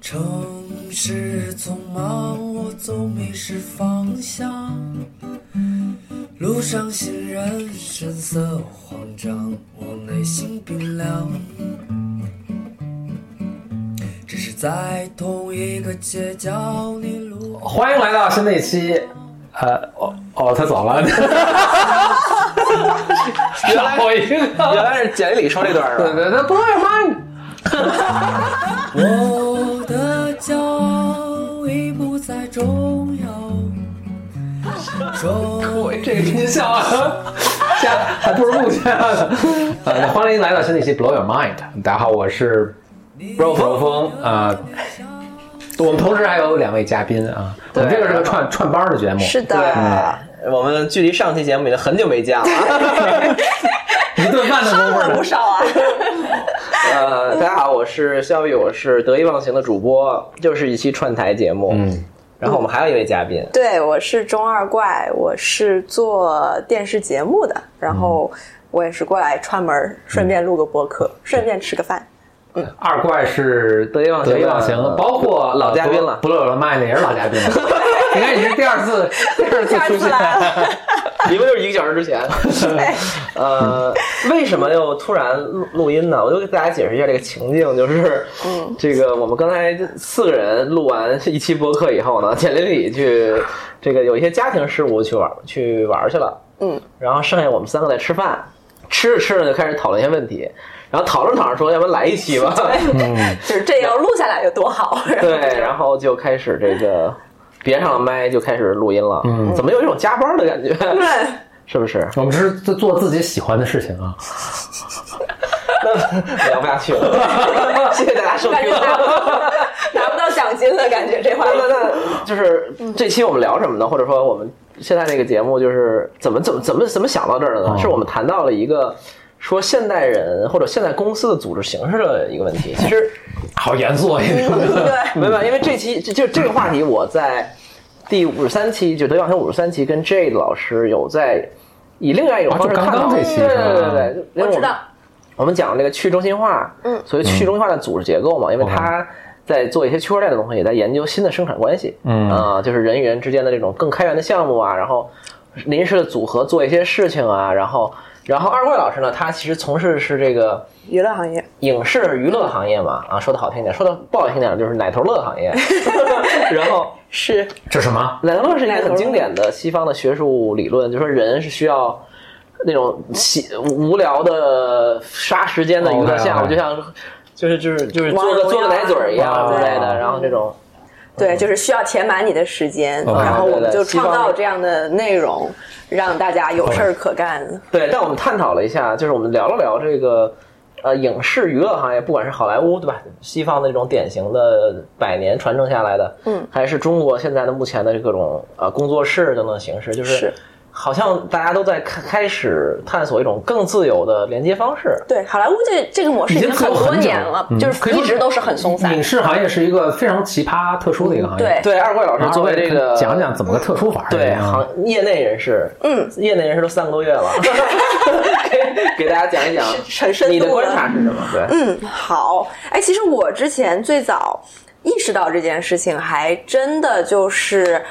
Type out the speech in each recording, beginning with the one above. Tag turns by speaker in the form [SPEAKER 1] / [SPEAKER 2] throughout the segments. [SPEAKER 1] 城市匆忙，我总迷失方向。路上行人神色慌张，我内心冰凉。只是在同一个街角，你路
[SPEAKER 2] 欢迎来到新的一期，呃，哦哦，他走 了，少一
[SPEAKER 3] 原
[SPEAKER 2] 个，
[SPEAKER 3] 来是简历里说这段是
[SPEAKER 2] 对
[SPEAKER 3] 吧？
[SPEAKER 2] 对对，不是吗？
[SPEAKER 1] 我的骄傲已不再重要。重
[SPEAKER 2] 这个音效啊， 加还不如不加呢。呃，欢迎来到新的一期《Blow Your Mind》，大家好，我是肉峰啊、我们同时还有两位嘉宾啊，我们这个是个串串班的节目，
[SPEAKER 4] 是的，
[SPEAKER 3] 对，我们距离上期节目已经很久 没见了。
[SPEAKER 2] 一顿饭的功
[SPEAKER 4] 喝了
[SPEAKER 2] 夫
[SPEAKER 4] 不
[SPEAKER 2] 呢。
[SPEAKER 4] 少啊。
[SPEAKER 3] 呃，大家好，我是肖宇，我是得意忘形的主播，又是一期串台节目。
[SPEAKER 2] 嗯，
[SPEAKER 3] 然后我们还有一位嘉宾，
[SPEAKER 4] 对，我是中二怪，我是做电视节目的，然后
[SPEAKER 3] 嗯
[SPEAKER 4] 我也是过来串门儿，顺便录个播客，顺便吃个饭。
[SPEAKER 2] 二怪是
[SPEAKER 3] 得意忘形
[SPEAKER 2] 得
[SPEAKER 3] 的呃
[SPEAKER 2] 意忘形，包括
[SPEAKER 3] 老嘉宾了
[SPEAKER 2] 不乐了麦的也是老嘉 宾。你看，你是第二次，第二次出
[SPEAKER 4] 第二 次来
[SPEAKER 2] 现，
[SPEAKER 3] 你们就是一个小时 之前。呃，为什么又突然录录音呢？我就给大家解释一下这个情境，就是，这个我们刚才四个人录完一期播客以后呢，简林里去这个有一些家庭事务去玩去玩去了，
[SPEAKER 4] 嗯，
[SPEAKER 3] 然后剩下我们三个在吃饭，吃着吃着就开始讨论一些问题，然后讨论讨论说，要不然来一期 吧，
[SPEAKER 4] 哎就是这要录下来有 多好。
[SPEAKER 3] 对，然后就开始这个别上了麦就开始录音了，
[SPEAKER 2] 嗯
[SPEAKER 3] 怎么有一种加班的感觉？
[SPEAKER 4] 对，
[SPEAKER 3] 是不是？
[SPEAKER 2] 我们是做做自己喜欢的事情啊。
[SPEAKER 3] 聊不下去了， 谢谢大家收
[SPEAKER 4] 感
[SPEAKER 3] 听
[SPEAKER 4] 觉。拿不到拿不到奖金的感觉， 这话
[SPEAKER 3] 那那那，就是这期我们聊什么呢？或者说我们现在这个节目就是怎么怎么怎么怎么想到这儿的呢？
[SPEAKER 2] 嗯
[SPEAKER 3] 是我们谈到了一个说现代人或者现代公司的组织形式的一个问题。其实
[SPEAKER 2] 好严肃啊！
[SPEAKER 4] 嗯 对，
[SPEAKER 3] 没有，因为这期就就这个话题，我在第五十三期就德望星五十三期跟 J 老师有在以另外一种
[SPEAKER 2] 啊
[SPEAKER 3] 方式
[SPEAKER 2] 就刚
[SPEAKER 3] 看
[SPEAKER 2] 刚
[SPEAKER 3] 到
[SPEAKER 2] 这期
[SPEAKER 3] 对
[SPEAKER 2] 是吧
[SPEAKER 3] 对对对，对因为
[SPEAKER 4] 我知
[SPEAKER 3] 们
[SPEAKER 4] 道。
[SPEAKER 3] 我们讲这个去中心化，
[SPEAKER 4] 嗯
[SPEAKER 3] 所谓去中心化的组织结构嘛，因为
[SPEAKER 2] OK
[SPEAKER 3] 它在做一些区块链的东西，也在研究新的生产关系，
[SPEAKER 2] 嗯
[SPEAKER 3] 啊、就是人与人之间的这种更开源的项目啊，然后临时的组合做一些事情啊，然后然后二怪老师呢，他其实从事的是这个
[SPEAKER 4] 娱乐行业，
[SPEAKER 3] 影视娱乐行业嘛，啊，说的好听点，说的不好听点就是奶头乐行业，然后是
[SPEAKER 2] 这什么？
[SPEAKER 3] 奶头乐是一个
[SPEAKER 4] 奶头
[SPEAKER 3] 很
[SPEAKER 4] 乐
[SPEAKER 3] 经典的西方的学术理论，就说人是需要那种喜无聊的杀时间的娱乐项目，
[SPEAKER 2] OK，OK
[SPEAKER 3] 就像哦就是就是就是
[SPEAKER 4] 王
[SPEAKER 3] 做个
[SPEAKER 4] 者荣
[SPEAKER 3] 做个
[SPEAKER 4] 耀
[SPEAKER 3] 啊奶嘴儿一样
[SPEAKER 2] 对
[SPEAKER 3] 之类的，然后这种
[SPEAKER 4] 对，就是需要填满你的时间，
[SPEAKER 2] OK
[SPEAKER 4] 然后我
[SPEAKER 3] 哦对对
[SPEAKER 4] 们就
[SPEAKER 3] 西方
[SPEAKER 4] 创造
[SPEAKER 3] 的
[SPEAKER 4] 这样的内容，让大家有事儿可干。
[SPEAKER 3] 对。但我们探讨了一下，就是我们聊了聊这个。呃，影视娱乐行业，不管是好莱坞对吧，西方的这种典型的百年传承下来的，
[SPEAKER 4] 嗯，
[SPEAKER 3] 还是中国现在的目前的各种呃工作室等等形式，就是
[SPEAKER 4] 是
[SPEAKER 3] 好像大家都在开开始探索一种更自由的连接方式。
[SPEAKER 4] 对，好莱坞这这个模式
[SPEAKER 2] 已
[SPEAKER 4] 已
[SPEAKER 2] 经
[SPEAKER 4] 经很
[SPEAKER 2] 做了
[SPEAKER 4] 多
[SPEAKER 2] 很久
[SPEAKER 4] 年了，
[SPEAKER 2] 嗯
[SPEAKER 4] 就是
[SPEAKER 2] 可以说
[SPEAKER 4] 一直都是很松散。
[SPEAKER 2] 影视行业是一个非常奇葩、特殊的一个行业。
[SPEAKER 4] 对
[SPEAKER 3] 对，二怪老师
[SPEAKER 2] 然后
[SPEAKER 3] 作为这个
[SPEAKER 2] 讲讲怎么个特殊法儿
[SPEAKER 3] 对
[SPEAKER 2] 啊
[SPEAKER 3] 行业内人士，
[SPEAKER 4] 嗯，
[SPEAKER 3] 业内人士都三个多月了， 给给大家讲一讲
[SPEAKER 4] 是很深度
[SPEAKER 3] 你的观
[SPEAKER 4] 的
[SPEAKER 3] 察是什么？对，
[SPEAKER 4] 嗯，好。哎，其实我之前最早意识到这件事情，还真的就是。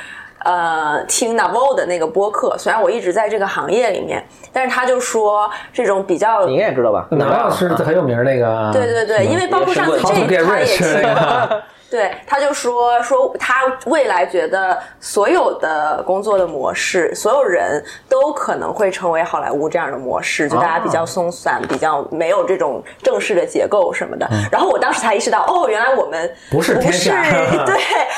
[SPEAKER 4] 呃，听 Navo 的那个播客，虽然我一直在这个行业里面，但是他就说这种比较
[SPEAKER 3] 你应该也知道吧？
[SPEAKER 2] 嗯
[SPEAKER 3] 啊
[SPEAKER 2] 哪
[SPEAKER 3] 吧
[SPEAKER 2] 老师很有名儿那个？
[SPEAKER 4] 对对对，因为包括上次
[SPEAKER 2] How to
[SPEAKER 4] 这
[SPEAKER 2] get
[SPEAKER 4] 他也
[SPEAKER 2] rich
[SPEAKER 4] 提
[SPEAKER 2] 那
[SPEAKER 4] 到，
[SPEAKER 2] 个，
[SPEAKER 4] 对，他就说说他未来觉得所有的工作的模式，所有人都可能会成为好莱坞这样的模
[SPEAKER 3] 啊
[SPEAKER 4] 式，就大家比较松散，比较没有这种正式的结构什么的。
[SPEAKER 3] 嗯
[SPEAKER 4] 然后我当时才意识到，哦，原来我们
[SPEAKER 2] 不是天下
[SPEAKER 4] 对，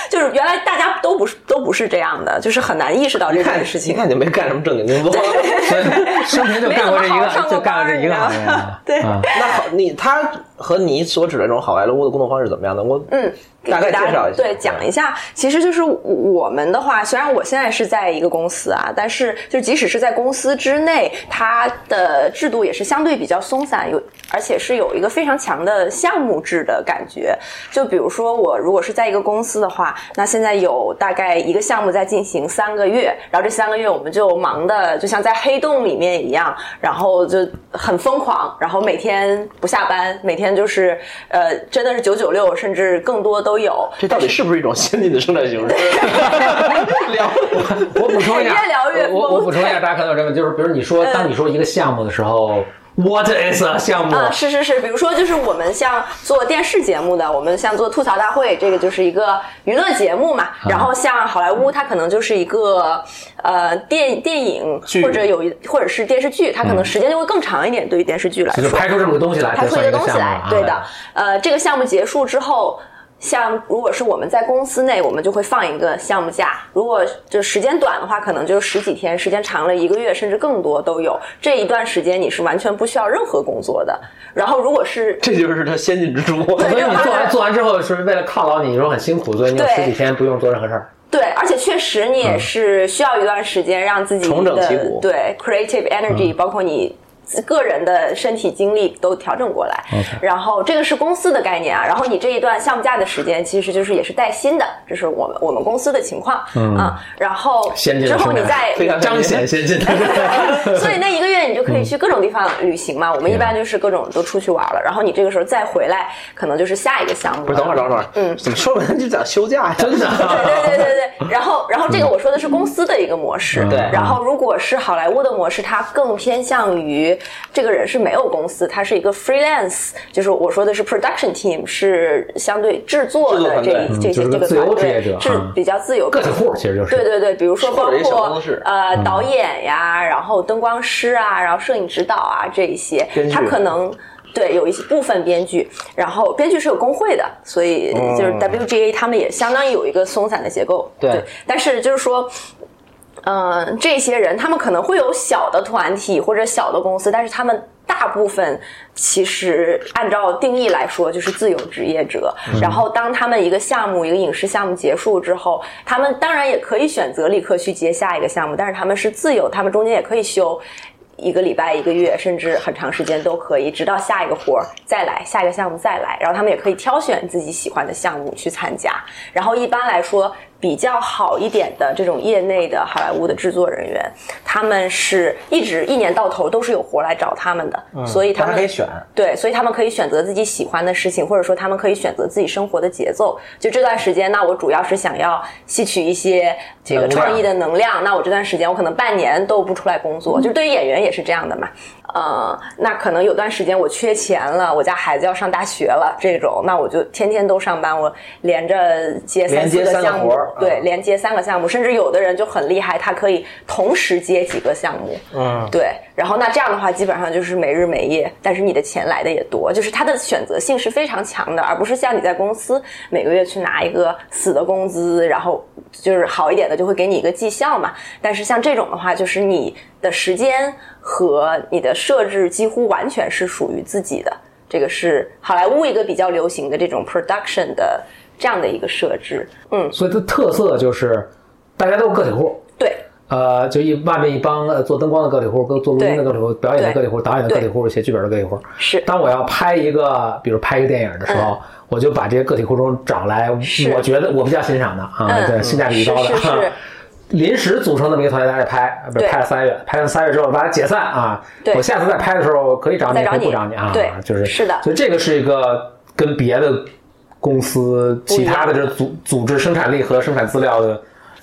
[SPEAKER 4] 就是原来大家都不是都不是这样的，就是很难意识到这
[SPEAKER 3] 一
[SPEAKER 4] 件
[SPEAKER 3] 看
[SPEAKER 4] 事
[SPEAKER 3] 一
[SPEAKER 4] 情。
[SPEAKER 3] 看就没干什么正经工作。
[SPEAKER 2] 所以 生平就干过这一
[SPEAKER 4] 没
[SPEAKER 2] 个，
[SPEAKER 4] 怎么好好上过
[SPEAKER 2] 就干过这一个行业
[SPEAKER 4] 班儿
[SPEAKER 2] 啊。
[SPEAKER 4] 你知道
[SPEAKER 2] 啊
[SPEAKER 4] 吗
[SPEAKER 3] 那好，你他和你所指的这种好莱坞的工作方式怎么样呢？我
[SPEAKER 4] 嗯，
[SPEAKER 3] 大概
[SPEAKER 4] 给大家
[SPEAKER 3] 介绍一下，
[SPEAKER 4] 对，讲一下。其实就是我们的话，虽然我现在是在一个公司啊，但是就即使是在公司之内，它的制度也是相对比较松散，有而且是有一个非常强的项目制的感觉。就比如说，我如果是在一个公司的话，那现在有大概一个项目在进行三个月，然后这三个月我们就忙的就像在黑洞里面一样，然后就很疯狂，然后每天不下班，每天就是呃，真的是九九六，甚至更多都有。
[SPEAKER 3] 这到底是不是一种先进的生产 形式？聊
[SPEAKER 2] 我补充一下，
[SPEAKER 4] 越聊越
[SPEAKER 2] 我我我
[SPEAKER 4] 疯嗯
[SPEAKER 2] 补充一下，大家看到这个，就是比如你说，当你说一个项目的时候，What is a 项目？
[SPEAKER 4] 啊，是是是，比如说就是我们像做电视节目的，我们像做吐槽大会，这个就是一个娱乐节目嘛。然后像好莱坞，它可能就是一个呃电电影
[SPEAKER 3] 剧
[SPEAKER 4] 或者有一或者是电视剧，它可能时间就会更长一点。对于电视剧来
[SPEAKER 2] 就是
[SPEAKER 4] 说，
[SPEAKER 2] 拍出这么个东西来，
[SPEAKER 4] 拍
[SPEAKER 2] 这
[SPEAKER 4] 出
[SPEAKER 2] 算
[SPEAKER 4] 一
[SPEAKER 2] 一
[SPEAKER 4] 个
[SPEAKER 2] 个
[SPEAKER 4] 东
[SPEAKER 2] 项
[SPEAKER 4] 西
[SPEAKER 2] 目
[SPEAKER 4] 来
[SPEAKER 2] 啊。。
[SPEAKER 4] 对的，呃，这个项目结束之后。像如果是我们在公司内，我们就会放一个项目假。如果就时间短的话，可能就十几天；时间长了，一个月甚至更多都有。这一段时间你是完全不需要任何工作的。然后如果是
[SPEAKER 3] 这就是它先进之处。
[SPEAKER 4] 哎
[SPEAKER 2] 所以你做
[SPEAKER 4] 对
[SPEAKER 2] 完做完之后，是为了犒劳你，你说很辛苦，所以你有
[SPEAKER 4] 对
[SPEAKER 2] 十几天不用做任何事儿。
[SPEAKER 4] 对，而且确实你也是需要一段时间让自
[SPEAKER 3] 嗯
[SPEAKER 4] 己的
[SPEAKER 3] 重整旗鼓嗯
[SPEAKER 4] 对 creative energy，、包括你自个人的身体精力都调整过来。
[SPEAKER 2] OK
[SPEAKER 4] 然后这个是公司的概念啊，然后你这一段项目假的时间其实就是也是带薪的，这是我们我们公司的情况、
[SPEAKER 3] 嗯
[SPEAKER 4] 啊。然后
[SPEAKER 2] 先进
[SPEAKER 4] 之
[SPEAKER 2] 的
[SPEAKER 4] 后你
[SPEAKER 2] 生
[SPEAKER 4] 再
[SPEAKER 2] 产彰显先进的。
[SPEAKER 4] 所以那一个月你就
[SPEAKER 3] 嗯
[SPEAKER 4] 可以去各种地方旅行嘛。我们一般就是各种都出去玩了，然后你这个时候再回来，可能就是下一个项目了。
[SPEAKER 3] 不是，等会儿，等会儿，嗯，怎么说完就讲休假呀？真的，
[SPEAKER 4] 对对对对对，然后然后这个我说的是公司的一个模式，
[SPEAKER 3] 对
[SPEAKER 4] 然后如果是好莱坞的模式，它更偏向于这个人是没有公司，他是一个 freelance，就是我说的是 production team，是相对制作
[SPEAKER 3] 制作
[SPEAKER 4] 的
[SPEAKER 3] 团
[SPEAKER 4] 这
[SPEAKER 3] 队
[SPEAKER 4] 一这
[SPEAKER 2] 嗯就
[SPEAKER 4] 些
[SPEAKER 2] 是
[SPEAKER 4] 这
[SPEAKER 2] 个
[SPEAKER 4] 个
[SPEAKER 2] 自由
[SPEAKER 4] 团
[SPEAKER 2] 职业
[SPEAKER 4] 队
[SPEAKER 2] 者
[SPEAKER 4] 是
[SPEAKER 2] 嗯
[SPEAKER 4] 比较自由
[SPEAKER 2] 个体户其实就是
[SPEAKER 4] 对对对，比如说包
[SPEAKER 3] 或者一小
[SPEAKER 4] 括
[SPEAKER 3] 公司
[SPEAKER 4] 呃导演呀，然后灯光师啊，然后摄影指导啊这一些
[SPEAKER 3] 编，剧
[SPEAKER 4] 他可能。对，有一些部分编剧，然后编剧是有工会的，所以就是 WGA 他们也相当于有一个松散的结构。
[SPEAKER 3] 对
[SPEAKER 4] 但是就是说。嗯，这些人他们可能会有小的团体或者小的公司，但是他们大部分其实按照定义来说就是自由职业者。然后当他们一个项目一个影视项目结束之后，他们当然也可以选择立刻去接下一个项目，但是他们是自由，他们中间也可以休。一个礼拜、一个月，甚至很长时间都可以，直到下一个活儿再来，下一个项目再来。然后他们也可以挑选自己喜欢的项目去参加。然后一般来说，比较好一点的这种业内的好莱坞的制作人员，他们是一直一年到头都是有活来找他们的，所以他
[SPEAKER 3] 嗯他
[SPEAKER 4] 们
[SPEAKER 3] 还可以选。
[SPEAKER 4] 对，所以他们可以选择自己喜欢的事情，或者说他们可以选择自己生活的节奏。就这段时间，那我主要是想要吸取一些这个
[SPEAKER 3] 能量
[SPEAKER 4] 创意的能量。那我这段时间，我可能半年都不出来工
[SPEAKER 3] 嗯
[SPEAKER 4] 作，就对于演员也是这样的嘛。呃，那可能有段时间我缺钱了，我家孩子要上大学了，这种，那我就天天都上班，我连着接三
[SPEAKER 3] 连
[SPEAKER 4] 四
[SPEAKER 3] 接
[SPEAKER 4] 个
[SPEAKER 3] 三个
[SPEAKER 4] 项目
[SPEAKER 3] 活儿，
[SPEAKER 4] 对
[SPEAKER 3] 啊，
[SPEAKER 4] 连接三个项目，甚至有的人就很厉害，他可以同时接几个项目。
[SPEAKER 3] 嗯，
[SPEAKER 4] 对，然后那这样的话，基本上就是没日没夜，但是你的钱来的也多，就是它的选择性是非常强的，而不是像你在公司每个月去拿一个死的工资，然后就是好一点的就会给你一个绩效嘛。但是像这种的话，就是你的时间和你的设置几乎完全是属于自己的，这个是好莱坞一个比较流行的这种 production 的这样的一个设置。嗯，
[SPEAKER 2] 所以它特色就是大家都是个体户，
[SPEAKER 4] 对，
[SPEAKER 2] 呃，就一外面一帮呃做灯光的个体户，跟做录音的个体户，表演的个体户，导演的个体户，写剧本的个体户。
[SPEAKER 4] 是
[SPEAKER 2] 当我要拍一个，比如拍一个电影的时候，我就把这些个体户中找来，
[SPEAKER 4] 嗯是
[SPEAKER 2] 我觉得我比较欣赏的啊，
[SPEAKER 4] 嗯
[SPEAKER 2] 对，性价比
[SPEAKER 4] 是
[SPEAKER 2] 高的。啊
[SPEAKER 4] 是是
[SPEAKER 2] 临时组成那么一个团队在这拍，不是
[SPEAKER 4] 对
[SPEAKER 2] 拍了三月，拍了三月之后把它解散啊。
[SPEAKER 4] 对
[SPEAKER 2] 我下次再拍的时候可以找你，
[SPEAKER 4] 再
[SPEAKER 2] 也
[SPEAKER 4] 找
[SPEAKER 2] 可以不
[SPEAKER 4] 你
[SPEAKER 2] 找你啊。
[SPEAKER 4] 对
[SPEAKER 2] 就是
[SPEAKER 4] 是的
[SPEAKER 2] 所以这个是一个跟别的公司其他的这组组织生产力和生产资料的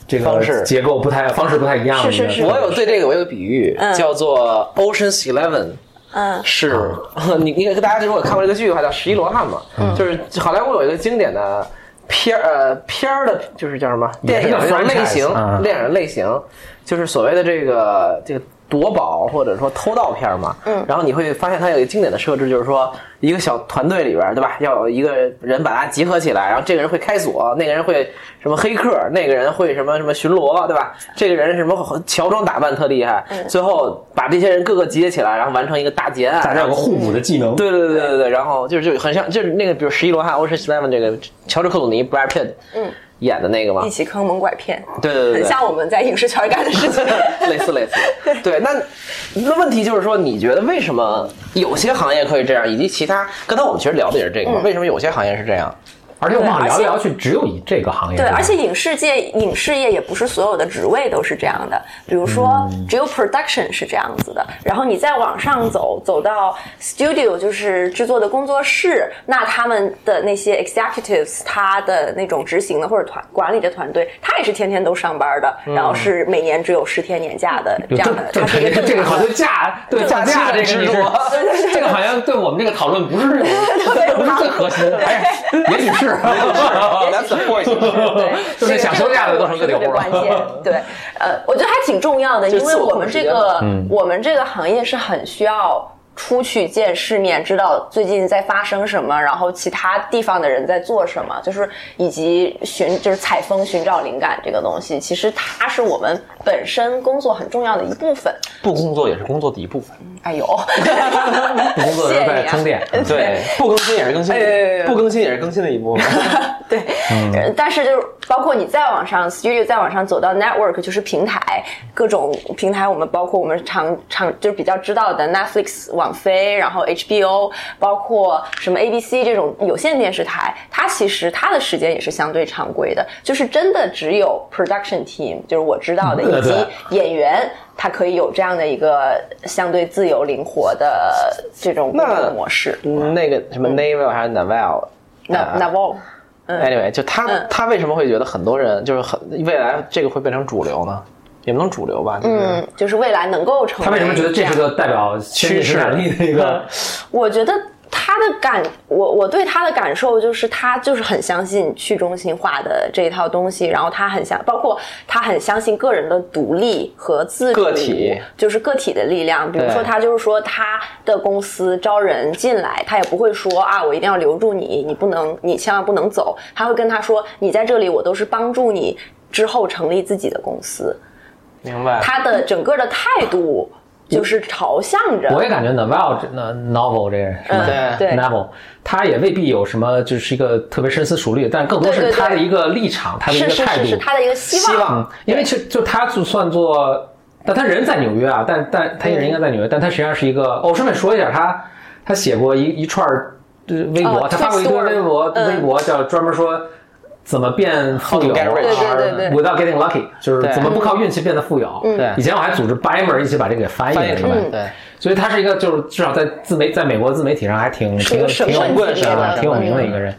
[SPEAKER 2] 这个
[SPEAKER 3] 方式
[SPEAKER 2] 结构不太方式不太一样的一个。
[SPEAKER 4] 是是是
[SPEAKER 3] 我有对这个我有个比喻
[SPEAKER 4] 嗯，
[SPEAKER 3] 叫做 Ocean's Eleven。
[SPEAKER 4] 嗯，
[SPEAKER 3] 是 你你跟大家如果看过这个剧的话，叫《十一罗汉》嘛，就是好莱坞有一个经典的片儿呃片儿的，就是叫什么
[SPEAKER 2] 也
[SPEAKER 3] 电
[SPEAKER 2] 是
[SPEAKER 3] 影
[SPEAKER 2] 个
[SPEAKER 3] 的
[SPEAKER 2] franchise，
[SPEAKER 3] 类型
[SPEAKER 2] 嗯，
[SPEAKER 3] 电影类型，就是所谓的这个这个夺宝或者说偷盗片儿嘛。嗯，然后你会发现它有一个经典的设置，就是说一个小团队里边儿，对吧？要有一个人把它集合起来，然后这个人会开锁，那个人会什么黑客，那个人会什么什么巡逻，对吧？这个人什么乔装打扮特厉害，最后把这些人各个集结起来，然后完成一个大结案。
[SPEAKER 2] 大家有个互补的技能。
[SPEAKER 3] 对对对对对，然后就是就很像，就是那个比如《十一罗汉》《Ocean's Eleven》这个乔治克鲁尼、Brad Pitt，嗯，
[SPEAKER 5] 演的那个吗
[SPEAKER 4] 一？起坑蒙拐骗，
[SPEAKER 5] 对对对对
[SPEAKER 4] 很
[SPEAKER 5] 对，
[SPEAKER 4] 像我们在影视圈干的事情。
[SPEAKER 5] 类似类似，对，那那问题就是说，你觉得为什么有些行业可以这样，以及其他？刚才我们其实聊的也是
[SPEAKER 4] 嗯
[SPEAKER 5] 这个嘛，为什么有些行业是这样？
[SPEAKER 2] 而且我们好像
[SPEAKER 4] 对
[SPEAKER 2] 聊
[SPEAKER 4] 而且
[SPEAKER 2] 来聊去只有以这个行业
[SPEAKER 4] 对，
[SPEAKER 2] 为主
[SPEAKER 4] 而且影视界、影视业也不是所有的职位都是这样的，比如说只有 production 是这样子的，然后你再往上走，走到 studio 就是制作的工作室，那他们的那些 executives，他的那种执行的或者团管理的团队，他也是天天都上班的，然后是每年只有十天年假的
[SPEAKER 2] 就
[SPEAKER 4] 这样
[SPEAKER 2] 正
[SPEAKER 4] 的，
[SPEAKER 2] 正
[SPEAKER 4] 他是一个
[SPEAKER 2] 这
[SPEAKER 4] 正
[SPEAKER 2] 个好
[SPEAKER 4] 常的
[SPEAKER 2] 像假对假
[SPEAKER 5] 假
[SPEAKER 2] 假
[SPEAKER 5] 期
[SPEAKER 2] 这
[SPEAKER 5] 的制
[SPEAKER 2] 个制
[SPEAKER 5] 度
[SPEAKER 2] 度， 这个好像对我们这个讨论不 是不是最核心， 哎，也许是，啊
[SPEAKER 5] That's the point。
[SPEAKER 4] 对，
[SPEAKER 2] 就是想休假的都是个
[SPEAKER 4] 特
[SPEAKER 2] 理由
[SPEAKER 4] 别
[SPEAKER 2] 了
[SPEAKER 4] 关键。对，呃，我觉得还挺重要的，
[SPEAKER 5] 就
[SPEAKER 4] 因
[SPEAKER 5] 是
[SPEAKER 4] 为
[SPEAKER 5] 自我
[SPEAKER 4] 我们这个
[SPEAKER 2] 嗯
[SPEAKER 4] 我们这个行业是很需要。出去见世面，知道最近在发生什么，然后其他地方的人在做什么，就是以及寻就是采风寻找灵感这个东西，其实它是我们本身工作很重要的一部分。
[SPEAKER 5] 不工作也是工作的一部分，
[SPEAKER 4] 哎呦，
[SPEAKER 2] 不 工作
[SPEAKER 4] 谢
[SPEAKER 2] 的
[SPEAKER 4] 谢
[SPEAKER 2] 人
[SPEAKER 4] 你啊
[SPEAKER 2] 在充 电，
[SPEAKER 5] 对，不更新也是更新
[SPEAKER 4] 哎哎哎，
[SPEAKER 5] 不更新也是更新的一部分。
[SPEAKER 4] 对，呃
[SPEAKER 2] 嗯
[SPEAKER 4] 但是就是包括你再往上，studio 再往上走到 network，就是平台，各种平台，我们包括我们常常就是比较知道的 Netflix、网飞，然后 HBO，包括什么 ABC 这种有线电视台，它其实它的时间也是相对常规的，就是真的只有 production team，就是我知道的，
[SPEAKER 2] 嗯
[SPEAKER 4] 以及
[SPEAKER 2] 对
[SPEAKER 4] 演员。他可以有这样的一个相对自由灵活的这种工作
[SPEAKER 5] 那
[SPEAKER 4] 模式。
[SPEAKER 5] 嗯那个什么 Naval 还是 Naval？
[SPEAKER 4] 那
[SPEAKER 5] 呃
[SPEAKER 4] 那 w
[SPEAKER 5] Anyway，就他、
[SPEAKER 4] 嗯
[SPEAKER 5] 他为什么会觉得很多人就是很未来这个会变成主流呢？也不能主流吧，就是、
[SPEAKER 4] 嗯，就是未来能够成为
[SPEAKER 2] 他为什么觉得这
[SPEAKER 4] 样
[SPEAKER 2] 是个代表趋势能力的一 个？
[SPEAKER 4] 我觉得他的感，我我对他的感受就是，他就是很相信去中心化的这一套东西，然后他很相，包括他很相信个人的独立和自主，
[SPEAKER 5] 个体
[SPEAKER 4] 就是个体的力量。比如
[SPEAKER 5] 对
[SPEAKER 4] 说，他就是说他的公司招人进来，他也不会说啊，我一定要留住你，你不能，你千万不能走。他会跟他说，你在这里，我都是帮助你之后成立自己的公司。
[SPEAKER 5] 明白。
[SPEAKER 4] 他的整个的态度就是朝向着。
[SPEAKER 2] 我也感觉 novel 这那 novel 这人是吧
[SPEAKER 4] 嗯，对，
[SPEAKER 2] novel，他也未必有什么，就是一个特别深思熟虑，但更多
[SPEAKER 4] 对
[SPEAKER 2] 是
[SPEAKER 4] 对对
[SPEAKER 2] 他的一个立场，他的一
[SPEAKER 4] 是
[SPEAKER 2] 个
[SPEAKER 4] 是
[SPEAKER 2] 态
[SPEAKER 4] 是
[SPEAKER 2] 度
[SPEAKER 4] 是，他的一个希望。
[SPEAKER 5] 希望
[SPEAKER 2] 嗯，因为就就他就算做，但他人在纽约啊，但但他人应该在纽约，但他实际上是一个，哦，顺便说一下，他他写过一一串儿呃微博，
[SPEAKER 4] 哦
[SPEAKER 2] 他发过一堆
[SPEAKER 4] Twitch
[SPEAKER 2] 微博，
[SPEAKER 4] 嗯
[SPEAKER 2] 微博叫专门说。怎么变富
[SPEAKER 5] How
[SPEAKER 2] 有
[SPEAKER 5] to get rich
[SPEAKER 4] 对对对对嗯
[SPEAKER 2] w i t h o getting lucky，就是
[SPEAKER 5] 对
[SPEAKER 2] 怎么不靠运气变得富有。
[SPEAKER 5] 对
[SPEAKER 2] 以前我还组织掰门一起把这个给翻
[SPEAKER 5] 翻译
[SPEAKER 2] 译
[SPEAKER 5] 出
[SPEAKER 2] 出
[SPEAKER 5] 来
[SPEAKER 2] 来，，
[SPEAKER 5] 对，
[SPEAKER 2] 所以他是一个就是至少在自媒在美国自媒体上还挺挺有
[SPEAKER 4] 是个
[SPEAKER 2] 挺有
[SPEAKER 4] 神
[SPEAKER 5] 棍
[SPEAKER 2] 是吧
[SPEAKER 5] 神棍
[SPEAKER 2] 挺有名的一个人。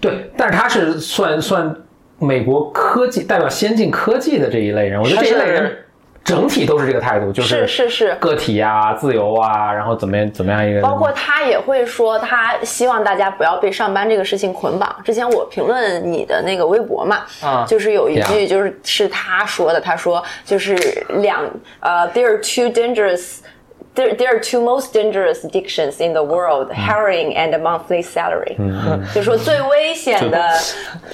[SPEAKER 2] 对，但是他是算算美国科技代表先进科技的这一类人，我觉得
[SPEAKER 5] 他
[SPEAKER 2] 这
[SPEAKER 5] 是
[SPEAKER 2] 一类人整体都是这个态度，就是
[SPEAKER 4] 是是
[SPEAKER 2] 个体啊、自由啊，然后怎么样怎么样一个，
[SPEAKER 4] 包括他也会说，他希望大家不要被上班这个事情捆绑。之前我评论你的那个微博嘛，
[SPEAKER 5] 啊
[SPEAKER 4] 就是有一
[SPEAKER 2] 对
[SPEAKER 4] 句就是是他说的，他说就是两呃，there are two dangerous。There, there are two most dangerous addictions in the
[SPEAKER 2] 嗯
[SPEAKER 4] world: heroin and monthly salary。就说最危险的，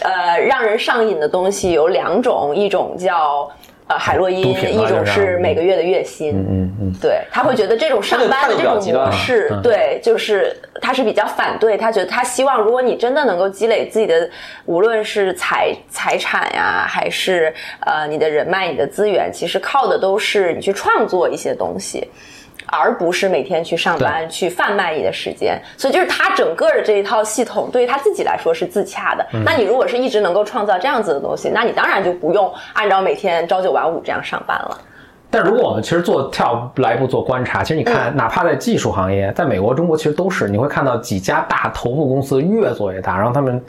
[SPEAKER 4] 呃，让人上瘾的东西有两种，一种叫呃海洛因，
[SPEAKER 2] 毒品吧
[SPEAKER 4] 一种
[SPEAKER 2] 就是
[SPEAKER 4] 是每个月的月薪。
[SPEAKER 2] 嗯嗯，
[SPEAKER 4] 对他会觉得这种上班的这种模式，对，就是他是比较反对，他觉得他希望，如果你真的能够积累自己的，无论是财财产呀、还是呃你的人脉、你的资源，其实靠的都是你去创作一些东西。而不是每天去上班去贩卖你的时间，所以就是他整个的这一套系统对于他自己来说是自洽的。那你如果是一直能够创造这样子的东西，那你当然就不用按照每天朝九晚五这样上班了。
[SPEAKER 2] 但如果我们其实做跳来一步做观察，其实你看，哪怕在技术行业，在美国、中国其实都是，你会看到几家大头部公司越做越大，然后他们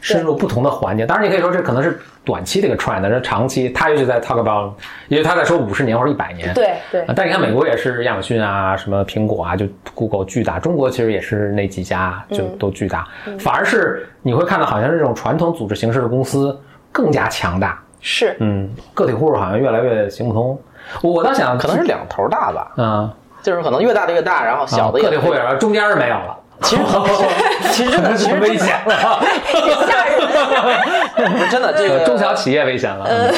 [SPEAKER 2] 深入不同的环节。当然，你可以说这可能是短期的一个 trend，这长期他也许在 talk about，也许他在说五十年或者一百年。
[SPEAKER 4] 对对
[SPEAKER 2] 啊。但你看美国也是亚马逊啊，什么苹果啊，就 Google 巨大，中国其实也是那几家就都巨大，反而是你会看到好像这种传统组织形式的公司更加强大。
[SPEAKER 4] 是，
[SPEAKER 2] 嗯，个体户好像越来越行不通。我我倒想
[SPEAKER 5] 可能是两头大吧，
[SPEAKER 2] 嗯，
[SPEAKER 5] 就是可能越大的越大，然后小的
[SPEAKER 2] 啊
[SPEAKER 5] 也
[SPEAKER 2] 个体户也是，中间是没有了，
[SPEAKER 5] 其实很其实真的，其实真的
[SPEAKER 2] 危险了，
[SPEAKER 4] 吓人。
[SPEAKER 5] 不是真的这个
[SPEAKER 3] 呃
[SPEAKER 2] 呃中小企业危险了。嗯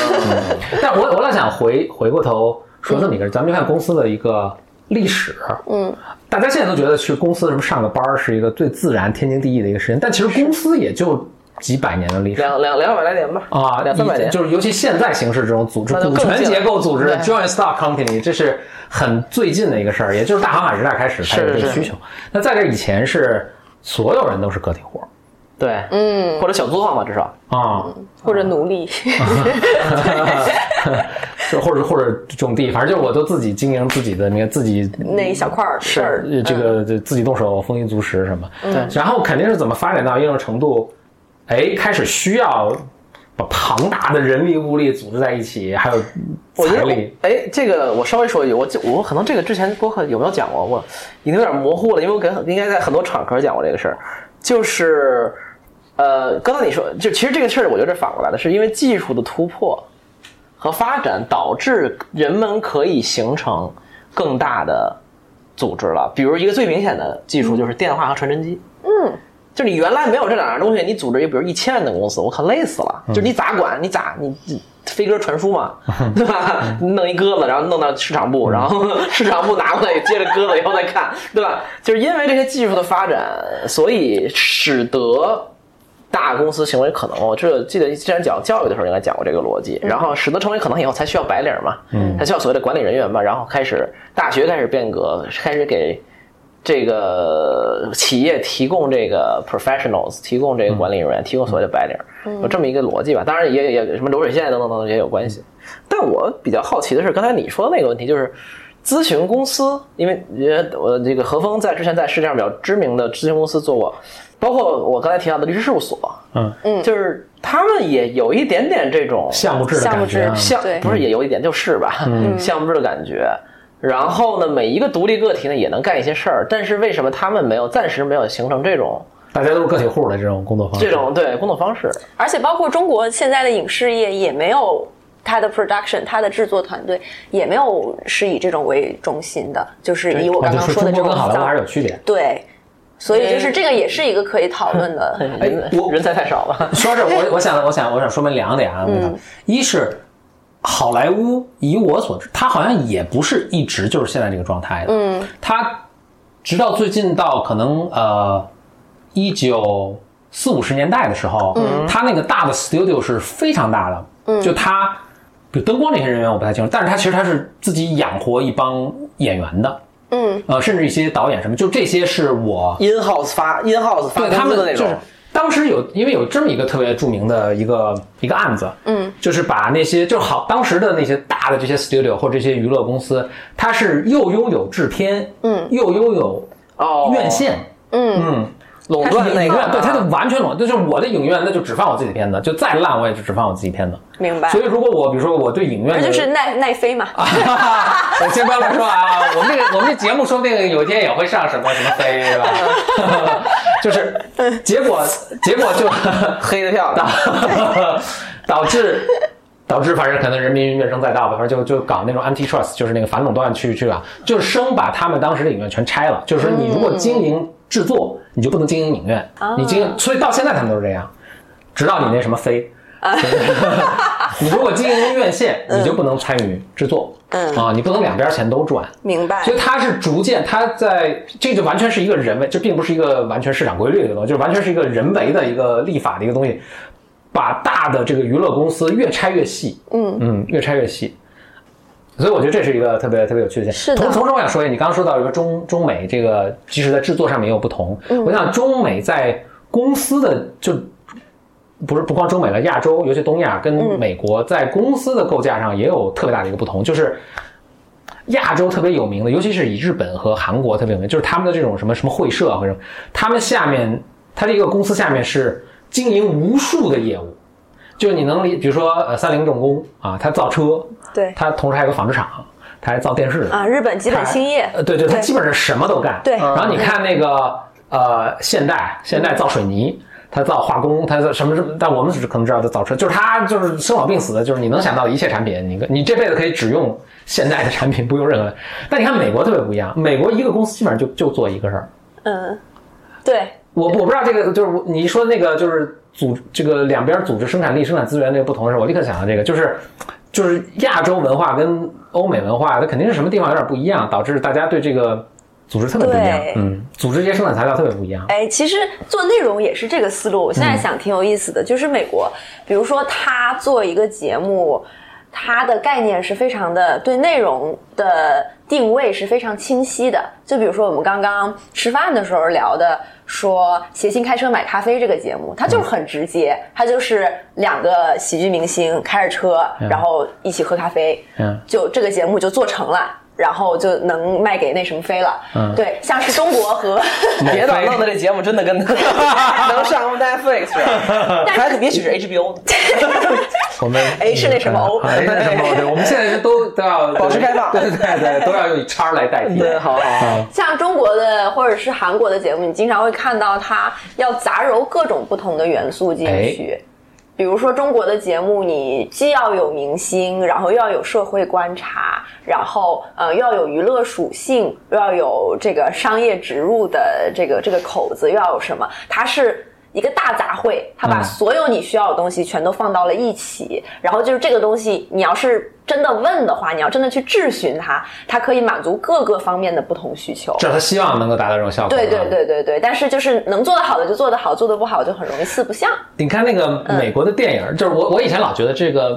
[SPEAKER 2] 但我我老想回回过头说这么一个，咱们就看公司的一个历史。
[SPEAKER 4] 嗯，
[SPEAKER 2] 大家现在都觉得去公司什么上个班儿是一个最自然、天经地义的一个事情，但其实公司也就几百年的历史。
[SPEAKER 3] 两两两百来年吧，
[SPEAKER 2] 啊，
[SPEAKER 3] 两三百
[SPEAKER 2] 你
[SPEAKER 3] 年
[SPEAKER 2] 就是尤其现在形式这种组织
[SPEAKER 3] 那就
[SPEAKER 2] 股
[SPEAKER 3] 更
[SPEAKER 2] 权
[SPEAKER 3] 近
[SPEAKER 2] 结
[SPEAKER 3] 了
[SPEAKER 2] 构组织
[SPEAKER 3] 对
[SPEAKER 2] joint stock company，这是很最近的一个事儿，也就是大航海时代开始才有
[SPEAKER 3] 是
[SPEAKER 2] 这个
[SPEAKER 3] 是
[SPEAKER 2] 需求。那在这以前是所有人都是个体户
[SPEAKER 3] 对，嗯，或者小作坊吧，至少
[SPEAKER 2] 啊，
[SPEAKER 3] 嗯
[SPEAKER 4] 或者奴隶，
[SPEAKER 2] 是或者或者种地，反正就是我都自己经营自己的那个自己
[SPEAKER 4] 那一小块儿事儿，
[SPEAKER 2] 呃这
[SPEAKER 3] 嗯
[SPEAKER 2] 个这自己动手丰衣足食什么。对，然后肯定是怎么发展到一定程度，哎，开始需要把庞大的人力物力组织在一起，还有
[SPEAKER 3] 我觉
[SPEAKER 2] 财
[SPEAKER 3] 得我
[SPEAKER 2] 力。，
[SPEAKER 3] 哎，这个我稍微说一句，我我可能这个之前播客有没有讲过，我已经有点模糊了，因为我跟应该在很多场合讲过这个事儿，就是，呃，刚才你说，就其实这个事儿，我觉得是反过来的，是因为技术的突破和发展导致人们可以形成更大的组织了，比如一个最明显的技
[SPEAKER 5] 嗯
[SPEAKER 3] 术就是电话和传真机，嗯。就你原来没有这两样东西，你组织一个比如一千人的公司，我靠累死了。就你咋管？你咋你你飞鸽传书嘛，对吧？弄一鸽子，然后弄到市场部，然后 市场部拿过来接着鸽子以后再看，对吧？就是因为这些技术的发展，所以使得大公司行为可能，我这记得之前讲教育的时候应该讲过这个逻辑，然后使得成为可能以后才需要白领嘛，才需要所谓的管理人员嘛，然后开始大学开始变革，开始给这个企业提供这个 professionals，提供这个管理人员，提供所谓的白领，有这么一个逻辑吧。当然也也什么流水线等等等等也有关系。但我比较好奇的是，刚才你说的那个问题，就是咨询公司，因为呃我这个何峰在之前在世界上比较知名的咨询公司做过，包括我刚才提到的律师事务所，
[SPEAKER 2] 嗯，
[SPEAKER 3] 就是他们也有一点点这种
[SPEAKER 2] 项目制的
[SPEAKER 4] 项目
[SPEAKER 2] 感觉啊，
[SPEAKER 4] 制
[SPEAKER 3] 像
[SPEAKER 4] 对
[SPEAKER 3] 不是也有一点就是吧，
[SPEAKER 2] 嗯
[SPEAKER 3] 项目制的感觉。然后呢，每一个独立个体呢也能干一些事儿，但是为什么他们没有暂时没有形成这种
[SPEAKER 2] 大家都是个体户的这种工作方式。
[SPEAKER 3] 这种对工作方式？
[SPEAKER 4] 而且包括中国现在的影视业也没有它的 production，它的制作团队也没有是以这种为中心的，就是以我
[SPEAKER 2] 那啊
[SPEAKER 4] 刚
[SPEAKER 2] 就
[SPEAKER 4] 刚
[SPEAKER 2] 是
[SPEAKER 4] 说
[SPEAKER 2] 中
[SPEAKER 4] 的这
[SPEAKER 2] 国
[SPEAKER 4] 种
[SPEAKER 2] 跟好莱坞还是
[SPEAKER 4] 方
[SPEAKER 2] 有区别。
[SPEAKER 4] 对，所以就是这个也是一个可以讨论的。
[SPEAKER 2] 哎
[SPEAKER 3] 人
[SPEAKER 2] 我
[SPEAKER 3] 人才太少 了。
[SPEAKER 2] 说到这儿，我我想我想我想说明两点啊，一是好莱坞，以我所知，它好像也不是一直就是现在这个状态的，嗯，它直到最近到可能呃一九四五十年代的时候，嗯，它那个大的 studio 是非常大的，嗯，就它。比如灯光这些人员我不太清楚，但是它其实它是自己养活一帮演员的，嗯，呃，甚至一些导演什么，就这些是我
[SPEAKER 3] in house 发 in house 发
[SPEAKER 2] 对他
[SPEAKER 3] 工资
[SPEAKER 2] 们
[SPEAKER 3] 的那
[SPEAKER 2] 就
[SPEAKER 3] 种
[SPEAKER 2] 是，当时有，因为有这么一个特别著名的一个一个案子，嗯，就是把那些就好当时的那些大的这些 studio 或者这些娱乐公司，它是又拥有制片，嗯，又拥有
[SPEAKER 3] 哦，
[SPEAKER 2] 院线，嗯，
[SPEAKER 3] 垄
[SPEAKER 2] 它是
[SPEAKER 3] 断那
[SPEAKER 2] 影
[SPEAKER 3] 个啊
[SPEAKER 2] 院，对，它就完全垄，就是我的影院，那就只放我自己的片子，就再烂我也就只放我自己片子。
[SPEAKER 4] 明白
[SPEAKER 3] 哎
[SPEAKER 2] 所，以如啊果我比如说我对影院
[SPEAKER 4] 那
[SPEAKER 2] 的，
[SPEAKER 4] 就是奈奈飞嘛，
[SPEAKER 2] 我先不要乱说啊，我们这个我们这节目说不定有一天也会上什么什么飞，是吧？ 就是结果结果就
[SPEAKER 3] 黑的票
[SPEAKER 2] 导 导致导致反正可能人民怨声载道吧，反正就就搞那种 antitrust，就是那个反垄断去去啊，就是生把他们当时的影院全拆了，就是说你如果经营制作，你就不能经营影院，你经营，所以到现在他们都是这样，直到你那什么飞。 你如果经营院线，你就不能参与制作，嗯啊，你不能两边钱都赚，
[SPEAKER 4] 明白
[SPEAKER 2] 所。以它是逐渐，它在这就完全是一个人为，这并不是一个完全市场规律的东西，就是完全是一个人为的一个立法的一个东西，把大的这个娱乐公司越拆越细，嗯嗯，越拆越细。所以我觉得这是一个特别特别有趣的现
[SPEAKER 4] 是
[SPEAKER 2] 象。
[SPEAKER 4] 的
[SPEAKER 2] 同同时，我想说一下，你刚刚说到什么中中美这个，即使在制作上面也有不同。
[SPEAKER 4] 嗯
[SPEAKER 2] 我想中美在公司的就不是不光中美了，亚洲尤其东亚
[SPEAKER 4] 嗯
[SPEAKER 2] 跟美国在公司的构架上也有特别大的一个不同，就是亚洲特别有名的，尤其是以日本和韩国特别有名，就是他们的这种什么什么会社啊或者什么，他们下面他的一个公司下面是经营无数的业务，就是你能理，比如说呃三菱重工啊，它造车，
[SPEAKER 4] 对
[SPEAKER 2] 它同时还有个纺织厂，它还造电视
[SPEAKER 4] 啊，日本基本兴业
[SPEAKER 2] 呃，对对，他
[SPEAKER 4] 对
[SPEAKER 2] 基本上什么都干。
[SPEAKER 4] 对
[SPEAKER 2] 然后你看那个呃，现代现代造水泥，他造化工，他造什么什么，但我们只可能知道他造车，就是他就是生老病死的，就是你能想到的一切产品，你跟你这辈子可以只用现代的产品，不用任何。但你看美国特别不一样，美国一个公司基本上就就做一个事儿。
[SPEAKER 4] 嗯，对，
[SPEAKER 2] 我我不知道这个就是我你说那个就是组这个两边组织生产力、生产资源那个不同的时候，我立刻想到这个，就是就是亚洲文化跟欧美文化，它肯定是什么地方有点不一样，导致大家对这个组织特别不一样
[SPEAKER 4] 对，
[SPEAKER 2] 嗯，组织这些生产材料特别不一样，
[SPEAKER 4] 哎，其实做内容也是这个思路。我
[SPEAKER 2] 嗯
[SPEAKER 4] 现在想挺有意思的，就是美国，比如说他做一个节目，它的概念是非常的，对内容的定位是非常清晰的。就比如说我们刚刚吃饭的时候聊的，说《谐星开车买咖啡》这个节目，它
[SPEAKER 2] 嗯
[SPEAKER 4] 就是很直接，它就是两个喜剧明星开着车，
[SPEAKER 2] 嗯
[SPEAKER 4] 然后一起喝咖啡，
[SPEAKER 2] 嗯
[SPEAKER 4] 就这个节目就做成了。然后就能卖给那什么飞了，
[SPEAKER 2] 嗯
[SPEAKER 4] 对，像是中国和
[SPEAKER 3] 别老弄的这节目真的 跟能上 Netflix，还是也许是 HBO 呢
[SPEAKER 2] 我们
[SPEAKER 4] A 哎是那什么 O
[SPEAKER 2] 啊，A 是那什么 O，对，我们现在是都都要
[SPEAKER 3] 保持开放
[SPEAKER 2] 对对对，对都要用叉儿来代替，
[SPEAKER 3] 对，好好好。
[SPEAKER 2] 啊，
[SPEAKER 4] 像中国的或者是韩国的节目，你经常会看到它要杂糅各种不同的元素进去。比如说中国的节目，你既要有明星，然后又要有社会观察，然后呃又要有娱乐属性，又要有这个商业植入的这个这个口子，又要有什么？它是一个大杂烩，它把
[SPEAKER 2] 嗯
[SPEAKER 4] 所有你需要的东西全都放到了一起。然后就是这个东西，你要是真的问的话，你要真的去质询它，它可以满足各个方面的不同需求。
[SPEAKER 2] 这嗯是他希望能够达到这种效果，啊
[SPEAKER 4] 对对。对对对，但是就是能做得好的就做得好，做得不好就很容易四不像。
[SPEAKER 2] 你看那个
[SPEAKER 4] 嗯
[SPEAKER 2] 美国的电影，就是我我以前老觉得这个，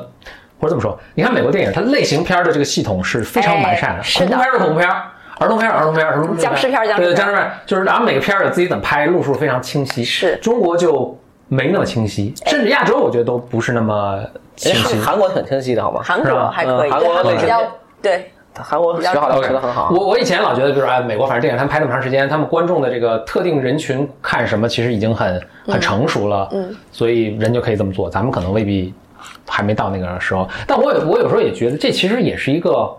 [SPEAKER 2] 或者这么说，你看美国电影，它类型片儿的这个系统是非常完善的，
[SPEAKER 4] 哎是
[SPEAKER 2] 恐
[SPEAKER 4] 的
[SPEAKER 2] 怖片儿是恐怖片儿，儿童片儿是儿童片儿，什么什么
[SPEAKER 4] 僵尸片儿僵尸
[SPEAKER 2] 对
[SPEAKER 4] 片儿
[SPEAKER 2] 僵尸片儿，就是然后每个片儿有自己怎么拍，路数非常清晰。
[SPEAKER 4] 是
[SPEAKER 2] 中国就没那么清晰，甚至亚洲我觉得都不是那么清晰
[SPEAKER 3] 哎。韩国挺清晰的，好吗？
[SPEAKER 4] 韩
[SPEAKER 2] 是
[SPEAKER 4] 国
[SPEAKER 2] 吧
[SPEAKER 4] 还可以，
[SPEAKER 3] 嗯韩
[SPEAKER 4] 对
[SPEAKER 3] 国
[SPEAKER 4] 韩国
[SPEAKER 3] 类
[SPEAKER 4] 比
[SPEAKER 3] 型
[SPEAKER 4] 较
[SPEAKER 3] 片
[SPEAKER 4] 对，
[SPEAKER 3] 韩国学好了，学的很好。
[SPEAKER 2] 我我以前老觉得，比如说哎，美国反正电影他们拍那么长时间，他们观众的这个特定人群看什么，其实已经很很成熟了，嗯，所以人就可以这么做。咱们可能未必还没到那个时候，但我有我有时候也觉得，这其实也是一个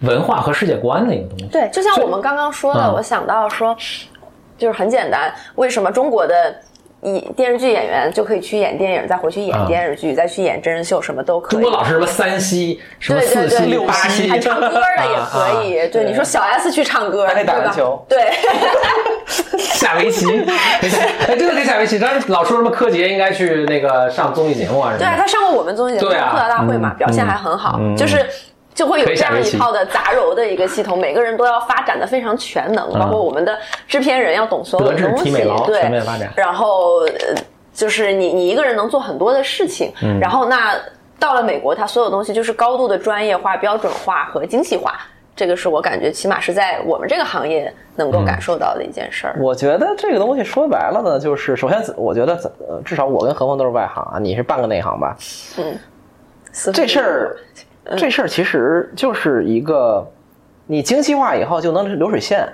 [SPEAKER 2] 文化和世界观的一个东西。
[SPEAKER 4] 对，就像我们刚刚说的，
[SPEAKER 2] 嗯
[SPEAKER 4] 我想到说，就是很简单，为什么中国的以电视剧演员就可以去演电影，再回去演
[SPEAKER 2] 嗯
[SPEAKER 4] 电视剧，再去演真人秀，什么都可
[SPEAKER 2] 中
[SPEAKER 4] 以
[SPEAKER 2] 国。老是什么三西、什么
[SPEAKER 4] 对
[SPEAKER 2] 四
[SPEAKER 4] 对对，
[SPEAKER 2] 西、
[SPEAKER 4] 对
[SPEAKER 2] 八西，
[SPEAKER 4] 还唱歌的也可以。
[SPEAKER 2] 啊啊
[SPEAKER 4] 对，你说小 S 去唱歌，
[SPEAKER 3] 还可以打
[SPEAKER 4] 对吧
[SPEAKER 3] 篮球
[SPEAKER 4] 对，
[SPEAKER 2] 下围棋，哎，真的可以下围棋。当时老说什么柯洁应该去那个上综艺节目啊什么的。
[SPEAKER 4] 对啊，他上过我们综艺节目《
[SPEAKER 2] 对啊
[SPEAKER 4] 吐槽大会》嘛，
[SPEAKER 2] 嗯
[SPEAKER 4] 表现还很好，
[SPEAKER 2] 嗯
[SPEAKER 4] 就是。就会有
[SPEAKER 2] 可以
[SPEAKER 4] 这
[SPEAKER 2] 下
[SPEAKER 4] 样
[SPEAKER 2] 围
[SPEAKER 4] 一
[SPEAKER 2] 棋
[SPEAKER 4] 套的杂糅的一个系统，每个人都要发展的非常全能，包
[SPEAKER 2] 嗯
[SPEAKER 4] 括我们的制片人要懂所有
[SPEAKER 2] 德
[SPEAKER 4] 的
[SPEAKER 2] 智
[SPEAKER 4] 东
[SPEAKER 2] 体
[SPEAKER 4] 西，
[SPEAKER 2] 美劳全
[SPEAKER 4] 对
[SPEAKER 2] 面，发展。
[SPEAKER 4] 然后呃就是你你一个人能做很多的事情，然后那到了美国，它所有东西就是高度的专业化、标准化和精细化，这个是我感觉起码是在我们这个行业能够感受到的一件事儿。
[SPEAKER 3] 我觉得这个东西说白了呢，就是首先，我觉得呃至少我跟何峰都是外行啊，你是半个内行吧？
[SPEAKER 4] 嗯四分
[SPEAKER 3] 这事
[SPEAKER 4] 之一
[SPEAKER 3] 儿，
[SPEAKER 4] 嗯
[SPEAKER 3] 这事儿其实就是一个，你精细化以后就能流水线，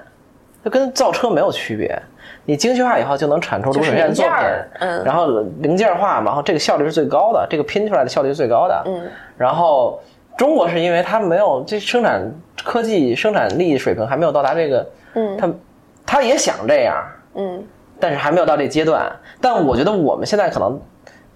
[SPEAKER 3] 就跟造车没有区别。你精细化以后就能产出流水线的作品
[SPEAKER 4] 就是零件儿，嗯
[SPEAKER 3] 然后零件化嘛，然后这个效率是最高的，这个拼出来的效率是最高的，嗯，然后中国是因为它没有这生产科技生产力水平还没有到达这个，嗯，它它也想这样，
[SPEAKER 4] 嗯，
[SPEAKER 3] 但是还没有到这阶段。但我觉得我们现在可能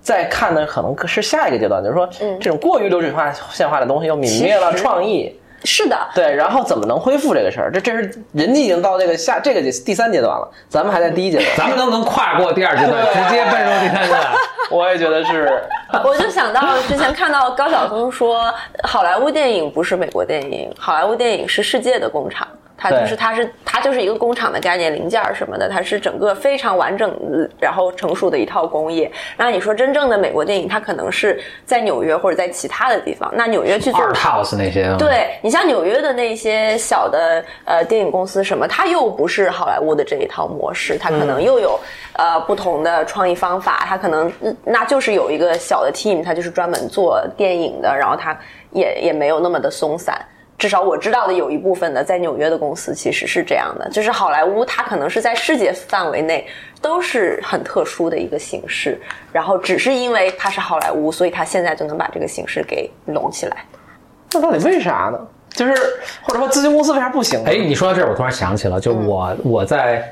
[SPEAKER 3] 在看的可能是下一个阶段，就是说，这种过于流水化、线化的东西又泯灭了
[SPEAKER 4] 嗯其实
[SPEAKER 3] 创意。
[SPEAKER 4] 是的，
[SPEAKER 3] 对，然后怎么能恢复这个事儿？这这是人家已经到这个下这个第三阶段了，咱们还在第一阶段。
[SPEAKER 2] 咱们能不能跨过第二阶段，直接奔入第三阶段？
[SPEAKER 3] 我也觉得是，
[SPEAKER 4] 我就想到之前看到高晓松说，好莱坞电影不是美国电影，好莱坞电影是世界的工厂。它
[SPEAKER 3] 对
[SPEAKER 4] 就是，它是，它就是一个工厂的概念，零件儿什么的，它是整个非常完整，然后成熟的一套工业。那你说真正的美国电影，它可能是在纽约或者在其他的地方。那纽约去做
[SPEAKER 2] 二 house 那些。，
[SPEAKER 4] 对你像纽约的那些小的呃电影公司什么，它又不是好莱坞的这一套模式，它可能又有、呃不同的创意方法，它可能嗯那就是有一个小的 team，它就是专门做电影的，然后它也也没有那么的松散。至少我知道的有一部分的在纽约的公司其实是这样的，就是好莱坞它可能是在世界范围内都是很特殊的一个形式，然后只是因为它是好莱坞，所以它现在就能把这个形式给拢起来。
[SPEAKER 3] 那到底为啥呢？就是或者说咨询公司为啥不行呢？嗯
[SPEAKER 2] 哎，你说到这儿，我突然想起了，就我、我在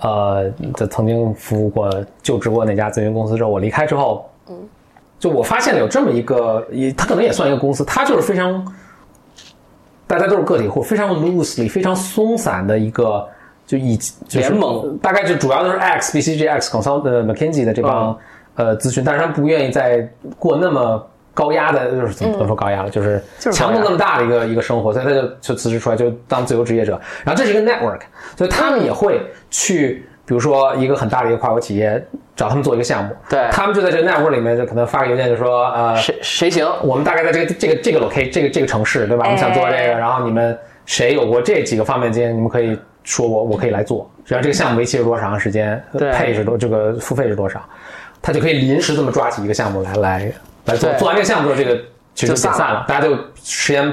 [SPEAKER 2] 呃，在曾经服务过、就职过那家咨询公司之后，我离开之后，嗯，就我发现了有这么一个，也它可能也算一个公司，它就是非常，大家都是个体户，非常 loosely、非常松散的一个。就以就是
[SPEAKER 3] 联盟
[SPEAKER 2] 大概就主要都是 X、BCG、X、Consult、呃 McKinsey 的这帮、呃咨询，但是他们不愿意再过那么高压的，就是怎么怎么说高压了，就是
[SPEAKER 3] 嗯就是高
[SPEAKER 2] 强
[SPEAKER 3] 压
[SPEAKER 2] 度那么大的一个一个生活，所以他就就辞职出来，就当自由职业者。然后这是一个 network，所以他们也会去，比如说一个很大的一个跨国企业找他们做一个项目，
[SPEAKER 3] 对
[SPEAKER 2] 他们就在这个 network 里面就可能发个邮件就说，呃，
[SPEAKER 3] 谁谁行？
[SPEAKER 2] 我们大概在这个这个这个 location 这个这个城市，对吧？我们想做这
[SPEAKER 4] 哎
[SPEAKER 2] 个，然后你们谁有过这几个方面经验，你们可以说我我可以来做。然后这个项目为期是多长时间？
[SPEAKER 3] 对
[SPEAKER 2] 配是多这个付费是多少？他就可以临时这么抓起一个项目来来来做。
[SPEAKER 3] 对
[SPEAKER 2] 做完这个项目之后，这个其实就解散了，大家就时间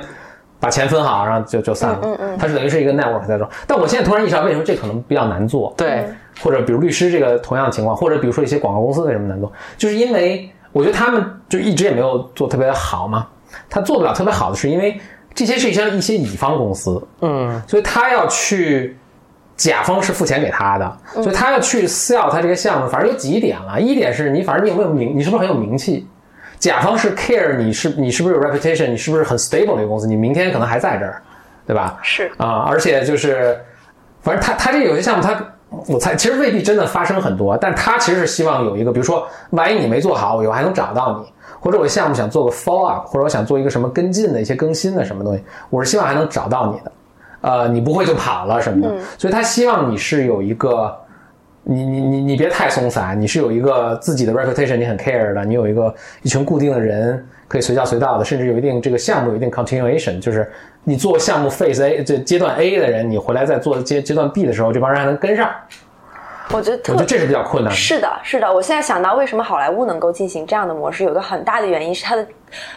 [SPEAKER 2] 把钱分好，然后就就散了。嗯嗯，它是等于是一个 network 在做。但我现在突然意识到，为什么这可能比较难做？
[SPEAKER 3] 对，
[SPEAKER 2] 或者比如律师这个同样的情况，或者比如说一些广告公司为什么难做，就是因为我觉得他们就一直也没有做特别好嘛，他做不了特别好的是因为这些是一些一些乙方公司，
[SPEAKER 3] 嗯，
[SPEAKER 2] 所以他要去。甲方是付钱给他的，所以他要去私要他这个项目，反正有几点了。一点是你反正你有没有名，你是不是很有名气？甲方是 care 你是你是不是有 reputation，你是不是很 stable 的一个公司，你明天可能还在这儿，对吧？
[SPEAKER 4] 是
[SPEAKER 2] 啊、而且就是，反正他他这有些项目他，我猜其实未必真的发生很多，但他其实是希望有一个，比如说，万一你没做好，我以后还能找到你，或者我项目想做个 follow up，或者我想做一个什么跟进的一些更新的什么东西，我是希望还能找到你的，呃，你不会就跑了什么的，所以他希望你是有一个。你你你你别太松散，你是有一个自己的 reputation，你很 care 的，你有一个一群固定的人可以随叫随到的，甚至有一定这个项目有一定 continuation，就是你做项目 phase A 这阶段 A 的人，你回来再做阶阶段 B 的时候，这帮人还能跟上，
[SPEAKER 4] 我觉得
[SPEAKER 2] 我
[SPEAKER 4] 特
[SPEAKER 2] 觉得这是比较困难的。
[SPEAKER 4] 是的，是的。我现在想到为什么好莱坞能够进行这样的模式，有一个很大的原因是它的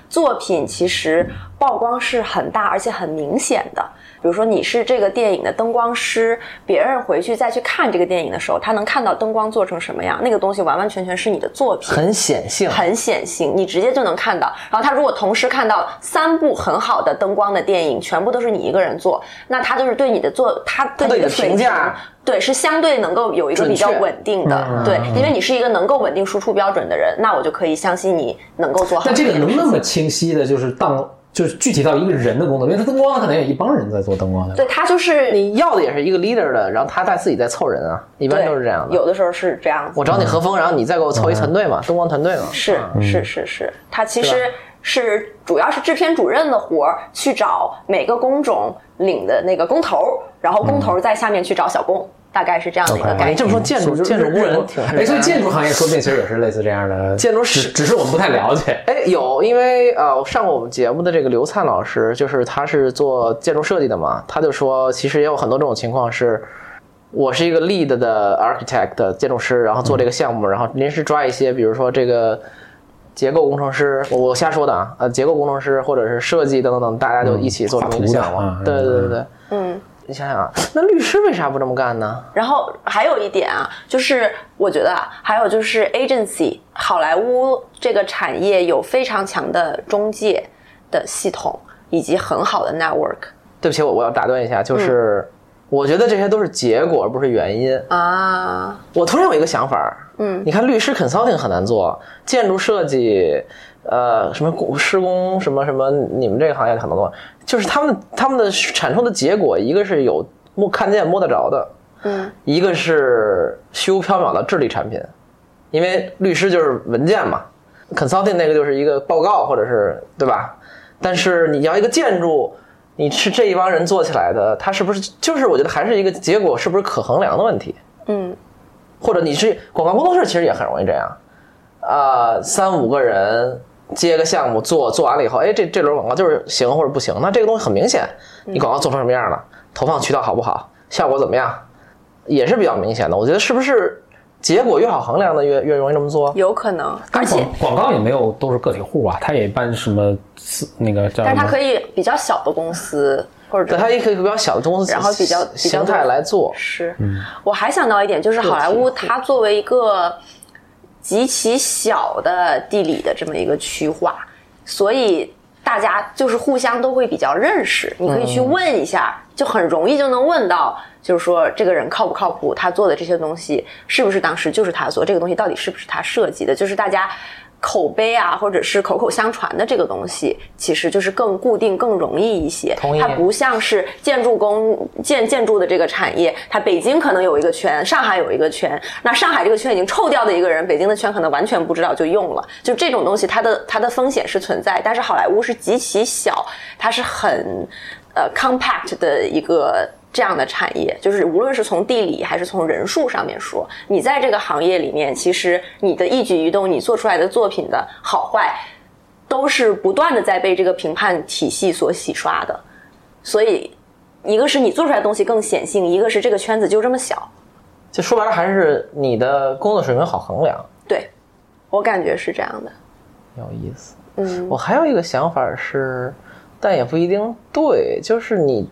[SPEAKER 4] 作品其实曝光是很大，而且很明显的。比如说你是这个电影的灯光师，别人回去再去看这个电影的时候，他能看到灯光做成什么样，那个东西完完全全是你的作品。
[SPEAKER 3] 很显性，
[SPEAKER 4] 很显性，你直接就能看到。然后他如果同时看到三部很好的灯光的电影，全部都是你一个人做，那他就是对你的做，他对
[SPEAKER 3] 对
[SPEAKER 4] 你
[SPEAKER 3] 你的
[SPEAKER 4] 的水
[SPEAKER 3] 评价
[SPEAKER 4] 平，对是相对能够有一个比较
[SPEAKER 3] 准确
[SPEAKER 4] 稳定的，对，因为你是一个能够稳定输出标准的人，那我就可以相信你能够做好。
[SPEAKER 2] 但这个能不那么清晰的，就是当就是具体到一个人的工作，因为他灯光可能有一帮人在做灯光的，
[SPEAKER 4] 对他就是
[SPEAKER 3] 你要的也是一个 leader 的，然后他带自己在凑人啊，一般
[SPEAKER 4] 对
[SPEAKER 3] 都是这样的。
[SPEAKER 4] 有的时候是这样子。
[SPEAKER 3] 我找你和风，然后你再给
[SPEAKER 2] 嗯
[SPEAKER 3] 我凑一团队嘛，灯光团队嘛。
[SPEAKER 4] 是是是是，他其实是主要是制片主任的活儿，去找每个工种领的那个工头儿，然后工头儿在下面去找小工，大概是这样的一个
[SPEAKER 2] OK
[SPEAKER 4] 概
[SPEAKER 3] 哎，你
[SPEAKER 4] 念。
[SPEAKER 3] 这么说建筑建筑工人挺
[SPEAKER 2] 哎，所以建筑行业说不定其实也是类似这样的，
[SPEAKER 3] 建筑
[SPEAKER 2] 只
[SPEAKER 3] 是
[SPEAKER 2] 只是我们不太了解。
[SPEAKER 3] 哎，有，因为呃，我上过我们节目的这个刘灿老师，就是他是做建筑设计的嘛，他就说，其实也有很多这种情况是，我是一个 lead 的 architect 的建筑师，然后做
[SPEAKER 2] 嗯
[SPEAKER 3] 这个项目，然后临时抓一些，比如说这个结构工程师，我我瞎说的啊，呃，结构工程师或者是设计等等等，大家就一起做这么一个项目。
[SPEAKER 2] 嗯画图的
[SPEAKER 3] 对
[SPEAKER 2] 嗯
[SPEAKER 3] 对对对，
[SPEAKER 4] 嗯，
[SPEAKER 3] 你想想啊，那律师为啥不这么干呢？
[SPEAKER 4] 然后还有一点啊，就是我觉得啊，还有就是 agency 好莱坞这个产业有非常强的中介的系统，以及很好的 network
[SPEAKER 3] 对不起，我我要打断一下，就是、我觉得这些都是结果，而不是原因。
[SPEAKER 4] 啊，
[SPEAKER 3] 我突然有一个想法儿，
[SPEAKER 4] 嗯
[SPEAKER 3] 你看律师 consulting 很难做，建筑设计，呃，什么工施工什么什么，你们这个行业很难做，就是他们他们的产出的结果，一个是有摸看见摸得着的，
[SPEAKER 4] 嗯，
[SPEAKER 3] 一个是虚无缥缈的智力产品，因为律师就是文件嘛，consulting 那个就是一个报告或者是对吧？但是你要一个建筑，你是这一帮人做起来的，它是不是就是我觉得还是一个结果是不是可衡量的问题？
[SPEAKER 4] 嗯，
[SPEAKER 3] 或者你是广告工作室，其实也很容易这样，啊、三五个人接个项目做，做完了以后，哎，这这轮广告就是行或者不行，那这个东西很明显，
[SPEAKER 4] 嗯
[SPEAKER 3] 你广告做成什么样了，投放渠道好不好，效果怎么样，也是比较明显的。我觉得是不是结果越好衡量的越越容易这么做？
[SPEAKER 4] 有可能，而
[SPEAKER 2] 但
[SPEAKER 4] 且
[SPEAKER 2] 广广告也没有都是个体户啊，他也办什么私那个叫什
[SPEAKER 4] 但
[SPEAKER 2] 么？
[SPEAKER 4] 是它可以比较小的公司或者
[SPEAKER 3] 对，它也可以比较小的公司，
[SPEAKER 4] 然后比较比较
[SPEAKER 3] 形态来做，
[SPEAKER 4] 是，我还想到一点，就是好莱坞它作为一个极其小的地理的这么一个区划，所以大家就是互相都会比较认识。你可以去问一下，就很容易就能问到，就是说这个人靠不靠谱，他做的这些东西是不是当时就是他做，这个东西到底是不是他设计的，就是大家。口碑啊，或者是口口相传的这个东西，其实就是更固定、更容易一些。
[SPEAKER 3] 同意
[SPEAKER 4] 它不像是建筑工建建筑的这个产业，它北京可能有一个圈，上海有一个圈，那上海这个圈已经臭掉的一个人，北京的圈可能完全不知道就用了。就这种东西，它的它的风险是存在，但是好莱坞是极其小，它是很呃 compact 的一个这样的产业，就是无论是从地理还是从人数上面说，你在这个行业里面，其实你的一举一动，你做出来的作品的好坏，都是不断的在被这个评判体系所洗刷的。所以，一个是你做出来的东西更显性，一个是这个圈子就这么小。
[SPEAKER 3] 就说白了还是你的工作水平好衡量，
[SPEAKER 4] 对，我感觉是这样的。
[SPEAKER 3] 有意思。
[SPEAKER 4] 嗯，
[SPEAKER 3] 我还有一个想法是，但也不一定对，就是你，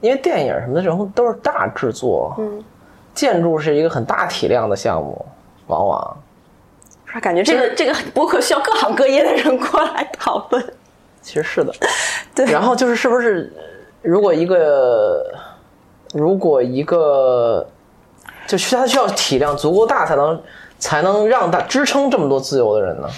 [SPEAKER 3] 因为电影什么的这种都是大制作，
[SPEAKER 4] 嗯，
[SPEAKER 3] 建筑是一个很大体量的项目，往往
[SPEAKER 4] 是吧感觉这个这个嗯播客需要各行各业的人过来讨论。
[SPEAKER 3] 其实是的。
[SPEAKER 4] 对，
[SPEAKER 3] 然后就是是不是，如果一个，如果一个，就是它需要体量足够大才能才能让它支撑这么多自由的人呢？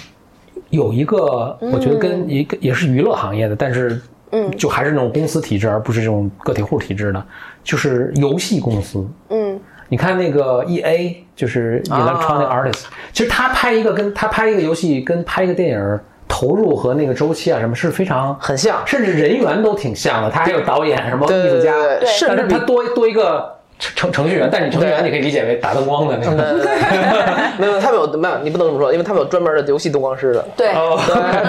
[SPEAKER 2] 有一个，我觉得跟一个也是娱乐行业的，但是嗯，就还是那种公司体制，而不是这种个体户体制的，就是游戏公司。
[SPEAKER 4] 嗯
[SPEAKER 2] 你看那个 E A，就是 Electronic
[SPEAKER 3] 啊
[SPEAKER 2] Artists，、其实他拍一个跟他拍一个游戏跟拍一个电影投入和那个周期啊什么是非常
[SPEAKER 3] 很像
[SPEAKER 2] 甚至人员都挺像的。他还有导演什么
[SPEAKER 3] 对
[SPEAKER 2] 艺术家，
[SPEAKER 3] 对
[SPEAKER 2] 但
[SPEAKER 3] 对对呃甚
[SPEAKER 2] 是
[SPEAKER 3] 至
[SPEAKER 2] 他
[SPEAKER 3] 比
[SPEAKER 2] 多多一个程程程序员，但是你程序员
[SPEAKER 3] 对嗯
[SPEAKER 2] 你可以理解为打灯光的那个。
[SPEAKER 3] 没有，没有他们有没有，你不能这么说，因为他们有专门的游戏灯光师的。
[SPEAKER 4] 对，
[SPEAKER 2] 哦，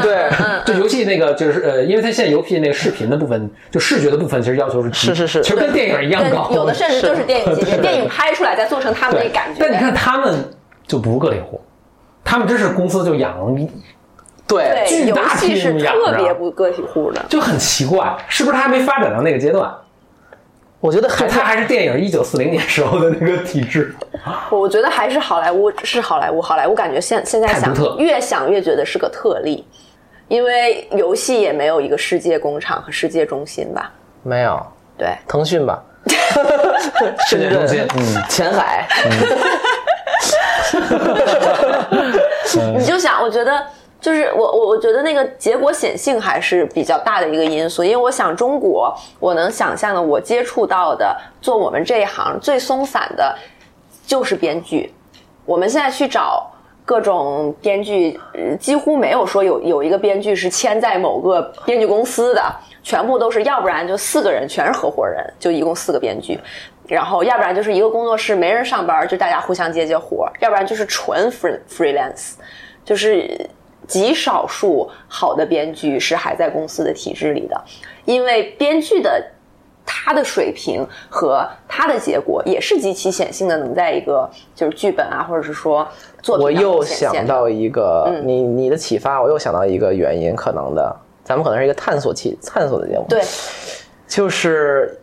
[SPEAKER 3] 对，
[SPEAKER 4] 嗯
[SPEAKER 2] 就游戏那个就是呃，因为它现在游戏那个视频的部分，就视觉的部分，其实要求是极
[SPEAKER 3] 是是是
[SPEAKER 2] 其实跟电影一样高。
[SPEAKER 4] 对，有的甚至就是电影级别，
[SPEAKER 2] 是
[SPEAKER 4] 电影拍出来再做成他们那
[SPEAKER 2] 对
[SPEAKER 4] 个感觉。
[SPEAKER 2] 但你看他们就不是个体户，他们真是公司就养了一，
[SPEAKER 3] 对，
[SPEAKER 4] 对，
[SPEAKER 2] 巨
[SPEAKER 4] 游
[SPEAKER 2] 大
[SPEAKER 4] 戏
[SPEAKER 2] 屏
[SPEAKER 4] 是
[SPEAKER 2] 幕养
[SPEAKER 4] 特
[SPEAKER 2] 着
[SPEAKER 4] 别不个体户的。
[SPEAKER 2] 就很奇怪，是不是他还没发展到那个阶段？
[SPEAKER 3] 我觉得
[SPEAKER 2] 就
[SPEAKER 3] 还
[SPEAKER 2] 他还是电影一九四零年时候的那个体制。
[SPEAKER 4] 我我觉得还是好莱坞是好莱坞，好莱坞感觉现现在
[SPEAKER 2] 太
[SPEAKER 4] 想
[SPEAKER 2] 独特
[SPEAKER 4] 越想越觉得是个特例，因为游戏也没有一个世界工厂和世界中心吧？
[SPEAKER 3] 没有
[SPEAKER 4] 对，
[SPEAKER 3] 腾讯吧？
[SPEAKER 2] 世界中心嗯
[SPEAKER 3] 前海，嗯
[SPEAKER 2] 嗯
[SPEAKER 4] 你就想，我觉得就是我我我觉得那个结果显性还是比较大的一个因素，因为我想中国，我能想象的，我接触到的做我们这一行最松散的，就是编剧。我们现在去找各种编剧，呃几乎没有说有有一个编剧是签在某个编剧公司的，全部都是要不然就四个人全是合伙人，就一共四个编剧。然后，要不然就是一个工作室没人上班，就大家互相接接活儿；要不然就是纯 free freelance，就是极少数好的编剧是还在公司的体制里的，因为编剧的他的水平和他的结果也是极其显性的，能在一个就是剧本啊，或者是说作品
[SPEAKER 3] 我
[SPEAKER 4] 当中
[SPEAKER 3] 又
[SPEAKER 4] 显现
[SPEAKER 3] 想到一个
[SPEAKER 4] 嗯
[SPEAKER 3] 你你的启发，我又想到一个原因可能的，咱们可能是一个探索期探索的节目，
[SPEAKER 4] 对，
[SPEAKER 3] 就是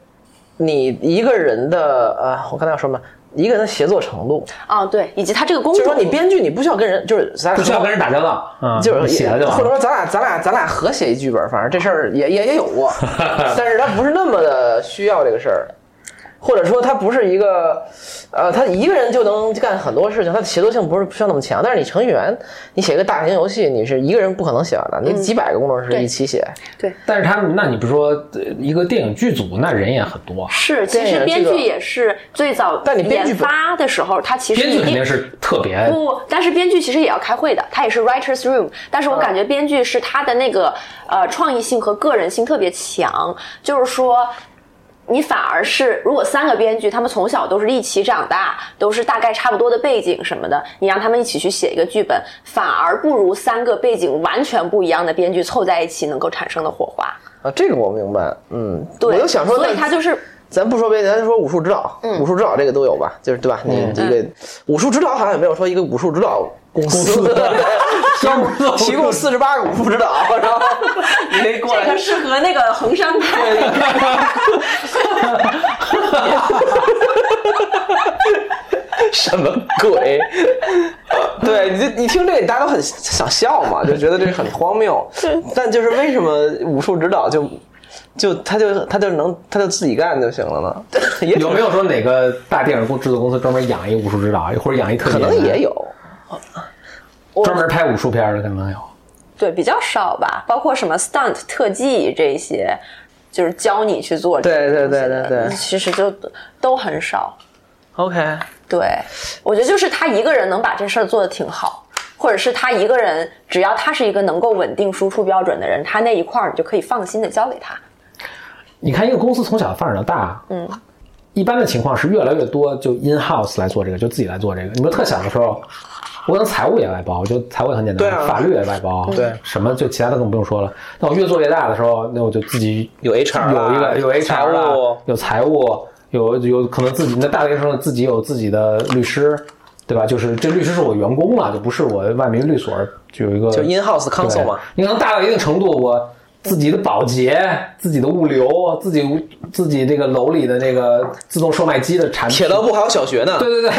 [SPEAKER 3] 你一个人的啊，我刚才要说什么？一个人的协作程度，
[SPEAKER 4] 啊对，以及他这个工
[SPEAKER 3] 就是
[SPEAKER 4] 作
[SPEAKER 3] 说你编剧你不需要跟人，就是咱俩
[SPEAKER 2] 不需要跟人打交道，嗯，
[SPEAKER 3] 就是
[SPEAKER 2] 写了就完
[SPEAKER 3] 或者
[SPEAKER 2] 了。
[SPEAKER 3] 说咱俩咱俩咱俩合写一剧本，反正这事儿也也也有 过，但是他不是那么的需要这个事儿，或者说他不是一个，呃，他一个人就能干很多事情，他的协作性不是不需要那么强。但是你程序员，你写一个大型游戏，你是一个人不可能写完的，你几百个工程师
[SPEAKER 4] 嗯对
[SPEAKER 3] 一起写，
[SPEAKER 2] 但是他们，那你不说呃一个电影剧组，那人也很多，
[SPEAKER 4] 是，其
[SPEAKER 3] 电
[SPEAKER 4] 实
[SPEAKER 3] 影
[SPEAKER 4] 编
[SPEAKER 3] 啊这个
[SPEAKER 4] 剧也是最早
[SPEAKER 3] 但你编剧
[SPEAKER 4] 研
[SPEAKER 3] 本
[SPEAKER 4] 发的时候，他其实
[SPEAKER 2] 编剧
[SPEAKER 4] 一
[SPEAKER 2] 肯
[SPEAKER 4] 定
[SPEAKER 2] 定是特
[SPEAKER 3] 哎
[SPEAKER 2] 别
[SPEAKER 4] 不，但是编剧其实也要开会的，他也是 writers room。但
[SPEAKER 3] 嗯
[SPEAKER 4] 是我感觉编剧是他的那个呃创意性和个人性特别强，就是说。你反而是，如果三个编剧他们从小都是一起长大，都是大概差不多的背景什么的，你让他们一起去写一个剧本，反而不如三个背景完全不一样的编剧凑在一起能够产生的火花。
[SPEAKER 3] 啊，这个我明白，嗯，
[SPEAKER 4] 对，
[SPEAKER 3] 我就想说，
[SPEAKER 4] 所以他就是嗯
[SPEAKER 3] 咱不说别的，咱就说武术指导，武术指导这个都有吧，就是对吧？你
[SPEAKER 2] 嗯
[SPEAKER 3] 这个武术指导好像也没有说一个武术指导公司
[SPEAKER 2] 公司
[SPEAKER 3] 提供四十八个武术指导，啊然后你得过来。
[SPEAKER 4] 适合那个红山 派，
[SPEAKER 3] 什么鬼？ 对，你就你听这个，大家都很想笑嘛，就觉得这很荒谬。 但就是为什么武术指导就就他就他就能他就自己干就行了呢？ 也
[SPEAKER 2] 有没有说哪个大电影公制作公司专门养一武术指导，或者养一特技
[SPEAKER 3] 可
[SPEAKER 2] 演
[SPEAKER 3] 能
[SPEAKER 2] 员？
[SPEAKER 3] 也有。
[SPEAKER 4] 我
[SPEAKER 2] 专门拍武术片儿的可能有。
[SPEAKER 4] 对比较少吧，包括什么 stunt 特技这一些，就是教你去做这
[SPEAKER 3] 对
[SPEAKER 4] 些
[SPEAKER 3] 对
[SPEAKER 4] 东西的。
[SPEAKER 3] 对对对
[SPEAKER 4] 其实就都很少。
[SPEAKER 3] OK，
[SPEAKER 4] 对，我觉得就是他一个人能把这事儿做得挺好，或者是他一个人，只要他是一个能够稳定输出标准的人，他那一块儿你就可以放心的交给他。
[SPEAKER 2] 你看一个公司从小发展到大，嗯，一般的情况是越来越多就 in house 来做这个，就自己来做这个。你们特小的时候，我可能财务也外包，我觉得财务也很简单，
[SPEAKER 3] 对啊
[SPEAKER 2] 法律也外包，
[SPEAKER 3] 对
[SPEAKER 2] 什么就其他的更不用说了。那我越做越大的时候，那我就自己
[SPEAKER 3] 啊有 HR
[SPEAKER 2] 有一
[SPEAKER 3] 啦
[SPEAKER 2] 个有 HR
[SPEAKER 3] 财务
[SPEAKER 2] 啦有财务，有有可能自己那大学生自己有自己的律师。对吧？就是这律师是我员工了，就不是我外面律所就有一个
[SPEAKER 3] 就 in house counsel 嘛，
[SPEAKER 2] 对你可能大到一定程度，我自己的保洁、自己的物流、自己自己这个楼里的这个自动售卖机的产品，
[SPEAKER 3] 铁道部还有小学呢。
[SPEAKER 2] 对对对，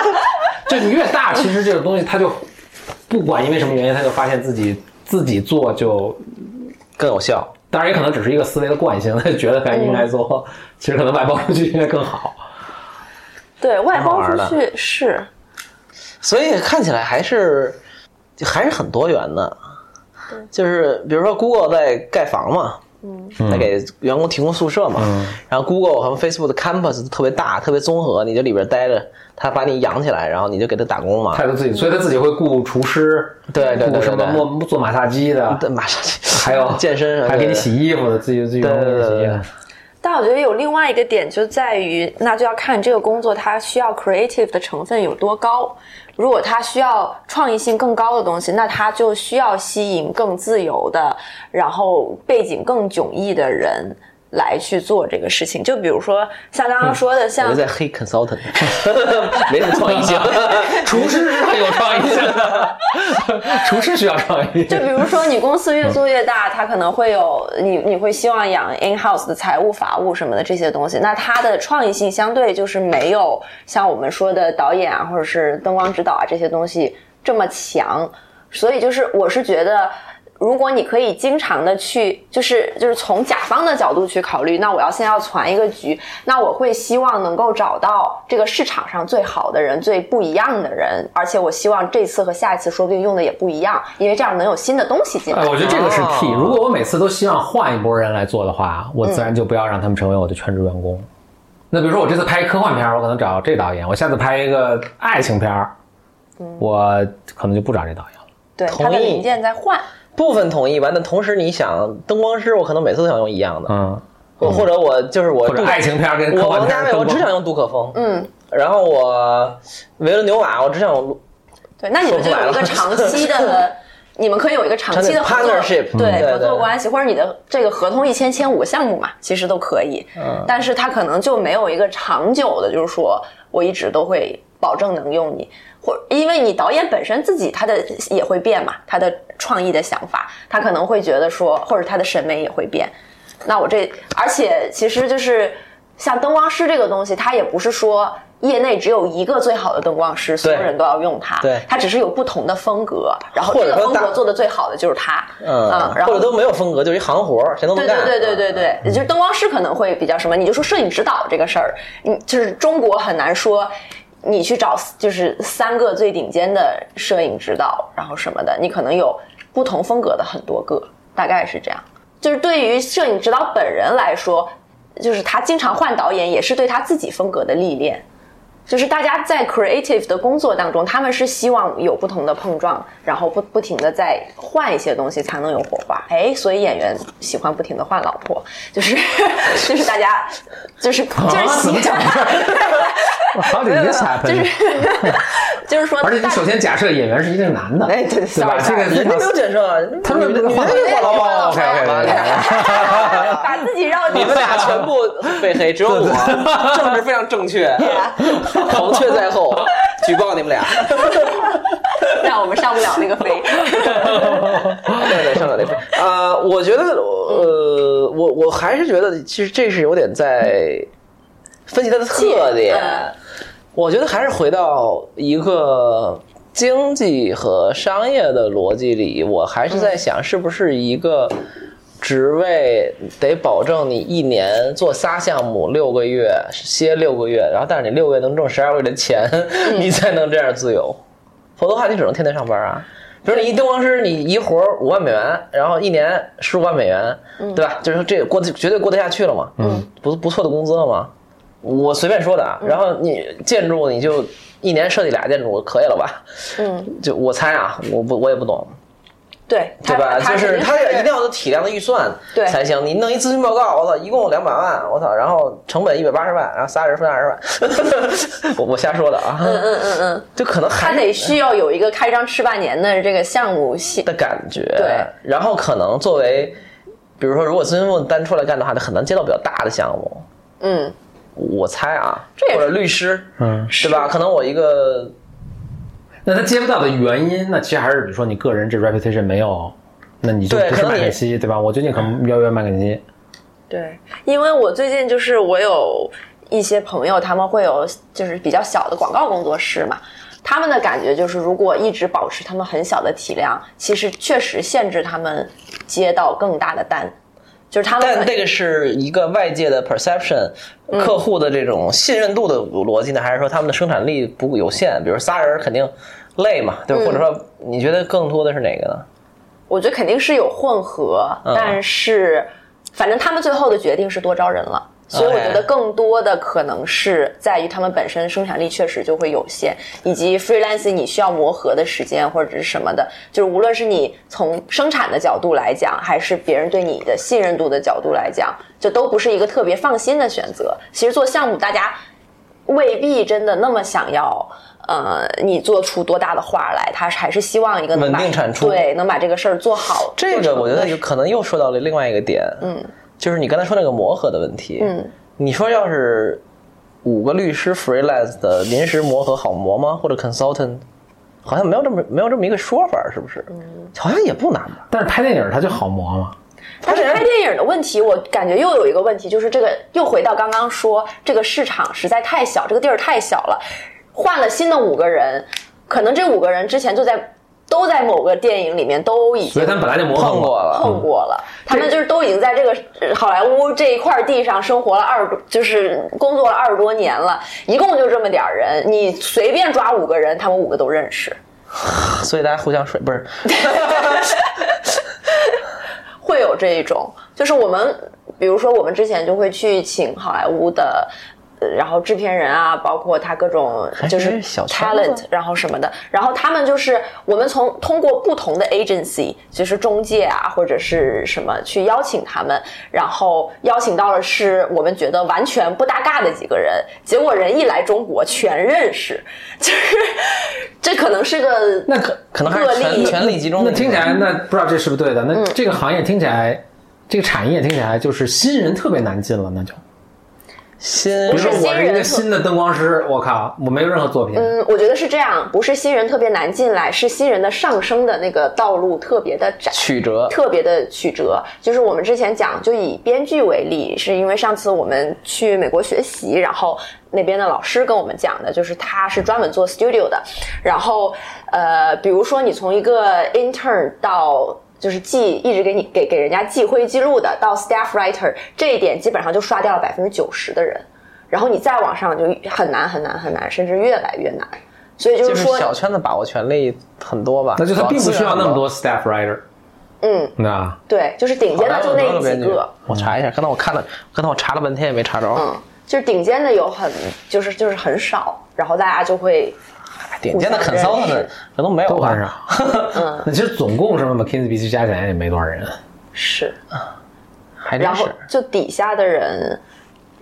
[SPEAKER 2] 就你越大，其实这种东西它就不管因为什么原因，它就发现自己自己做就。
[SPEAKER 3] 更有效。
[SPEAKER 2] 当然，也可能只是一个思维的惯性， 他就觉得该应
[SPEAKER 3] 嗯
[SPEAKER 2] 该做， 其实可能外包出去应该更好。
[SPEAKER 4] 对外
[SPEAKER 3] 好
[SPEAKER 4] 包
[SPEAKER 3] 玩
[SPEAKER 4] 出
[SPEAKER 3] 的
[SPEAKER 4] 去是
[SPEAKER 3] 所以看起来还是就还是很多元的。就是比如说 Google 在盖房嘛，嗯，在给员工提供宿舍嘛，
[SPEAKER 2] 嗯
[SPEAKER 3] 然后 Google 和 Facebook 的 campus 特别大，特别综合，你就里边待着，他把你养起来，然后你就给他打工嘛
[SPEAKER 2] 他。就自己，所以他自己会雇厨师，
[SPEAKER 3] 对对对对
[SPEAKER 2] 雇什么
[SPEAKER 3] 对
[SPEAKER 2] 做做马萨基的，
[SPEAKER 3] 对，马上
[SPEAKER 2] 还有
[SPEAKER 3] 健身什么的，
[SPEAKER 2] 还给你洗衣服的，自己自己
[SPEAKER 3] 对
[SPEAKER 2] 用
[SPEAKER 3] 对对
[SPEAKER 2] 自己洗衣
[SPEAKER 3] 对
[SPEAKER 2] 服。
[SPEAKER 4] 但我觉得有另外一个点就在于，那就要看这个工作它需要 creative 的成分有多高。如果它需要创意性更高的东西，那它就需要吸引更自由的，然后背景更迥异的人来去做这个事情。就比如说像刚刚说的，
[SPEAKER 3] 我
[SPEAKER 4] 像
[SPEAKER 3] 就在黑 consultant，没什么创意性。
[SPEAKER 2] 厨师是很有创意性的， 厨师需要创 意。
[SPEAKER 4] 就比如说，你公司越做越大，它可能会有你，你会希望养 in house 的财务、法务什么的这些东西。那它的创意性相对就是没有像我们说的导演啊，或者是灯光指导啊这些东西这么强。所以就是，我是觉得，如果你可以经常的去，就是就是从甲方的角度去考虑，那我要先要攒一个局，那我会希望能够找到这个市场上最好的人、最不一样的人，而且我希望这次和下一次说不定用的也不一样，因为这样能有新的东西进来。
[SPEAKER 2] 哎，我觉得这个是 key。
[SPEAKER 3] 哦
[SPEAKER 2] 如果我每次都希望换一拨人来做的话，我自
[SPEAKER 3] 嗯
[SPEAKER 2] 然就不要让他们成为我的全职员工。那比如说，我这次拍一科幻片儿，我可能找这导演；我下次拍一个爱情片儿，
[SPEAKER 3] 嗯
[SPEAKER 2] 我可能就不找这导演了。
[SPEAKER 4] 对，
[SPEAKER 3] 同
[SPEAKER 4] 它的
[SPEAKER 3] 意
[SPEAKER 4] 零件在换。
[SPEAKER 3] 部分同意完，但同时你想灯光师，我可能每次都想用一样的，
[SPEAKER 2] 嗯，
[SPEAKER 3] 我或者我就是我
[SPEAKER 2] 或者
[SPEAKER 3] 杜
[SPEAKER 2] 爱情片儿跟科
[SPEAKER 3] 我
[SPEAKER 2] 幻
[SPEAKER 3] 王
[SPEAKER 2] 片
[SPEAKER 3] 家
[SPEAKER 2] 儿
[SPEAKER 3] 卫，
[SPEAKER 2] 更
[SPEAKER 3] 我只
[SPEAKER 2] 不
[SPEAKER 3] 想用杜可风，
[SPEAKER 4] 嗯，
[SPEAKER 3] 然后我维伦纽瓦，我只想用
[SPEAKER 4] 对，那你们就有一个长期的，你们可以有一个长期的合作
[SPEAKER 3] partnership，嗯对
[SPEAKER 4] 对
[SPEAKER 3] 对
[SPEAKER 4] 合作关系，或者你的这个合同一签签五个项目嘛，其实都可以。但是它可能就没有一个长久的，就是说我一直都会保证能用你，或因为你导演本身自己他的也会变嘛，他的创意的想法，他可能会觉得说，或者他的审美也会变。那我这，而且其实就是像灯光师这个东西，它也不是说业内只有一个最好的灯光师，所有人都要用它。
[SPEAKER 3] 对
[SPEAKER 4] 它只是有不同的风格，然后
[SPEAKER 3] 或
[SPEAKER 4] 这
[SPEAKER 3] 者
[SPEAKER 4] 个
[SPEAKER 3] 说
[SPEAKER 4] 风
[SPEAKER 3] 大
[SPEAKER 4] 格做的最好的就是它。啊
[SPEAKER 3] 嗯，
[SPEAKER 4] 然
[SPEAKER 3] 或
[SPEAKER 4] 后
[SPEAKER 3] 者嗯都没有风格，就是一行活儿，谁都能
[SPEAKER 4] 对
[SPEAKER 3] 干。
[SPEAKER 4] 对对对对对，也就是灯光师可能会比较什么，你就说摄影指导这个事儿，你就是中国很难说。你去找就是三个最顶尖的摄影指导，然后什么的，你可能有不同风格的很多个，大概是这样。就是对于摄影指导本人来说，就是他经常换导演，也是对他自己风格的历练。就是大家在 creative 的工作当中，他们是希望有不同的碰撞，然后不不停的在换一些东西，才能有火花。哎，所以演员喜欢不停的换老婆，就是 就是大家就是就是
[SPEAKER 2] 啊怎么
[SPEAKER 4] 喜
[SPEAKER 2] 讲
[SPEAKER 4] 欢，
[SPEAKER 2] How did this happen？
[SPEAKER 4] 就是就是说，
[SPEAKER 2] 而且你首先假设演员是一定是男的，
[SPEAKER 3] 哎，对
[SPEAKER 2] 对吧？这个
[SPEAKER 3] 人家没有减啊，
[SPEAKER 2] 他说
[SPEAKER 3] 女的
[SPEAKER 2] 那个
[SPEAKER 3] 女的
[SPEAKER 2] 话
[SPEAKER 3] 就换
[SPEAKER 2] 哦
[SPEAKER 3] 老婆了。
[SPEAKER 2] ，OK，OK，OK，OK
[SPEAKER 4] 哎 把自己绕
[SPEAKER 3] 你
[SPEAKER 4] 进去
[SPEAKER 3] 们俩全部被黑，只有我政治非常正确，黄雀在后，举报你们俩。
[SPEAKER 4] 让我们上不了 那个飞。
[SPEAKER 3] 对对，上岗那份啊，我觉得呃，我我还是觉得其实这是有点在分析它的特点。
[SPEAKER 4] 嗯
[SPEAKER 3] 我觉得还是回到一个经济和商业的逻辑里，我还是在想是不是一个。职位得保证你一年做仨项目，六个月歇六个月，然后但是你六个月能挣十二个月的钱，你才能这样自由。否则的话你只能天天上班啊。比如你一灯光师，你一活五万美元，然后一年十五万美元，对吧？就是这过得绝对过得下去了嘛，嗯，不不错的工资了嘛。我随便说的啊，
[SPEAKER 4] 嗯
[SPEAKER 3] 然后你建筑你就一年设计俩建筑可以了吧？
[SPEAKER 4] 嗯，
[SPEAKER 3] 就我猜啊，我不我也不懂，
[SPEAKER 4] 对，
[SPEAKER 3] 对吧？
[SPEAKER 4] 他
[SPEAKER 3] 就是
[SPEAKER 4] 他
[SPEAKER 3] 它也一定要有体量的预算
[SPEAKER 4] 对
[SPEAKER 3] 才行。你弄一咨询报告，我操，一共两百万，我操，然后成本一百八十万，然后仨人分二十万，我 我瞎说的啊，
[SPEAKER 4] 嗯嗯嗯嗯，
[SPEAKER 3] 就可能
[SPEAKER 4] 他
[SPEAKER 3] 还
[SPEAKER 4] 得需要有一个开张吃半年的这个项目系，
[SPEAKER 3] 的感觉。
[SPEAKER 4] 对，
[SPEAKER 3] 然后可能作为，比如说，如果咨询部单出来干的话，就很难接到比较大的项目。
[SPEAKER 4] 嗯，
[SPEAKER 3] 我猜啊，
[SPEAKER 4] 这也
[SPEAKER 3] 或
[SPEAKER 4] 是
[SPEAKER 3] 者律师，
[SPEAKER 2] 嗯，
[SPEAKER 3] 对吧？可能我一个
[SPEAKER 2] 那他接不到的原因，那其实还是你说你个人这 reputation 没有，那你就
[SPEAKER 3] 对
[SPEAKER 2] 不是
[SPEAKER 3] 可能
[SPEAKER 2] 麦
[SPEAKER 3] 你
[SPEAKER 2] 肯锡对吧？我最近可能邀约麦肯锡，
[SPEAKER 4] 对，因为我最近就是我有一些朋友，他们会有就是比较小的广告工作室嘛，他们的感觉就是，如果一直保持他们很小的体量，其实确实限制他们接到更大的单，就是他们
[SPEAKER 3] 但这个是一个外界的 perception，、客户的这种信任度的逻辑呢，还是说他们的生产力不有限？比如仨人肯定累嘛，对吧，或者说你觉得更多的是哪个呢？
[SPEAKER 4] 我觉得肯定是有混合，
[SPEAKER 3] 嗯
[SPEAKER 4] 但是反正他们最后的决定是多招人了。所以我觉得更多的可能是在于他们本身生产力确实就会有限，以及 freelancing 你需要磨合的时间或者是什么的，就是无论是你从生产的角度来讲，还是别人对你的信任度的角度来讲，这都不是一个特别放心的选择。其实做项目，大家未必真的那么想要，呃，你做出多大的画来，他还是希望一个能把
[SPEAKER 3] 稳定产出
[SPEAKER 4] 对，能把这个事儿做好。
[SPEAKER 3] 这
[SPEAKER 4] 做
[SPEAKER 3] 个
[SPEAKER 4] 成
[SPEAKER 3] 我觉
[SPEAKER 4] 的
[SPEAKER 3] 得有可能又说到了另外一个点，嗯，就是你刚才说那个磨合的问题，
[SPEAKER 4] 嗯，
[SPEAKER 3] 你说要是五个律师 freelance 的临时磨合好磨吗？或者 consultant，好像没有这么没有这么一个说法，是不是？好像也不难吧？
[SPEAKER 2] 但是拍电影他就好磨嘛。
[SPEAKER 4] 但是拍电影的问题，我感觉又有一个问题，就是这个又回到刚刚说，这个市场实在太小，这个地儿太小了，换了新的五个人，可能这五个人之前就在都在某个电影里面都已
[SPEAKER 2] 所
[SPEAKER 4] 经
[SPEAKER 2] 以他们本来就磨合
[SPEAKER 3] 碰过了，
[SPEAKER 4] 碰过了，他们就是都已经在这个呃好莱坞这一块地上生活了二十多，就是工作了二十多年了，一共就这么点儿人，你随便抓五个人，他们五个都认识，
[SPEAKER 3] 所以大家互相水不是？
[SPEAKER 4] 会有这一种，就是我们，比如说我们之前就会去请好莱坞的。呃然后制片人啊，包括他各种
[SPEAKER 3] 还
[SPEAKER 4] 就是
[SPEAKER 3] 是小圈子啊
[SPEAKER 4] talent，然后什么的，然后他们就是我们从通过不同的 agency，就是中介啊或者是什么去邀请他们，然后邀请到了是我们觉得完全不搭嘎的几个人，结果人一来中国全认识，就是这可能是个
[SPEAKER 3] 那可可能还是
[SPEAKER 4] 个
[SPEAKER 3] 权
[SPEAKER 4] 例
[SPEAKER 3] 权力集中的
[SPEAKER 2] 那
[SPEAKER 3] 一个嗯
[SPEAKER 2] 听起来，那不知道这是不是对的？那这个行业听起来，这个产业听起来就是新人特别难进了，那就。
[SPEAKER 3] 新
[SPEAKER 2] 比如说
[SPEAKER 4] 是
[SPEAKER 2] 我
[SPEAKER 4] 新
[SPEAKER 2] 是一
[SPEAKER 4] 人
[SPEAKER 2] 个
[SPEAKER 4] 特
[SPEAKER 2] 新的灯光师，我靠，我没有任何作品，
[SPEAKER 4] 嗯，我觉得是这样，不是新人特别难进来，是新人的上升的那个道路特别的窄。
[SPEAKER 3] 曲折，
[SPEAKER 4] 特别的曲折，就是我们之前讲，就以编剧为例，是因为上次我们去美国学习，然后那边的老师跟我们讲的，就是他是专门做 studio 的，然后呃，比如说你从一个 intern 到就是记一直给你给给人家记会议记录的，到 staff writer 这一点，基本上就刷掉了百分之九十的人，然后你再往上就很难很难很难，甚至越来越难。所以就
[SPEAKER 3] 就是是
[SPEAKER 4] 说，
[SPEAKER 3] 小圈子把握权力很多吧？
[SPEAKER 2] 那就他并不需要那么
[SPEAKER 3] 多。
[SPEAKER 2] 多 staff writer，
[SPEAKER 4] 嗯，
[SPEAKER 2] 那
[SPEAKER 4] 对，就是顶尖的就那几个。
[SPEAKER 3] 我查一下，刚才我看了，刚才我查了半天也没查着。
[SPEAKER 4] 嗯，就是顶尖的有很，就是就是很少，然后大家就会，
[SPEAKER 3] 哎顶尖的
[SPEAKER 4] 互相
[SPEAKER 3] consultant
[SPEAKER 4] 认识
[SPEAKER 3] 可能没有吧
[SPEAKER 2] 都很少。
[SPEAKER 4] 嗯，
[SPEAKER 2] 那其实总共什么 McKinsey、BC 加起来也没多少人。
[SPEAKER 4] 是，
[SPEAKER 3] 还真
[SPEAKER 4] 然后
[SPEAKER 3] 是。
[SPEAKER 4] 就底下的人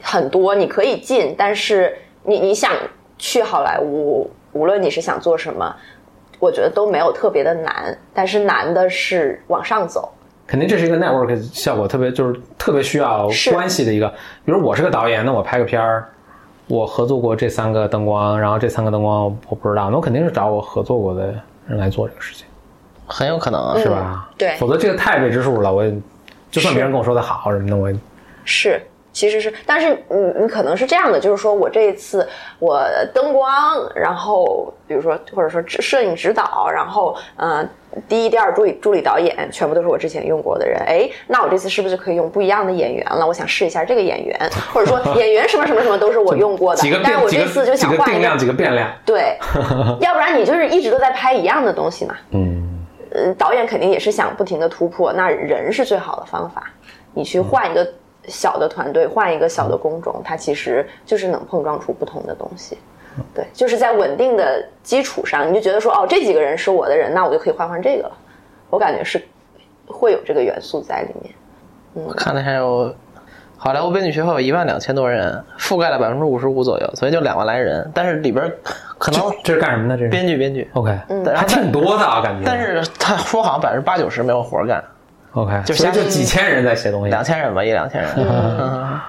[SPEAKER 4] 很多，你可以进，但是你你想去好莱坞，无论你是想做什么，我觉得都没有特别的难，但是难的是往上走，
[SPEAKER 2] 肯定这是一个 network 效果特别，就是特别需要
[SPEAKER 4] 是
[SPEAKER 2] 关系的一个。比如我是个导演，那我拍个片儿，我合作过这三个灯光，然后这三个灯光我不知道，那我肯定是找我合作过的人来做这个事情，
[SPEAKER 3] 很有可能啊，
[SPEAKER 2] 是吧？
[SPEAKER 4] 对
[SPEAKER 2] 否则这个太未知数了。我也就算别人跟我说的好什么的，我也
[SPEAKER 4] 是。其实是，但是你你可能是这样的，就是说我这一次我灯光，然后比如说或者说指摄影指导，然后呃第一、第二助理助理导演，全部都是我之前用过的人。哎，那我这次是不是就可以用不一样的演员了？我想试一下这个演员，或 者说演员什么什么什么都是我用过的
[SPEAKER 2] 几个，
[SPEAKER 4] 但是
[SPEAKER 2] 变
[SPEAKER 4] 我
[SPEAKER 2] 几
[SPEAKER 4] 这次就
[SPEAKER 2] 个几
[SPEAKER 4] 想
[SPEAKER 2] 个
[SPEAKER 4] 换
[SPEAKER 2] 定
[SPEAKER 4] 一个
[SPEAKER 2] 量，几个变量，
[SPEAKER 4] 对，要不然你就是一直都在拍一样的东西嘛。嗯，呃，导演肯定也是想不停的突破，那人是最好的方法。你
[SPEAKER 2] 嗯
[SPEAKER 4] 去换一个小的团队，换一个小的工种，它其实就是能碰撞出不同的东西。
[SPEAKER 2] 嗯
[SPEAKER 4] 对，就是在稳定的基础上，你就觉得说，哦，这几个人是我的人，那我就可以换换这个了。我感觉是会有这个元素在里面。嗯
[SPEAKER 3] 我看了一下有好莱坞编剧学会有一万两千多人，覆盖了百分之五十五左右，所以就两万来人。但是里边儿可能
[SPEAKER 2] 这这是干什么的？这是
[SPEAKER 3] 编剧编剧，
[SPEAKER 2] OK，
[SPEAKER 4] 嗯
[SPEAKER 3] 但
[SPEAKER 2] 还挺多的啊，感觉。
[SPEAKER 3] 但是他说好像百分之八九十没有活儿干，
[SPEAKER 2] OK，
[SPEAKER 3] 就
[SPEAKER 2] 所以
[SPEAKER 3] 相
[SPEAKER 2] 就
[SPEAKER 3] 当于
[SPEAKER 2] 几千人在写东西
[SPEAKER 3] 两。千人吧，一两千人，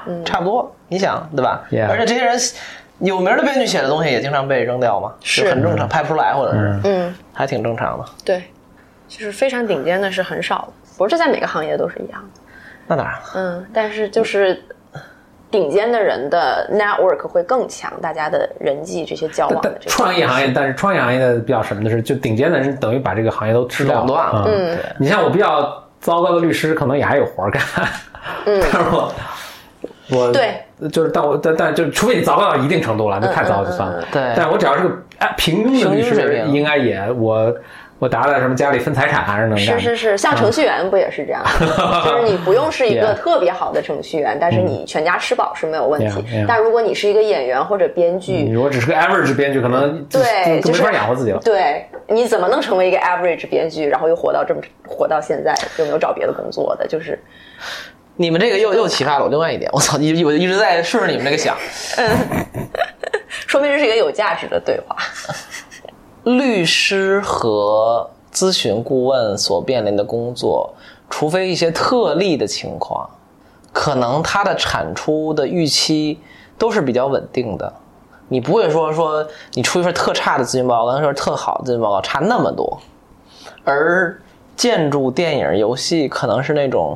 [SPEAKER 3] 嗯， 差不多。你想对吧
[SPEAKER 2] Yeah
[SPEAKER 3] 而且这些人有名的编剧写的东西也经常被扔掉嘛，
[SPEAKER 4] 是
[SPEAKER 3] 就很正常，拍不出来或者是，
[SPEAKER 4] 嗯，
[SPEAKER 3] 还挺正常的。
[SPEAKER 4] 对，就是非常顶尖的是很少的，不是在每个行业都是一样的。
[SPEAKER 3] 那当然了，
[SPEAKER 4] 嗯，但是就是
[SPEAKER 2] 嗯
[SPEAKER 4] 顶尖的人的 network 会更强，大家的人际这些交往
[SPEAKER 2] 但
[SPEAKER 4] 的这些
[SPEAKER 2] 创意行业，但是创意行业的比较什么的是，就顶尖的人等于把这个行业都吃掉
[SPEAKER 3] 垄断了
[SPEAKER 2] 嗯，你像我比较糟糕的律师，可能也还有活儿干，嗯， 但是我我
[SPEAKER 4] 对，
[SPEAKER 2] 就是但我但但就是，除非你糟糕到一定程度了，那太糟了就算了。
[SPEAKER 3] 对
[SPEAKER 2] 但我只要是个哎平庸的律
[SPEAKER 3] 平庸嗯水
[SPEAKER 2] 师，
[SPEAKER 3] 平
[SPEAKER 2] 应该也我我打打什么家里分财产还是能干
[SPEAKER 4] 是
[SPEAKER 2] 的。
[SPEAKER 4] 是是，像程序员不也是这样的？ 就是你不用是一
[SPEAKER 2] Yeah
[SPEAKER 4] 个特别好的程序员，但是
[SPEAKER 2] 嗯
[SPEAKER 4] 你全家吃饱是没有问题
[SPEAKER 2] Yeah，yeah。
[SPEAKER 4] 但如果你是一个演员或者
[SPEAKER 2] 啊
[SPEAKER 4] 编
[SPEAKER 2] 嗯你
[SPEAKER 4] 剧，
[SPEAKER 2] 如果只是个 average 编剧，可能就
[SPEAKER 4] 对，
[SPEAKER 2] 就
[SPEAKER 4] 就
[SPEAKER 2] 没
[SPEAKER 4] 是
[SPEAKER 2] 法养活自己了。
[SPEAKER 4] 对，你怎么能成为一个 average 编剧，然后又活到这么活到现在，又没有找别的工作的？就是
[SPEAKER 3] 你们这个又又启发了我另外一点，我操，一我一直在顺着你们这个想，
[SPEAKER 4] 说明这是一个有价值的对话。
[SPEAKER 3] 律师和咨询顾问所面临的工作，除非一些特例的情况，可能它的产出的预期都是比较稳定的。你不会说说你出一份特差的咨询报告，跟一份特好的咨询报告差那么多。而建筑、电影、游戏可能是那种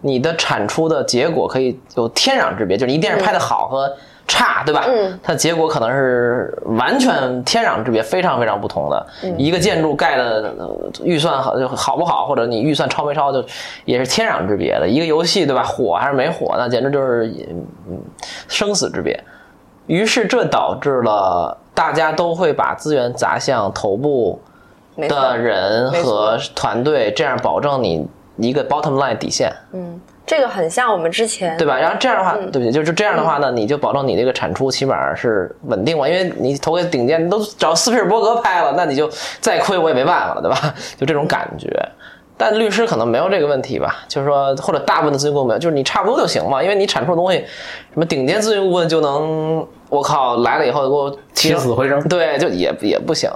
[SPEAKER 3] 你的产出的结果可以有天壤之别，就是你电影拍的好和差，对吧？
[SPEAKER 4] 嗯，
[SPEAKER 3] 它的结果可能是完全天壤之别，非常非常不同的。
[SPEAKER 4] 嗯
[SPEAKER 3] 一个建筑盖的呃预算好就好不好，或者你预算超没超，就也是天壤之别的。一个游戏对吧，火还是没火，那简直就是嗯嗯生死之别。于是这导致了大家都会把资源砸向头部
[SPEAKER 4] 没错
[SPEAKER 3] 的人
[SPEAKER 4] 没错
[SPEAKER 3] 和团队，这样保证你一个 bottom line 底线，
[SPEAKER 4] 这个很像我们之前
[SPEAKER 3] 对吧？然后这样的话，
[SPEAKER 4] 嗯
[SPEAKER 3] 对不起，就是这样的话呢，你就保证你这个产出起码是稳定嘛，因为你投给顶尖，你都找斯皮尔伯格拍了，那你就再亏我也没办法了，对吧？ 就这种感觉。但律师可能没有这个问题吧，就是说，或者大部分的咨询顾问没有，就是你差不多就行嘛，因为你产出的东西，什么顶尖咨询顾问就能，我靠，来了以后给我
[SPEAKER 2] 起
[SPEAKER 3] 提升
[SPEAKER 2] 死回生。
[SPEAKER 3] 对，就也也不行，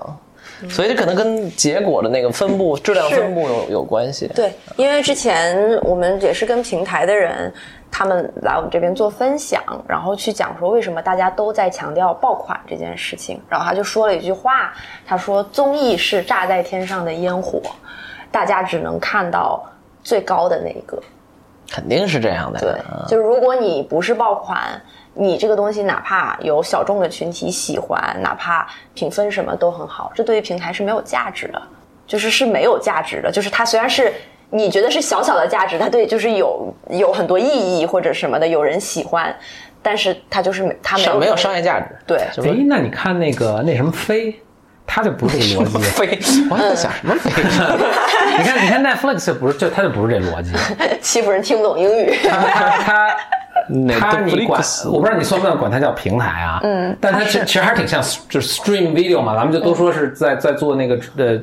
[SPEAKER 4] 嗯
[SPEAKER 3] 所以这可能跟结果的那个分布、质量分布有有关系。
[SPEAKER 4] 对，因为之前我们也是跟平台的人，他们来我们这边做分享，然后去讲说为什么大家都在强调爆款这件事情，然后他就说了一句话，他说综艺是炸在天上的烟火，大家只能看到最高的那一个。
[SPEAKER 3] 肯定是这样的。
[SPEAKER 4] 对，就是如果你不是爆款，你这个东西哪怕有小众的群体喜欢，哪怕评分什么都很好，这对于平台是没有价值的，就是是没有价值的。就是它虽然是你觉得是小小的价值，它对就是有有很多意义或者什么的，有人喜欢，但是它就是没 它没有
[SPEAKER 3] 上没有商业价值。
[SPEAKER 4] 对
[SPEAKER 3] 什
[SPEAKER 2] 哎
[SPEAKER 3] 么，
[SPEAKER 2] 那你看那个那什么飞，他就不是这个逻辑。
[SPEAKER 3] 飞？我还在想什么 飞？
[SPEAKER 2] 你看，你看 Netflix 就不是，就他就不是这逻 辑。
[SPEAKER 4] 欺负人听不懂英语，
[SPEAKER 2] 他 他他他，你管
[SPEAKER 3] Netflix
[SPEAKER 2] 我不知道你算不算管它叫平台啊？嗯，但它其实其实还是挺像，就是 stream video 嘛，咱们就都说是在在做那个呃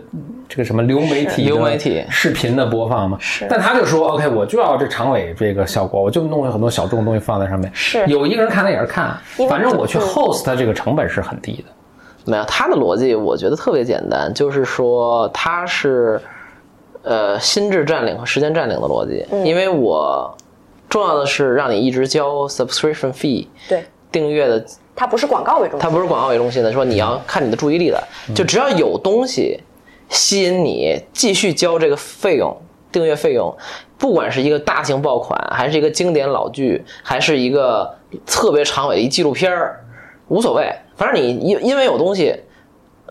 [SPEAKER 2] 这个什么流媒体的
[SPEAKER 3] 流媒体
[SPEAKER 2] 视频的播放嘛。是，但他就说 OK，我就要这长尾这个效果，我就弄了很多小众的东西放在上面。
[SPEAKER 4] 是
[SPEAKER 2] 有一个人看他也是看
[SPEAKER 4] 因，为
[SPEAKER 2] 反正我去
[SPEAKER 4] 嗯
[SPEAKER 2] host 它这个成本是很低的。
[SPEAKER 3] 没有，他的逻辑我觉得特别简单，就是说他是呃心智占领和时间占领的逻辑，因为我重要的是让你一直交 subscription fee
[SPEAKER 4] 对，
[SPEAKER 3] 订阅的
[SPEAKER 4] 它不是广告为中
[SPEAKER 3] 它
[SPEAKER 4] 心，
[SPEAKER 3] 不是广告为中心的，说你要看你的注意力的，
[SPEAKER 2] 嗯
[SPEAKER 3] 嗯就呃只要有东西吸引你继续交这个费用，订阅费用，不管是一个大型爆款，还是一个经典老剧，还是一个特别长尾的一纪录片儿，无所谓，反正你因因为有东西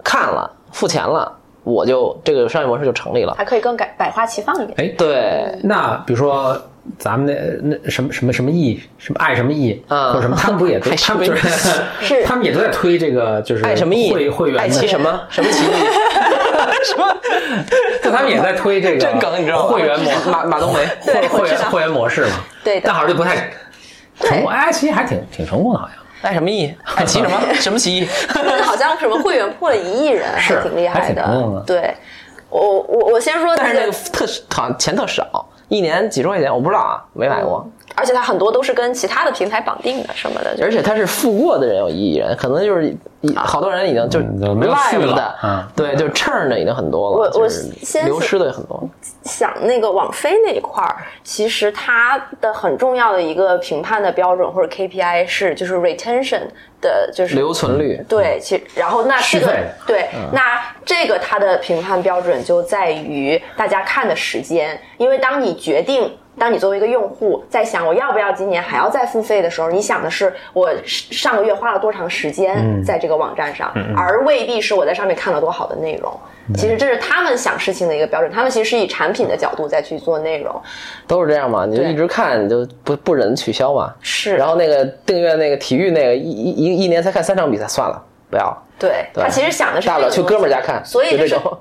[SPEAKER 3] 看了，付钱了，我就这个商业模式就成立了。
[SPEAKER 6] 还可以更改百花齐放 一点。
[SPEAKER 2] 哎，
[SPEAKER 3] 对，
[SPEAKER 2] 那比如说咱们那那什么什么什么意，什么爱什么意，
[SPEAKER 3] 嗯
[SPEAKER 2] 或者什么，他们不 也都
[SPEAKER 3] 爱什
[SPEAKER 2] 他
[SPEAKER 3] 么
[SPEAKER 2] 们
[SPEAKER 3] 意
[SPEAKER 2] 就是
[SPEAKER 6] 是
[SPEAKER 2] 他们也都在推这个，就是
[SPEAKER 3] 爱什么意
[SPEAKER 2] 会会员的
[SPEAKER 3] 爱奇什么什么奇艺什么
[SPEAKER 2] 就他们也在推这个
[SPEAKER 3] 真梗你知道吗
[SPEAKER 2] 会员模
[SPEAKER 3] 马马冬梅
[SPEAKER 2] 会会员会员模式嘛，
[SPEAKER 4] 对的
[SPEAKER 2] 但好像就不太成功。哎，其实还挺挺成功的，好像
[SPEAKER 3] 爱什么 意爱奇什么什么奇艺，
[SPEAKER 4] 但是好像什么会员破了一亿人，
[SPEAKER 2] 是
[SPEAKER 4] 还挺厉害
[SPEAKER 2] 还挺多呢
[SPEAKER 4] 的。对，我我我先说，
[SPEAKER 3] 但是那
[SPEAKER 4] 那
[SPEAKER 3] 个
[SPEAKER 4] 个，
[SPEAKER 3] 特好像钱特少，一年几十块钱，我不知道啊，没买过。
[SPEAKER 6] 而且它很多都是跟其他的平台绑定的什么的，就
[SPEAKER 3] 而且他是付过的人有异议人，可能就是一好多人已经就
[SPEAKER 2] 嗯就没有续
[SPEAKER 3] live
[SPEAKER 2] 了
[SPEAKER 3] 的，
[SPEAKER 2] 嗯
[SPEAKER 3] 对，就 churn 的已经很多了，
[SPEAKER 4] 我我
[SPEAKER 3] 就是
[SPEAKER 4] 先
[SPEAKER 3] 流失的也很多。
[SPEAKER 4] 想那个网飞那一块儿，其实它的很重要的一个评判的标准或者 KPI 是就是 retention 的，就是
[SPEAKER 3] 留存
[SPEAKER 2] 嗯
[SPEAKER 3] 率，
[SPEAKER 4] 对，其然后那这
[SPEAKER 2] 续
[SPEAKER 4] 个
[SPEAKER 2] 费
[SPEAKER 4] 对，
[SPEAKER 3] 嗯
[SPEAKER 4] 那这个它的评判标准就在于大家看的时间，因为当你决定。当你作为一个用户在想我要不要今年还要再付费的时候，你想的是我上个月花了多长时
[SPEAKER 3] 嗯
[SPEAKER 4] 间在这个网站上，而未必是我在上面看了多好的内容。
[SPEAKER 3] 嗯
[SPEAKER 4] 其实这是他们想事情的一个标准，他们其实是以产品的角度再去做内容。
[SPEAKER 3] 都是这样嘛？你就一直看，你就不不忍取消嘛。
[SPEAKER 4] 是
[SPEAKER 3] 然后那个订阅那个体育那个一一一一年才看三场比赛，算了，不要。
[SPEAKER 4] 对
[SPEAKER 3] 对
[SPEAKER 4] 他其实想的是
[SPEAKER 3] 大不了
[SPEAKER 4] 这个
[SPEAKER 3] 去
[SPEAKER 4] 东
[SPEAKER 3] 哥们儿家
[SPEAKER 4] 西
[SPEAKER 3] 看，
[SPEAKER 4] 所以
[SPEAKER 3] 就
[SPEAKER 4] 就
[SPEAKER 3] 这
[SPEAKER 4] 是
[SPEAKER 3] 种。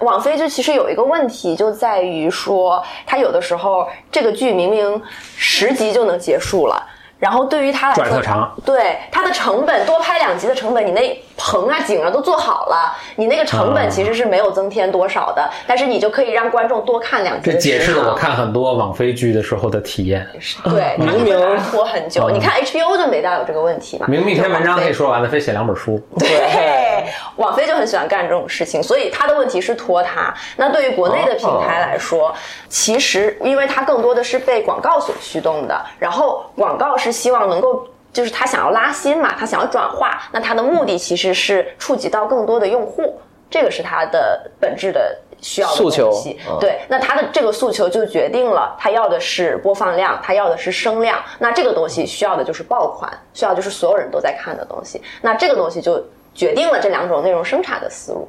[SPEAKER 4] 网飞就其实有一个问题，就在于说，它有的时候这个剧明明十集就能结束了，然后对于它来说，
[SPEAKER 2] 转特长
[SPEAKER 4] 对它的成本多拍两集的成本，你那棚啊景啊都做好了，你那个成本
[SPEAKER 2] 啊
[SPEAKER 4] 其实是没有增添多少的，但是你就可以让观众多看两集
[SPEAKER 2] 嗯这
[SPEAKER 4] 的
[SPEAKER 2] 解释
[SPEAKER 4] 时
[SPEAKER 2] 了
[SPEAKER 4] 长
[SPEAKER 2] 我看很多网飞剧的时候的体验。
[SPEAKER 4] 对，它可 能把它拖很久。你看 HBO 就没大有这个问题嘛，
[SPEAKER 2] 嗯明明一篇文章
[SPEAKER 4] 就网
[SPEAKER 2] 可
[SPEAKER 4] 飞
[SPEAKER 2] 以说完了，非写两本书，
[SPEAKER 4] 对， 网飞就很喜欢干这种事情，所以他的问题是拖沓。那对于国内的平台来说，其实因为它更多的是被广告所驱动的，然后广告是希望能够。就是他想要拉新嘛，他想要转化，那他的目的其实是触及到更多的用户，这个是他的本质的需要的
[SPEAKER 3] 诉求
[SPEAKER 4] 东西
[SPEAKER 3] 嗯
[SPEAKER 4] 对，那他的这个诉求就决定了他要的是播放量，他要的是声量。那这个东西需要的就是爆款，需要就是所有人都在看的东西。那这个东西就决定了这两种内容生产的思路。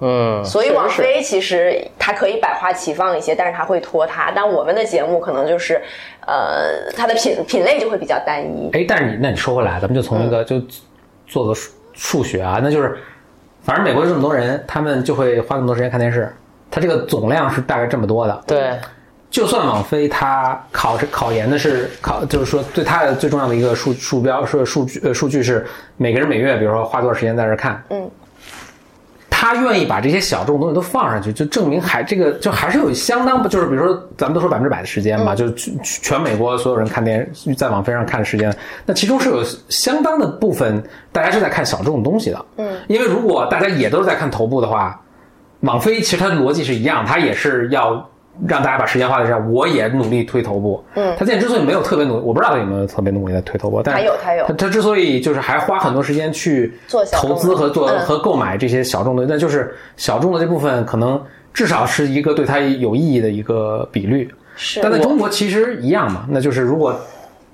[SPEAKER 3] 嗯，
[SPEAKER 4] 所以网飞其实它可以百花齐放一些，但是它会拖沓。但我们的节目可能就是，呃，它的品品类就会比较单一。
[SPEAKER 2] 哎，但是你那你说回来，咱们就从一个就做个数数学啊，那就是，反正美国这么多人，他们就会花那么多时间看电视，它这个总量是大概这么多的。
[SPEAKER 3] 对，
[SPEAKER 2] 就算网飞它考这考研的是考，就是说对它的最重要的一个数数标是数据呃数据是每个人每月，比如说花多少时间在这儿看，
[SPEAKER 4] 嗯，
[SPEAKER 2] 他愿意把这些小众的东西都放上去，就证明还这个就还是有相当就是比如说咱们都说百分之百的时间嘛，就是全全美国所有人看电视在网飞上看的时间，那其中是有相当的部分大家是在看小众的东西的，嗯，因为如果大家也都是在看头部的话，网飞其实它的逻辑是一样，它也是要让大家把时间花在这上，我也努力推头部。嗯，它现在之所以没有特别努力，我不知道它有没有特别努力在推头部，但是
[SPEAKER 4] 它有它有
[SPEAKER 2] 它之所以就是还花很多时间去
[SPEAKER 4] 做小众
[SPEAKER 2] 投
[SPEAKER 4] 的
[SPEAKER 2] 资和做
[SPEAKER 4] 嗯
[SPEAKER 2] 和购买这些小众的，那就是小众的这部分可能至少是一个对它有意义的一个比率。
[SPEAKER 4] 是
[SPEAKER 2] 但在中国其实一样嘛，那就是如果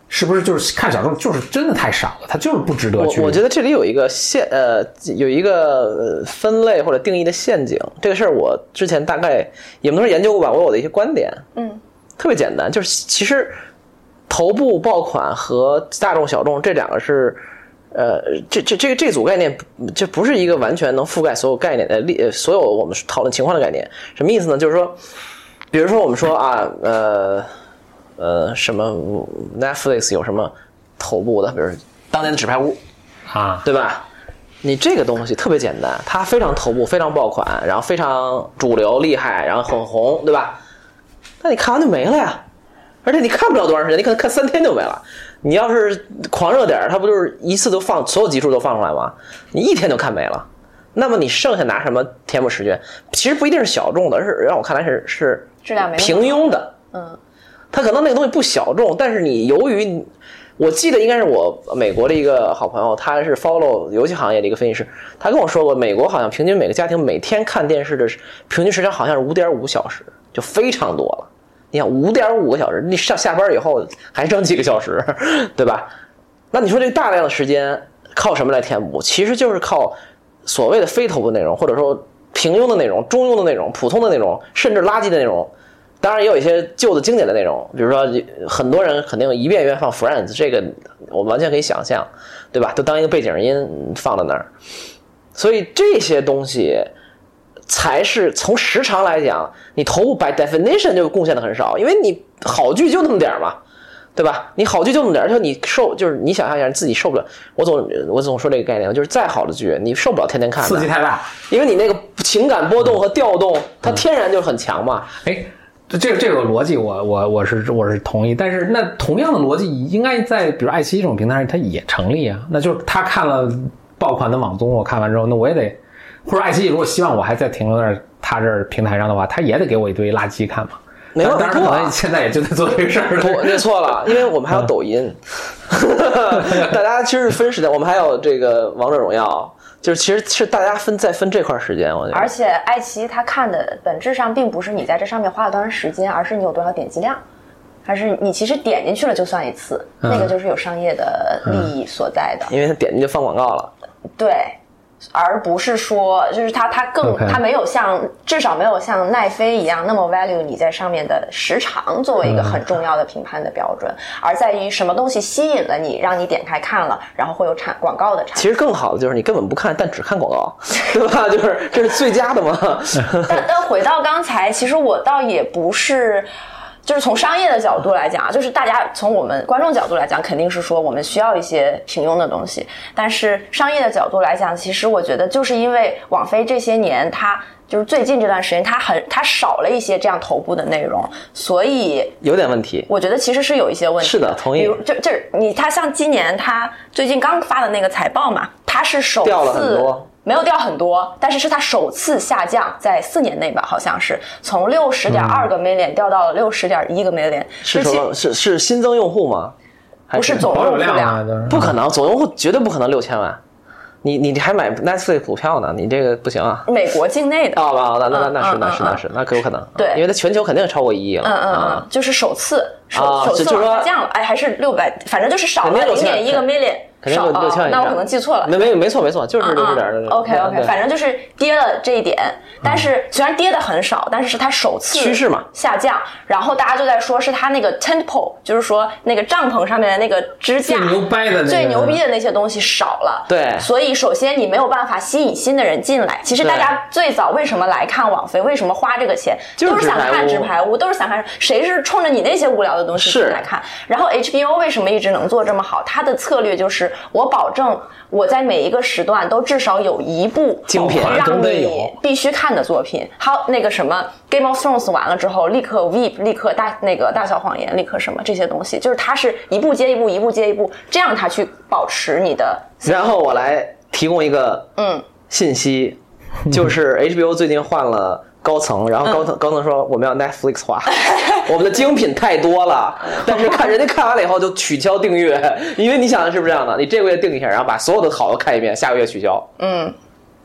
[SPEAKER 2] 是不是就是看小众就是真的太少了，它就是不值得去。
[SPEAKER 3] 我我觉得这里有一个陷呃有一个呃分类或者定义的陷阱，这个事儿我之前大概也不能说研究过吧，我有我的一些观点，嗯，特别简单，就是其实头部爆款和大众小众这两个是。呃，这这这这组概念，这不是一个完全能覆盖所有概念的例，呃所有我们讨论情况的概念。什么意思呢？就是说，比如说我们说啊，呃，呃，什么 Netflix 有什么头部的，比如当年的《纸牌屋》，
[SPEAKER 2] 啊，
[SPEAKER 3] 对吧？你这个东西特别简单，它非常头部，非常爆款，然后非常主流厉害，然后很红，对吧？那你看完就没了呀，而且你看不了多长时间，你可能看三天就没了。你要是狂热点儿，它不就是一次都放所有集数都放出来吗？你一天就看没了，那么你剩下拿什么填补时间？其实不一定是小众的，而是让我看来是是
[SPEAKER 6] 质量没那么
[SPEAKER 3] 平庸的，
[SPEAKER 6] 嗯，
[SPEAKER 3] 它可能那个东西不小众，但是你由于你我记得应该是我美国的一个好朋友，他是 follow 游戏行业的一个分析师，他跟我说过，美国好像平均每个家庭每天看电视的时平均时长好像是五点五小时，就非常多了。你想五点五个小时，你上下班以后还剩几个小时， 对吧？那你说这个大量的时间靠什么来填补？其实就是靠所谓的非头部内容，或者说平庸的内容、中庸的内容、普通的内容，甚至垃圾的内容。当然也有一些旧的经典的内容，比如说呃很多人肯定一遍一遍放 Friends，这个我们完全可以想象，对吧？就当一个背景音放在那儿，所以这些东西才是从时长来讲，你头部 by definition 就贡献的很少，因为你好剧就那么点儿嘛，对吧？你好剧就那么点儿，而且你受就是你想象一下，你自己受不了。我总我总说这个概念，就是再好的剧，你受不了天天看的，
[SPEAKER 2] 刺激太大。
[SPEAKER 3] 因为你那个情感波动和调动，它
[SPEAKER 2] 嗯
[SPEAKER 3] 天然就很强嘛。
[SPEAKER 2] 哎，这这个这个逻辑我，我我是我是同意，但是那同样的逻辑应该在比如爱奇艺这种平台上它也成立啊，那就是他看了爆款的网综，我看完之后，那我也得，或者爱奇艺如果希望我还在停留在他这儿平台上的话，他也得给我一堆垃圾看嘛。
[SPEAKER 3] 没办
[SPEAKER 2] 当然
[SPEAKER 3] 法不
[SPEAKER 2] 可能
[SPEAKER 3] 啊，
[SPEAKER 2] 现在也就在做这个事 儿
[SPEAKER 3] 不，
[SPEAKER 2] 了。
[SPEAKER 3] 那错了，因为我们还有抖音， 大家其实是分时间，我们还有这个王者荣耀，就是其实是大家分在分这块时间，我觉
[SPEAKER 4] 而
[SPEAKER 3] 得。
[SPEAKER 4] 且爱奇艺它看的本质上并不是你在这上面花了多长时间，而是你有多少点击量，还是你其实点进去了就算一次，
[SPEAKER 2] 嗯
[SPEAKER 4] 那个就是有商业的利益所在的。
[SPEAKER 3] 因为他点进去放广告了，
[SPEAKER 2] 嗯
[SPEAKER 4] 对，而不是说就是它它更
[SPEAKER 2] OK
[SPEAKER 4] 它没有像至少没有像奈飞一样那么 value 你在上面的时长作为一个很重要的评判的标准，而在于什么东西吸引了你，让你点开看了，然后会有产广告的产生。
[SPEAKER 3] 其实更好的就是你根本不看，但只看广告， 对吧？就是这是最佳的嘛。
[SPEAKER 4] 但但回到刚才，其实我倒也不是。就是从商业的角度来讲啊，就是大家从我们观众角度来讲，肯定是说我们需要一些平庸的东西。但是商业的角度来讲，其实我觉得就是因为网飞这些年，它就是最近这段时间，它很它少了一些这样头部的内容，所以
[SPEAKER 3] 有点问题，
[SPEAKER 4] 我觉得其实是有一些问题。
[SPEAKER 3] 是的同意
[SPEAKER 4] 比如就就是你，他像今年他最近刚发的那个财报嘛，他是首次
[SPEAKER 3] 掉了很多
[SPEAKER 4] 没有掉很多，但是是他首次下降，在四年内吧，好像是从六十点二个 million 掉到了六十点一个 million，
[SPEAKER 3] 嗯是
[SPEAKER 4] 就
[SPEAKER 3] 什
[SPEAKER 4] 其
[SPEAKER 3] 么？是是新增用户吗？还
[SPEAKER 4] 不是总
[SPEAKER 2] 保
[SPEAKER 4] 用
[SPEAKER 2] 有
[SPEAKER 4] 户
[SPEAKER 2] 量啊，
[SPEAKER 4] 量。
[SPEAKER 2] 就是
[SPEAKER 3] 不可能，总用户绝对不可能六千万。你你还买 Netflix 股票呢？你这个不行啊。
[SPEAKER 4] 美国境内的，
[SPEAKER 3] 哦，哦，那那那那是
[SPEAKER 4] 嗯
[SPEAKER 3] 那是那
[SPEAKER 4] 嗯
[SPEAKER 3] 是，那可有可能。
[SPEAKER 4] 对
[SPEAKER 3] 因为它全球肯定超过一亿了。
[SPEAKER 4] 嗯嗯嗯
[SPEAKER 3] 啊，，
[SPEAKER 4] 就是首次首、
[SPEAKER 3] 啊
[SPEAKER 4] 首次
[SPEAKER 3] 就就是
[SPEAKER 4] 往
[SPEAKER 3] 说
[SPEAKER 4] 下降了，哎，还是六百，反正就是少
[SPEAKER 3] 肯
[SPEAKER 4] 了
[SPEAKER 3] 定
[SPEAKER 4] 零
[SPEAKER 3] 6000
[SPEAKER 4] 点一个 million，
[SPEAKER 3] 肯定
[SPEAKER 4] 少
[SPEAKER 3] 有六千万
[SPEAKER 4] 哦
[SPEAKER 3] 以上。
[SPEAKER 4] 那我可能记错了，
[SPEAKER 3] 没没没错没错，就是六十点
[SPEAKER 4] 嗯嗯 OK OK，反正就是跌了这一点，但是虽然跌的很少，但是它首次
[SPEAKER 3] 嗯趋势嘛
[SPEAKER 4] 下降，然后大家就在说是它那个 tent pole，就是说那个帐篷上面的那个支架
[SPEAKER 2] 最牛掰的那个
[SPEAKER 4] 最牛逼的那些东西少了，
[SPEAKER 3] 对
[SPEAKER 4] 所以首先你没有办法吸引新的人进来。其实
[SPEAKER 3] 对
[SPEAKER 4] 大家最早为什么来看网飞，为什么花这个钱，
[SPEAKER 3] 就是
[SPEAKER 4] 都是想看
[SPEAKER 3] 纸
[SPEAKER 4] 纸
[SPEAKER 3] 牌
[SPEAKER 4] 牌屋，都是想看谁是冲着你那些无聊的东西
[SPEAKER 3] 是
[SPEAKER 4] 进来看。然后 HBO 为什么一直能做这么好？它的策略就是我保证我在每一个时段都至少有一部
[SPEAKER 3] 精品
[SPEAKER 2] 啊
[SPEAKER 4] 让
[SPEAKER 2] 真的
[SPEAKER 4] 你
[SPEAKER 2] 有
[SPEAKER 4] 必须看的作品。好，那个什么 Game of Thrones 完了之后，立刻 Veep，立刻大那个大小谎言，立刻什么这些东西，就是它是一步接一步，一步接一步，这样它去保持你的
[SPEAKER 3] 然后我来提供一个
[SPEAKER 4] 嗯
[SPEAKER 3] 信息，就是 HBO 最近换了。高层，
[SPEAKER 4] 嗯
[SPEAKER 3] 然后高层、高层说我们要 Netflix 化， 我们的精品太多 了，但是看人家看完了以后就取消订阅，因为你想是不是这样的？你这个月订一下，然后啊把所有的好的看一遍，下个月取消，
[SPEAKER 4] 嗯，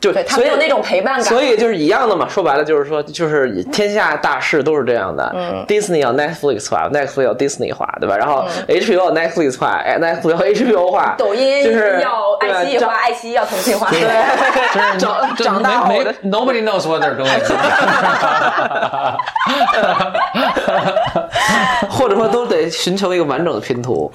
[SPEAKER 3] 就
[SPEAKER 4] 对，它
[SPEAKER 3] 所
[SPEAKER 4] 没
[SPEAKER 3] 以
[SPEAKER 4] 有那种陪伴感。
[SPEAKER 3] 所以就是一样的嘛，说白了就是说，就是天下大事都是这样的。Disney
[SPEAKER 4] 嗯
[SPEAKER 3] 要 Netflix 化，Netflix 要 Disney 化，对吧？然后 HBO 要 Netflix 化，哎，Netflix 要 HBO 化，
[SPEAKER 4] 抖音
[SPEAKER 3] 啊就是
[SPEAKER 4] 要爱奇艺
[SPEAKER 3] 对
[SPEAKER 4] 化，
[SPEAKER 3] 啊
[SPEAKER 4] 爱奇艺要腾讯化。
[SPEAKER 3] 长长长大
[SPEAKER 2] 没
[SPEAKER 3] 后
[SPEAKER 2] 没
[SPEAKER 3] 的。
[SPEAKER 2] ，Nobody knows what they're doing。
[SPEAKER 3] 或者说都得寻求一个完整的拼图。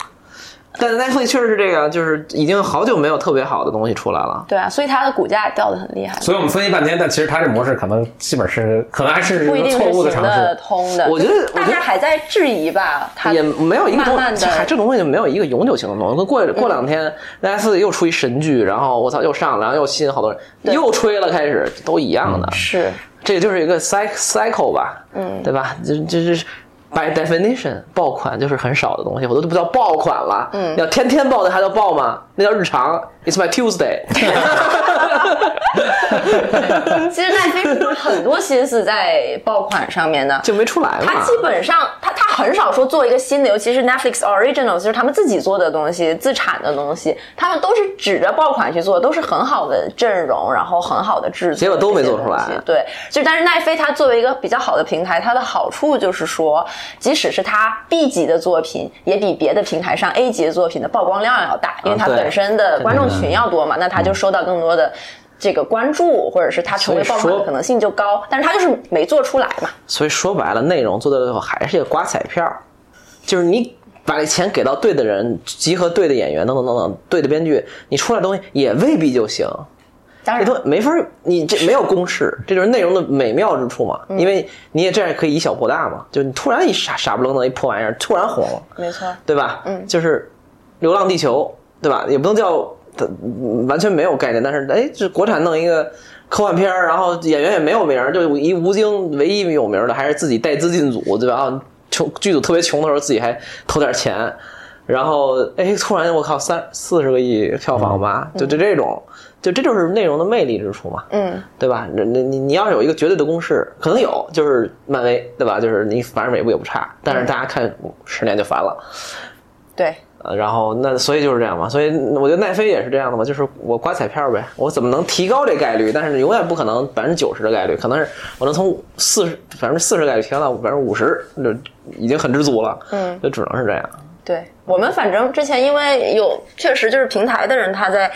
[SPEAKER 3] 但 Netflix 确实是这样，就是已经好久没有特别好的东西出来了。
[SPEAKER 4] 对啊，所以它的股价掉的很厉害，
[SPEAKER 2] 所以我们分析半天，但其实他这模式可能基本是，可能还是
[SPEAKER 4] 不一定
[SPEAKER 2] 错
[SPEAKER 4] 是
[SPEAKER 2] 误的
[SPEAKER 4] 行
[SPEAKER 2] 尝
[SPEAKER 4] 得
[SPEAKER 2] 试。
[SPEAKER 4] 通的。
[SPEAKER 3] 我觉得我
[SPEAKER 4] 大
[SPEAKER 3] 觉得
[SPEAKER 4] 家还在质疑吧，它
[SPEAKER 3] 也没有一个
[SPEAKER 4] 慢
[SPEAKER 3] 东
[SPEAKER 4] 慢
[SPEAKER 3] 西，
[SPEAKER 4] 的
[SPEAKER 3] 还这种东西没有一个永久性的东西。过过两天，大家自己又出一神剧，然后我操又上了，然后又吸引好多人，又吹了，开始都一样的。
[SPEAKER 4] 是
[SPEAKER 3] 这就是一个 cy- cycle 吧，嗯，对吧？这这是 by definition 爆款就是很少的东西，我都不叫爆款了，嗯，要天天爆的还叫爆吗？那叫日常， It's my Tuesday
[SPEAKER 4] 其实奈飞是花很多心思在爆款上面的，
[SPEAKER 3] 就没出来嘛。
[SPEAKER 4] 他基本上，他他很少说做一个新的，尤其是 Netflix Originals，就是他们自己做的东西、自产的东西，他们都是指着爆款去做，都是很好的阵容，然后很好的制作，
[SPEAKER 3] 结果都没做出来
[SPEAKER 4] 这些东西对，就但是奈飞它作为一个比较好的平台，它的好处就是说，即使是它 B 级的作品，也比别的平台上 A 级的作品的曝光量要大，因为它
[SPEAKER 3] 啊对嗯
[SPEAKER 4] 本身的观众群要多嘛，那它就收到更多的。这个关注，或者是它成为爆款
[SPEAKER 3] 所以
[SPEAKER 4] 的
[SPEAKER 3] 说
[SPEAKER 4] 可能性就高，但是它就是没做出来嘛。
[SPEAKER 3] 所以说白了，内容做到最后还是一个刮彩票，就是你把这钱给到对的人，集合对的演员，等等等等，对的编剧，你出来东西也未必就行。
[SPEAKER 4] 当
[SPEAKER 3] 这
[SPEAKER 4] 然
[SPEAKER 3] 东西没法儿，你这没有公式，这就是内容的美妙之处嘛。
[SPEAKER 4] 嗯
[SPEAKER 3] 因为你也这样可以以小博大嘛，就你突然一傻傻不愣登一破玩意儿，突然红了，
[SPEAKER 4] 没错，
[SPEAKER 3] 对吧？嗯，就是《流浪地球》，对吧？也不能叫它嗯完全没有概念，但是哎，这国产弄一个科幻片儿，然后演员也没有名儿，就以吴京唯一有名儿的还是自己带资进组，对吧？啊，穷剧组特别穷的时候，自己还投点钱，然后哎，突然我靠三四十个亿票房吧，就就这种，就这就是内容的魅力之处嘛。
[SPEAKER 4] 嗯，
[SPEAKER 3] 对吧？你你你你要有一个绝对的公式，可能有，就是漫威，对吧？就是你反正每部也不差，但是大家看十年就烦了。
[SPEAKER 4] 对，
[SPEAKER 3] 呃，然后那所以就是这样嘛，所以我觉得奈飞也是这样的嘛，就是我刮彩票呗，我怎么能提高这概率？但是永远不可能百分之九十的概率，可能是我能从四十百分之四十概率提高到百分之五十，就已经很知足了。嗯，就只能是这样。
[SPEAKER 4] 对我们反正之前因为有确实就是平台的人他在。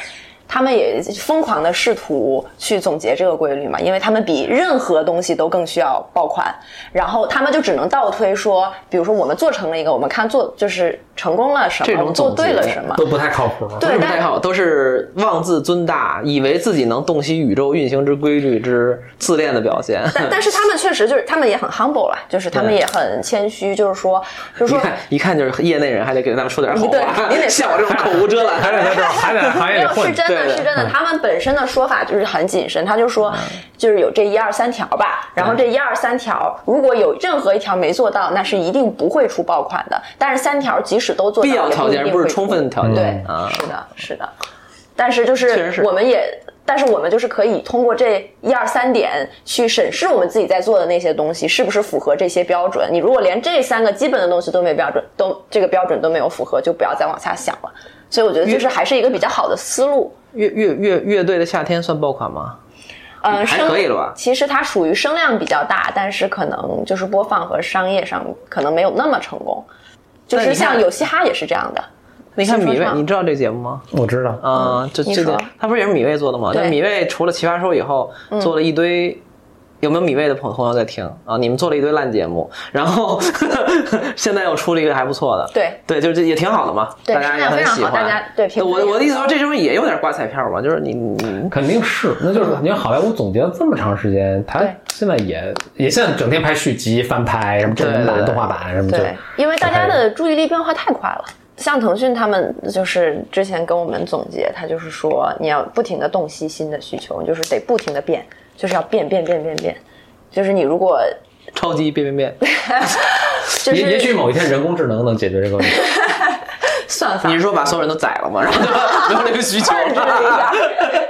[SPEAKER 4] 他们也疯狂的试图去总结这个规律嘛，因为他们比任何东西都更需要爆款，然后他们就只能倒推说，比如说我们做成了一个，我们看做就是成功了什么，
[SPEAKER 3] 这种
[SPEAKER 4] 我们做
[SPEAKER 3] 总结嗯
[SPEAKER 4] 对了什么，
[SPEAKER 2] 都不太靠谱。
[SPEAKER 4] 对，
[SPEAKER 3] 不
[SPEAKER 4] 但
[SPEAKER 3] 太好，都是妄自尊大，以为自己能洞悉宇宙运行之规律之自恋的表 现。
[SPEAKER 4] 但但是他们确实就是他们也很 humble 啦，就是他们也很谦虚，就是说，就是
[SPEAKER 3] 一
[SPEAKER 4] 说
[SPEAKER 3] 看一看就是业内人，还得给他们说点好
[SPEAKER 4] 你对
[SPEAKER 3] 话。
[SPEAKER 4] 你得说
[SPEAKER 3] 像我这种口无遮 拦，
[SPEAKER 2] 还得在这儿，还得在行业
[SPEAKER 4] 没
[SPEAKER 2] 里
[SPEAKER 4] 有，是
[SPEAKER 2] 混。
[SPEAKER 3] 对对嗯
[SPEAKER 4] 真的，是真的。他们本身的说法就是很谨慎，他就说，就是有这一二三条吧，然后这一二三条，如果有任何一条没做到，那是一定不会出爆款的。但是三条即使都做到，
[SPEAKER 3] 必要条
[SPEAKER 4] 也
[SPEAKER 3] 件
[SPEAKER 4] 一定
[SPEAKER 3] 不
[SPEAKER 4] 会
[SPEAKER 3] 是充分条
[SPEAKER 4] 出
[SPEAKER 3] 件。
[SPEAKER 4] 对，
[SPEAKER 3] 啊，
[SPEAKER 4] 是的，是的。但是就
[SPEAKER 3] 确实
[SPEAKER 4] 是
[SPEAKER 3] 是
[SPEAKER 4] 我们也，但是我们就是可以通过这一二三点去审视我们自己在做的那些东西是不是符合这些标准。你如果连这三个基本的东西都没标准，都这个标准都没有符合，就不要再往下想了。所以我觉得就是还是一个比较好的思路。
[SPEAKER 3] 乐乐乐乐队的夏天算爆款吗？
[SPEAKER 4] 嗯，
[SPEAKER 3] 还
[SPEAKER 4] 声
[SPEAKER 3] 可以了吧
[SPEAKER 4] 其实它属于声量比较大，但是可能就是播放和商业上可能没有那么成功。就
[SPEAKER 3] 但
[SPEAKER 4] 是
[SPEAKER 3] 你看
[SPEAKER 4] 像有嘻哈也是这样的，
[SPEAKER 3] 那你看
[SPEAKER 4] 新说
[SPEAKER 3] 米未，
[SPEAKER 4] 唱
[SPEAKER 3] 你知道这节目吗？
[SPEAKER 2] 我知道，
[SPEAKER 3] 啊、这
[SPEAKER 4] 你
[SPEAKER 3] 这个
[SPEAKER 4] 说
[SPEAKER 3] 他不是也是米未做的吗？
[SPEAKER 4] 对嗯
[SPEAKER 3] 那米未除了《奇葩说》以后，做了一堆。有没有米未的朋朋友在听啊？你们做了一堆烂节目，然后 现在又出了一个还不错的，
[SPEAKER 4] 对
[SPEAKER 3] 对，就是这也挺好的嘛，
[SPEAKER 4] 对
[SPEAKER 3] 大家也
[SPEAKER 4] 质量非
[SPEAKER 3] 很
[SPEAKER 4] 常
[SPEAKER 3] 喜
[SPEAKER 4] 好
[SPEAKER 3] 欢。
[SPEAKER 4] 大家对评分
[SPEAKER 3] 我
[SPEAKER 4] 也
[SPEAKER 3] 我的意思
[SPEAKER 4] 很
[SPEAKER 3] 说，
[SPEAKER 4] 高
[SPEAKER 3] 这东西也有点刮彩票嘛，就是你你
[SPEAKER 2] 肯定是，那就是你看好莱坞总结了这么长时间，他
[SPEAKER 4] 对
[SPEAKER 2] 现在也也现在整天拍续集、翻拍什么真人
[SPEAKER 3] 对对
[SPEAKER 2] 版、
[SPEAKER 3] 对
[SPEAKER 2] 动画版什么
[SPEAKER 4] 对
[SPEAKER 2] 的，，
[SPEAKER 4] 因为大家的注意力变化太快了。像腾讯他们就是之前跟我们总结，他就是说你要不停的洞悉新的需求，你就是得不停的变，就是要变变变变变，就是你如果
[SPEAKER 3] 超级变变变，
[SPEAKER 4] 就
[SPEAKER 2] 也也
[SPEAKER 4] 是
[SPEAKER 2] 许某一天人工智能能解决这个 问题。
[SPEAKER 4] 算法
[SPEAKER 3] 你是说把所有人都宰了吗？然后没有这个需求
[SPEAKER 4] 控制了一下，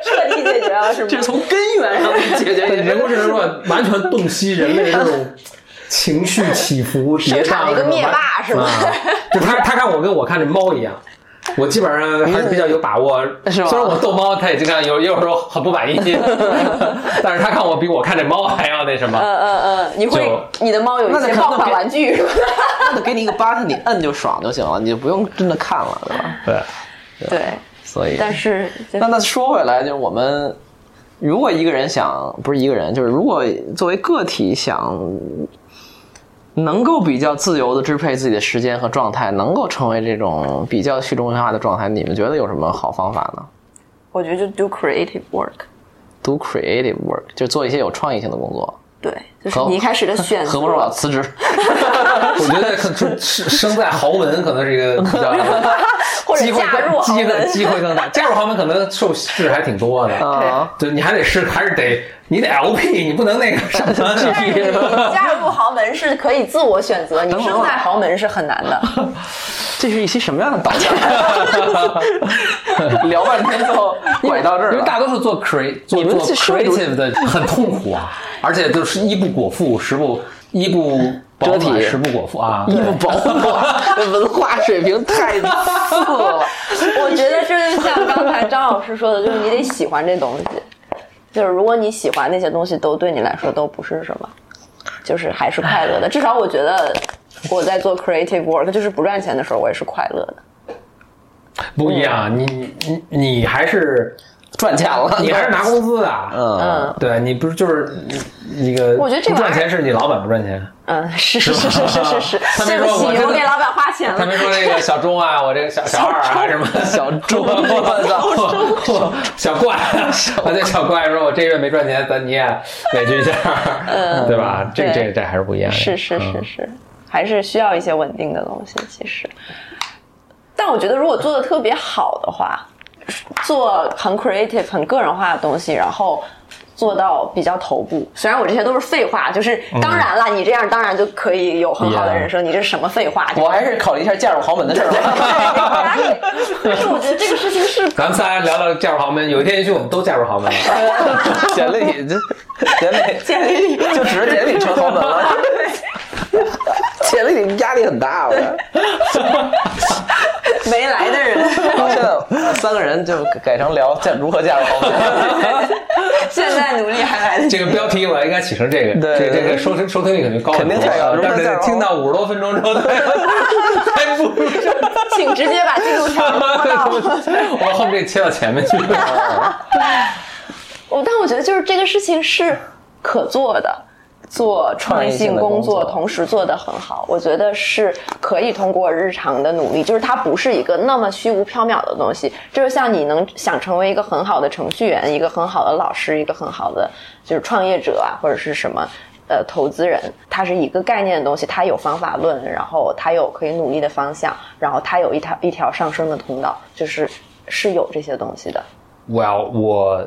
[SPEAKER 4] 彻底解决啊了是吗
[SPEAKER 3] 这？是从根源上解决。
[SPEAKER 2] 但人工智能如果完全洞悉人类这种情绪起伏、
[SPEAKER 4] 生
[SPEAKER 2] 跌
[SPEAKER 4] 产了
[SPEAKER 2] 宕，
[SPEAKER 4] 一个灭霸是吧
[SPEAKER 2] 啊就他他看我跟我看这猫一样。我基本上还是比较有把握，
[SPEAKER 3] 是吧
[SPEAKER 2] 虽然我逗猫，它也经常有，也有时候很不满意， 但是它看我比我看这猫还要那什么。
[SPEAKER 4] 嗯嗯嗯，你会
[SPEAKER 2] 就
[SPEAKER 4] 你的猫有一
[SPEAKER 3] 那
[SPEAKER 4] 些
[SPEAKER 3] 可
[SPEAKER 4] 爆款玩具是吧？
[SPEAKER 3] 那就给你一个 button，你摁就爽就行了，你就不用真的看了，对吧？
[SPEAKER 2] 对，
[SPEAKER 4] 对，
[SPEAKER 3] 所以，
[SPEAKER 4] 但是
[SPEAKER 3] 那那说回来，就是我们如果一个人想，不是一个人，就是如果作为个体想能够比较自由的支配自己的时间和状态，能够成为这种比较去中心化的状态，你们觉得有什么好方法呢
[SPEAKER 4] 我觉得就 do creative work，
[SPEAKER 3] ？Do creative work，就做一些有创意性的工作。
[SPEAKER 4] 对，就是你一开始的选择
[SPEAKER 3] 何不让我辞职？
[SPEAKER 2] 我觉得可就是生在豪门可能是一个比较
[SPEAKER 4] 或者
[SPEAKER 2] 机会
[SPEAKER 4] 嫁入
[SPEAKER 2] 更
[SPEAKER 4] 豪
[SPEAKER 2] 机会
[SPEAKER 4] 门，
[SPEAKER 2] 机会更大，嫁入豪门可能受制还挺多的。
[SPEAKER 7] 啊，
[SPEAKER 2] 对，你还得是还是得你得 LP，你不能那个什么的。
[SPEAKER 4] 但 是你嫁入豪门是可以自我选择，你
[SPEAKER 2] 啊
[SPEAKER 4] 生在豪门是很难 的。
[SPEAKER 7] 这是一期什么样的导向？
[SPEAKER 3] 聊半天最后拐到这儿
[SPEAKER 2] 因为
[SPEAKER 3] 了。
[SPEAKER 2] 大多 数做 cre 做
[SPEAKER 3] 你们
[SPEAKER 2] 做
[SPEAKER 3] 这是不是
[SPEAKER 2] creative 的很痛苦啊，而且就是衣不裹腹，食不衣不
[SPEAKER 3] 遮
[SPEAKER 2] 保
[SPEAKER 3] 体
[SPEAKER 2] 暖，食不裹腹啊。
[SPEAKER 3] 衣服 保护我，这文化水平太次了。
[SPEAKER 4] 我觉得这就像刚才张老师说的，就是你得喜欢这东西。就是如果你喜欢那些东西，都对你来说都不是什么，就是还是 快乐的。至少我觉得我在做 creative work，就是不赚钱的时候，我也是快乐的。
[SPEAKER 2] 不一样，你你你你还是
[SPEAKER 3] 赚钱了，
[SPEAKER 2] 你还是拿工资的啊。
[SPEAKER 3] 嗯，
[SPEAKER 4] 嗯
[SPEAKER 2] 对你不是就是那个？
[SPEAKER 4] 我觉得这
[SPEAKER 2] 不
[SPEAKER 4] 玩意儿
[SPEAKER 2] 赚钱是你老板不赚钱。
[SPEAKER 4] 嗯，是是是是是是是
[SPEAKER 2] 他，没
[SPEAKER 4] 对
[SPEAKER 2] 说
[SPEAKER 4] 不
[SPEAKER 2] 我真
[SPEAKER 4] 起，
[SPEAKER 2] 的
[SPEAKER 4] 我给老板花钱
[SPEAKER 2] 他
[SPEAKER 4] 了。
[SPEAKER 2] 们说那个小钟啊，我这个小小二啊什么
[SPEAKER 3] 小
[SPEAKER 2] 钟，
[SPEAKER 3] 猪，
[SPEAKER 2] 我操，小怪啊，对小怪说，我这月没赚钱，咱你也委屈一下，对吧？这
[SPEAKER 4] 对
[SPEAKER 2] 这这还是不一样的。
[SPEAKER 4] 是是是
[SPEAKER 2] 嗯
[SPEAKER 4] 是，还是需要一些稳定的东西。其实，但我觉得如果做的特别好的话，做很 creative、很个人化的东西，然后。做到比较头部，虽然我这些都是废话，就是
[SPEAKER 3] 嗯
[SPEAKER 4] 当然了，你这样当然就可以有很好的
[SPEAKER 2] Yeah
[SPEAKER 4] 人生，你这是什么废话？
[SPEAKER 3] 我还是考虑一下嫁入豪门的事儿吧。
[SPEAKER 4] 对， 但是我觉得这个事情是
[SPEAKER 2] 咱们仨聊聊嫁入豪门，有一天也许我们都嫁入豪门了。
[SPEAKER 3] 简历，这简历
[SPEAKER 4] 建立里
[SPEAKER 3] 就指着简历成豪门了。 简历里压力很大，我觉得。
[SPEAKER 4] 没来的人，
[SPEAKER 3] 然后现在三个人就改成聊嫁如何嫁入豪门。
[SPEAKER 4] 现在努力还来得及。
[SPEAKER 2] 这个标题我应该起成这个，
[SPEAKER 3] 对
[SPEAKER 2] 这
[SPEAKER 3] 对
[SPEAKER 2] 这个收听收听率肯定高很多，
[SPEAKER 3] 肯定太高了
[SPEAKER 2] 但
[SPEAKER 3] 如
[SPEAKER 2] 是
[SPEAKER 3] 果再
[SPEAKER 2] 听到五十多分钟之后， 还还不如上
[SPEAKER 4] 请直接把进 度条拨 到。
[SPEAKER 2] 我后面给切到前面去。
[SPEAKER 4] 我但我觉得就是这个事情是可做的，做创业
[SPEAKER 3] 创业性
[SPEAKER 4] 性工
[SPEAKER 3] 的工作
[SPEAKER 4] 作同时做得很好，我觉得是可以通过日常的努力，就是它不是一个那么虚无缥缈的东西。这就像你能想成为一个很好的程序员，一个很好的老师，一个很好的就是创业者啊，或者是什么。呃，投资人它是一个概念的东西，它有方法论，然后它有可以努力的方向，然后它有一条一条上升的通道，就是是有这些东西的。
[SPEAKER 2] Well，我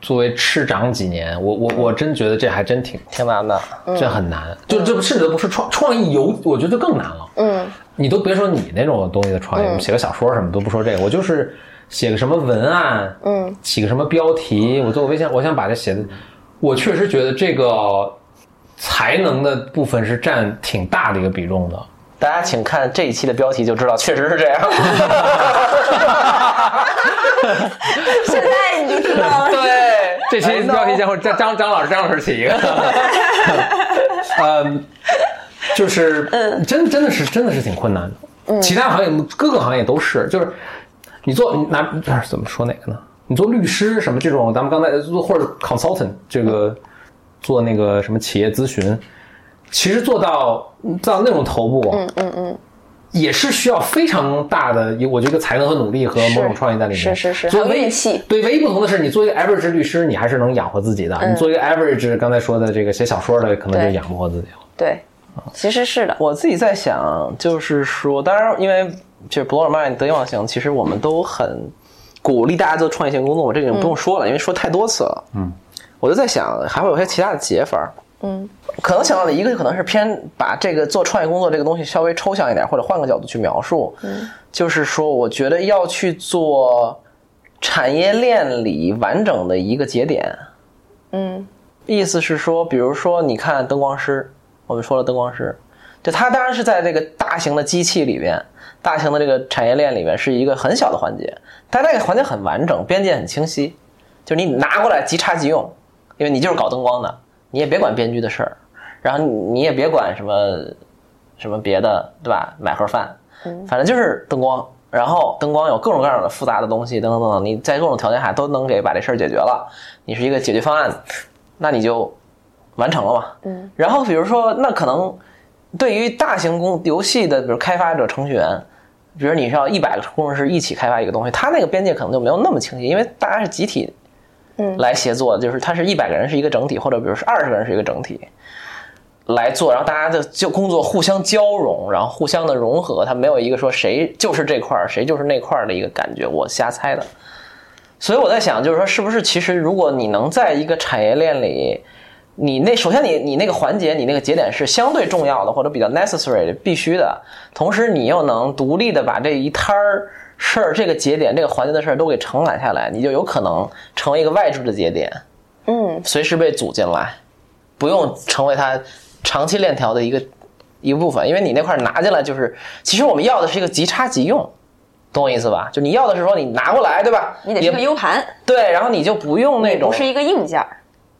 [SPEAKER 2] 作为吃长几年，我我我真觉得这还真挺
[SPEAKER 3] 挺难的，嗯
[SPEAKER 2] 这很难，就这甚至都不是创创意有，我觉得更难了。
[SPEAKER 4] 嗯，
[SPEAKER 2] 你都别说你那种东西的创意，
[SPEAKER 3] 嗯
[SPEAKER 2] 我们写个小说什么都不说这个，我就是写个什么文案，
[SPEAKER 4] 嗯，
[SPEAKER 2] 起个什么标题，我做个微信，我想把这写的，我确实觉得这个才能的部分是占挺大的一个比重的。
[SPEAKER 3] 大家请看这一期的标题就知道，确实是这样。
[SPEAKER 4] 现在你就知道了。
[SPEAKER 3] 对，
[SPEAKER 2] 这期标题将会张张张老师张老师起一个， 嗯，就是
[SPEAKER 4] 嗯
[SPEAKER 2] 真真的是真的是挺困难的，其他行业各个行业都是，就是你做你拿哎怎么说哪个呢？你做律师什么这种，咱们刚才做或者 consultant 这
[SPEAKER 4] 嗯
[SPEAKER 2] 个做那个什么企业咨询，其实做到到那种头部，嗯嗯嗯。也是需要非常大的，我觉得才能和努力和某种
[SPEAKER 4] 是
[SPEAKER 2] 创意在里面。
[SPEAKER 4] 是是是
[SPEAKER 2] 做
[SPEAKER 4] 还有
[SPEAKER 2] 微
[SPEAKER 4] 运气
[SPEAKER 2] 对，唯一不同的是，你做一个 average 律师，你还是能养活自己的；
[SPEAKER 3] 嗯
[SPEAKER 2] 你做一个 average 刚才说的这个写小说的，可能就
[SPEAKER 4] 对
[SPEAKER 2] 养不活自己了。
[SPEAKER 4] 对，其实是的。
[SPEAKER 3] 我自己在想，就是说，当然，因为就是 blow your mind 得意忘形，其实我们都很鼓励大家做创业性工作，我这个已经不
[SPEAKER 4] 嗯
[SPEAKER 3] 用说了，因为说太多次了。嗯，我就在想，还会有些其他的解法。
[SPEAKER 4] 嗯，
[SPEAKER 3] 可能想到的一个可能是偏把这个做创业工作这个东西稍微抽象一点，或者换个角度去描述。嗯，就是说，我觉得要去做产业链里完整的一个节点。
[SPEAKER 4] 嗯
[SPEAKER 3] 意思是说，比如说，你看灯光师，我们说了灯光师，就他当然是在这个大型的机器里边，大型的这个产业链里边是一个很小的环节，但那个环节很完整，边界很清晰，就是你拿过来即插即用，因为你就是搞灯光的，你也别管编剧的事儿，然后你你也别管什么什么别的，对吧？买盒饭，反正就是灯光。然后灯光有各种各样的复杂的东西，等等等等，你在各种条件下都能给把这事儿解决了，你是一个解决方案，那你就完成了嘛。嗯。然后比如说，那可能对于大型工游戏的，比如开发者、程序员，比如你是要一百个工程师一起开发一个东西，他那个边界可能就没有那么清晰，因为大家是集体
[SPEAKER 4] 嗯
[SPEAKER 3] 来协作，就是他是一百个人是一个整体，或者比如是二十个人是一个整体。来做，然后大家的就工作互相交融，然后互相的融合，它没有一个说谁就是这块儿，谁就是那块儿的一个感觉，我瞎猜的。所以我在想，就是说，是不是其实如果你能在一个产业链里，你那首先你你那个环节，你那个节点是相对重要的，或者比较 necessary 的必须的，同时你又能独立的把这一摊儿事儿、这个节点、这个环节的事儿都给承揽下来，你就有可能成为一个外置的节点，
[SPEAKER 6] 嗯，
[SPEAKER 3] 随时被组进来，不用成为它长期链条的一个一部分，因为你那块儿拿进来就是，其实我们要的是一个即插即用，懂我意思吧？就你要的是说你拿过来，对吧？
[SPEAKER 6] 你得是个
[SPEAKER 3] 也
[SPEAKER 6] U 盘，
[SPEAKER 3] 对，然后你就不用那种
[SPEAKER 6] 不是一个硬件儿。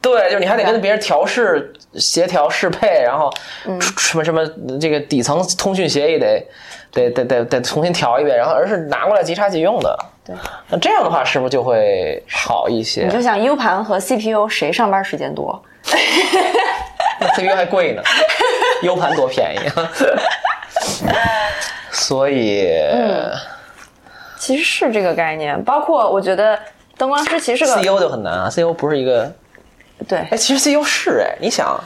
[SPEAKER 3] 对，就是你还得跟别人调试、协调、适配，然后什么什么这个底层通讯协议得得得得得重新调一遍，然后而是拿过来即插即用的。对，那这样的话是不是就会好一些
[SPEAKER 6] 你？就想 U 盘和 CPU 谁上班时间多？
[SPEAKER 3] 那 CPU 还贵 呢，U 盘多 便宜啊！所以，嗯
[SPEAKER 6] 其实是这个概念，包括我觉得灯光师其实是
[SPEAKER 3] C
[SPEAKER 6] 个
[SPEAKER 3] U 就很难啊，C U 不是一个，
[SPEAKER 6] 对，
[SPEAKER 3] 哎，其实 C U 是哎，你想，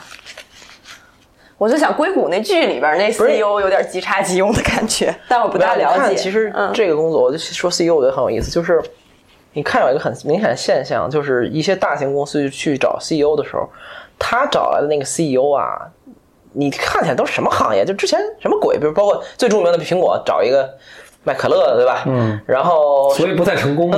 [SPEAKER 6] 我就想硅谷那剧里边那
[SPEAKER 3] 是
[SPEAKER 6] CEO 有点即插即用的感觉，但我不
[SPEAKER 3] 不
[SPEAKER 6] 大了解。
[SPEAKER 3] 其实
[SPEAKER 6] 嗯
[SPEAKER 3] 这个工作，我就说 CEO，我觉得很有意思，就是你看有一个很明显的现象，就是一些大型公司去找 CEO 的时候，他找来的那个 CEO 啊，你看起来都是什么行业？就之前什么鬼？比如包括最著名的苹果找一个卖可乐的，对吧？嗯。然后
[SPEAKER 2] 所以不太 成功嘛。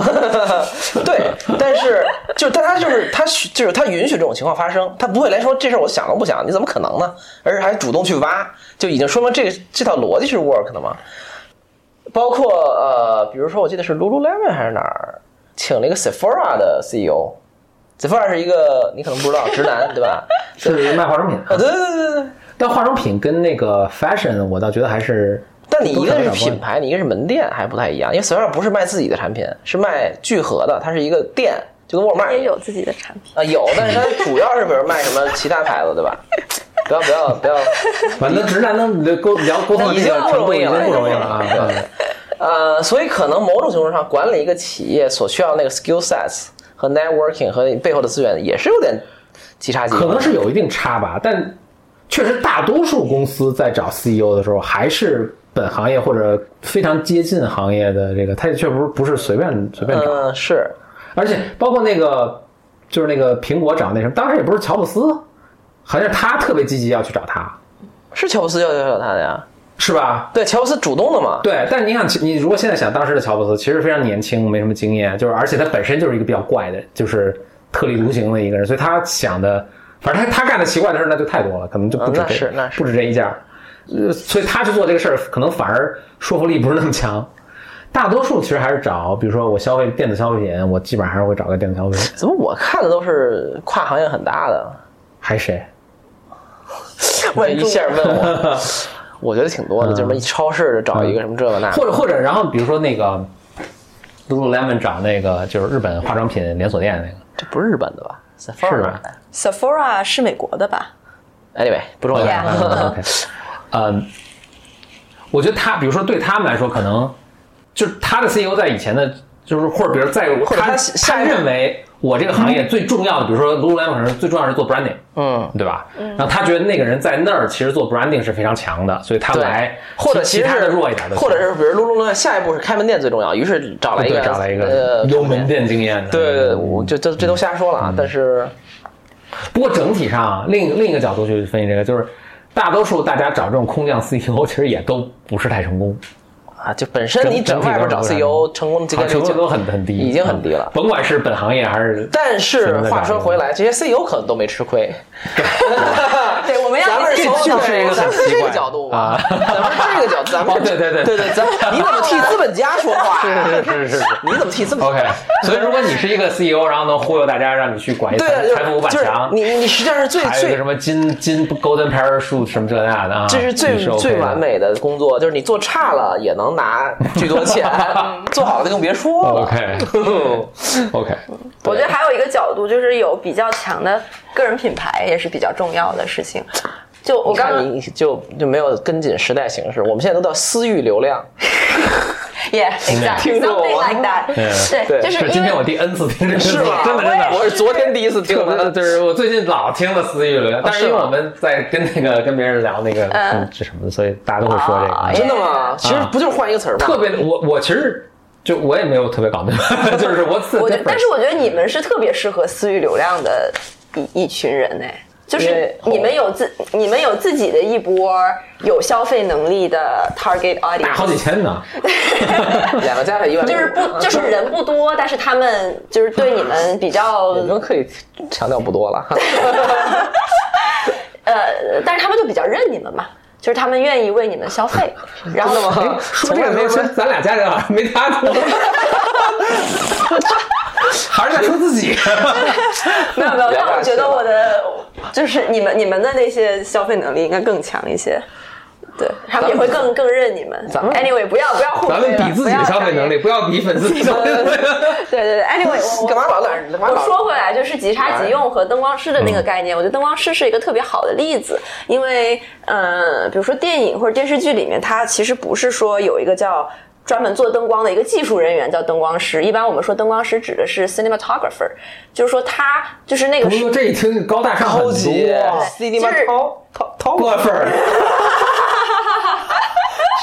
[SPEAKER 3] 对，但是就但他就是他许就是他允许这种情况发生，他不会来说这事儿我想都不想，你怎么可能呢？而是还主动去挖，就已经说明这个这套逻辑是 work 的嘛。包括呃，比如说我记得是 Lululemon 还是哪儿，请了一个 Sephora 的 CEO。Sephora 是一个你可能不知道直男对吧？
[SPEAKER 2] 是卖化妆品，
[SPEAKER 3] 啊，对对对对对。
[SPEAKER 2] 但化妆品跟那个 fashion，我倒觉得还是，
[SPEAKER 3] 但你一
[SPEAKER 2] 都
[SPEAKER 3] 个是
[SPEAKER 2] 有点关系
[SPEAKER 3] 品牌，你一个是门店，还不太一样。因为 Sephora 不是卖自己的产品，是卖聚合的，它是一个店，就跟沃尔玛一样
[SPEAKER 4] 也有自己的产品。
[SPEAKER 3] 啊，有，但 是它主要是比如卖什么其他牌子，对吧？ 不要不要不要，
[SPEAKER 2] 反正直男能沟聊沟通
[SPEAKER 3] 那已
[SPEAKER 2] 这
[SPEAKER 3] 经
[SPEAKER 2] 个
[SPEAKER 3] 不
[SPEAKER 2] 程度
[SPEAKER 3] 容易
[SPEAKER 2] 已经
[SPEAKER 3] 了
[SPEAKER 2] 不容易了啊。嗯
[SPEAKER 3] 呃，所以可能某种程度上管理一个企业所需要的那个 skill sets 和 networking 和背后的资源也是有点即差即离
[SPEAKER 2] 可能是有一定差吧，但确实大多数公司在找 CEO 的时候，还是本行业或者非常接近行业的这个，他也确不是不是随便随便找，
[SPEAKER 3] 嗯是
[SPEAKER 2] 而且包括那个就是那个苹果找那什么，当时也不是乔布斯，好像是他特别积极要去找他，
[SPEAKER 3] 是乔布斯要要求他的呀，
[SPEAKER 2] 是吧？
[SPEAKER 3] 对，乔布斯主动的嘛，
[SPEAKER 2] 对，但是你想，其你如果现在想当时的乔布斯，其实非常年轻，没什么经验，就是而且他本身就是一个比较怪的，就是特立独行的一个人，所以他想的，反正他他干的奇怪的事儿那就太多了，可能就不止
[SPEAKER 3] 嗯那
[SPEAKER 2] 这，
[SPEAKER 3] 是那是
[SPEAKER 2] 不止这一件儿，呃，所以他去做这个事儿，可能反而说服力不是那么强。大多数其实还是找，比如说我消费电子消费品，我基本上还是会找个电子消费品，
[SPEAKER 3] 怎么我看的都是跨行业很大 的，
[SPEAKER 2] 还谁？
[SPEAKER 3] 我一下问 我，我觉得挺多的，就什么一超市的找一个什么这个那
[SPEAKER 2] 嗯或
[SPEAKER 3] 个，
[SPEAKER 2] 者或者，然后比如说那个 Lululemon 找那个就是日本化妆品连锁店那个，
[SPEAKER 3] 这不是日本的吧？
[SPEAKER 2] 是
[SPEAKER 3] Sephora
[SPEAKER 2] 吧
[SPEAKER 4] Sephora 是美国的吧？
[SPEAKER 3] Anyway，不重要。
[SPEAKER 2] 嗯嗯 OK，嗯，我觉得他，比如说对他们来说，可能就是他的 CEO 在以前的，就是或者比如在
[SPEAKER 3] 或者他
[SPEAKER 2] 他
[SPEAKER 3] 下
[SPEAKER 2] 他
[SPEAKER 3] 一个
[SPEAKER 2] 认为我这个行业最重要的，比如说 Lululemon 可能最重要的是做 branding，
[SPEAKER 3] 嗯，
[SPEAKER 2] 对吧？然后他觉得那个人在那儿其实做 branding 是非常强的，所以他
[SPEAKER 3] 对
[SPEAKER 2] 来，
[SPEAKER 3] 或者
[SPEAKER 2] 其
[SPEAKER 3] 其实
[SPEAKER 2] 他的
[SPEAKER 3] 是
[SPEAKER 2] 弱一点的，
[SPEAKER 3] 或者是比如撸撸撸，下一步是开门店最重要，于是找来一个
[SPEAKER 2] 对找来一个嗯
[SPEAKER 3] 呃
[SPEAKER 2] 有门。店经验的，
[SPEAKER 3] 对对对，我就这这都瞎说了
[SPEAKER 2] 嗯
[SPEAKER 3] 啊，但是
[SPEAKER 2] 不过整体上啊，另另一个角度去分析这个，就是大多数大家找这种空降 CEO 其实也都不是太成功。
[SPEAKER 3] 啊，就本身你
[SPEAKER 2] 整体都
[SPEAKER 3] 整
[SPEAKER 2] 是
[SPEAKER 3] 外边找
[SPEAKER 2] 这样
[SPEAKER 3] CEO 成功的几
[SPEAKER 2] 好
[SPEAKER 3] 率
[SPEAKER 2] 成
[SPEAKER 3] 就
[SPEAKER 2] 功都很很低，
[SPEAKER 3] 已经很低了
[SPEAKER 2] 嗯甭管是本行业还 是，
[SPEAKER 3] 但是
[SPEAKER 2] 成功的
[SPEAKER 3] 话说
[SPEAKER 2] 概率
[SPEAKER 3] 回来，这些 CEO 可能都没吃亏。
[SPEAKER 6] 对，我们要
[SPEAKER 3] 咱们
[SPEAKER 6] 理解
[SPEAKER 3] 从
[SPEAKER 2] 这就是一个很
[SPEAKER 3] 咱们是
[SPEAKER 2] 奇
[SPEAKER 3] 这个
[SPEAKER 2] 怪
[SPEAKER 3] 角度嘛
[SPEAKER 2] 啊，
[SPEAKER 3] 咱们是这个角，咱们
[SPEAKER 2] 哦对对对
[SPEAKER 3] 对对，咱你怎么替资本家说话呀？
[SPEAKER 2] 是是是是
[SPEAKER 3] 你怎么替资本家
[SPEAKER 2] OK。所以如果你是一个 CEO，然后能忽悠大家让你去管一
[SPEAKER 3] 对
[SPEAKER 2] 财
[SPEAKER 3] 对，
[SPEAKER 2] 财富五百
[SPEAKER 3] 就是
[SPEAKER 2] 强，
[SPEAKER 3] 你你实际上是最
[SPEAKER 2] 还有一
[SPEAKER 3] 最
[SPEAKER 2] 个什么金金 Golden Parachute 什么这那的啊，
[SPEAKER 3] 这是最
[SPEAKER 2] 你 OK 的
[SPEAKER 3] 最完。美的工作，就是你做差了也能拿巨多 钱，做好了就更别说了。
[SPEAKER 2] 哦
[SPEAKER 3] 嗯
[SPEAKER 2] OK OK，
[SPEAKER 4] 我觉得还有一个角度就是有比较强的个人品牌也是比较重要的事情。就我
[SPEAKER 3] 我
[SPEAKER 4] 刚
[SPEAKER 3] 看
[SPEAKER 4] 刚
[SPEAKER 3] 你就就没有跟紧时代形势，我们现在都到私域流量，
[SPEAKER 4] Yeah, exactly.
[SPEAKER 8] 听过
[SPEAKER 4] 啊 Something like that.
[SPEAKER 2] Yeah.
[SPEAKER 4] 对，就是是
[SPEAKER 2] 今
[SPEAKER 4] 因为
[SPEAKER 2] 天我第 N 次听这
[SPEAKER 8] 是
[SPEAKER 2] 首歌
[SPEAKER 8] 吧？
[SPEAKER 2] 真的真的，
[SPEAKER 8] 我是昨天第一次听
[SPEAKER 2] 我
[SPEAKER 8] 的。
[SPEAKER 2] 就是我最近老听了思雨
[SPEAKER 4] 哦
[SPEAKER 2] 伦，但是因为
[SPEAKER 8] 是吗
[SPEAKER 2] 我们在跟那个跟别人聊那个
[SPEAKER 4] 嗯
[SPEAKER 2] 是什么，所以大家都会说这
[SPEAKER 4] 哦
[SPEAKER 2] 个。嗯
[SPEAKER 8] 真的吗？其实不就是换一个词儿吗？
[SPEAKER 2] 特别，我我其实就我也没有特别搞明白， 就是嗯我自
[SPEAKER 4] 我觉得，但是我觉得你们是特别适合私域流量的一一群人哎，就
[SPEAKER 8] 因
[SPEAKER 4] 是
[SPEAKER 8] 为哦
[SPEAKER 4] 你们有自你们有自己的一波有消费能力的 target
[SPEAKER 2] 打好
[SPEAKER 4] audience。
[SPEAKER 2] 几千嗯呢。
[SPEAKER 3] 两个加起来一万，
[SPEAKER 4] 就是不，就是 人不多，但是他们就是对你们比较
[SPEAKER 2] 嗯
[SPEAKER 3] 你们可以强调不多 了。
[SPEAKER 2] 哎
[SPEAKER 4] 呃，但是他们就比较认你们嘛，就是他们愿意为你们消费。然后
[SPEAKER 2] 哎说这个没有说，咱俩加起来好像没他多。还是在说自己，
[SPEAKER 4] 没有没
[SPEAKER 3] 原
[SPEAKER 4] 有，
[SPEAKER 3] 来
[SPEAKER 4] 但我觉
[SPEAKER 3] 是
[SPEAKER 4] 得我的就是你们你们的那些消费能力应该更强一些，对他们也会更更认你们。
[SPEAKER 3] 咱们
[SPEAKER 4] anyway 不要 不要呃互
[SPEAKER 2] 咱们
[SPEAKER 4] 怼了
[SPEAKER 2] 比自己的消费能。力，不要比粉丝的消费能力。
[SPEAKER 4] 不要对对对，anyway 我我
[SPEAKER 3] 干嘛老懒？干嘛
[SPEAKER 4] 我
[SPEAKER 3] 老
[SPEAKER 4] 说回来，就是即插即用和灯光师的那个概念，我觉得灯光师是一个特别好的例子，因为呃，比如说电影或者电视剧里面，它其实不是说有一个叫。专门做灯光的一个技术人员叫灯光师，一般我们说灯光师指的是 cinematographer，就是说他就是那个
[SPEAKER 2] 不过这一听就高大上很
[SPEAKER 3] 高
[SPEAKER 2] 多，
[SPEAKER 3] 级
[SPEAKER 4] 对
[SPEAKER 3] CD 吗
[SPEAKER 4] 就是？
[SPEAKER 3] 掏掏掏
[SPEAKER 2] 过分儿。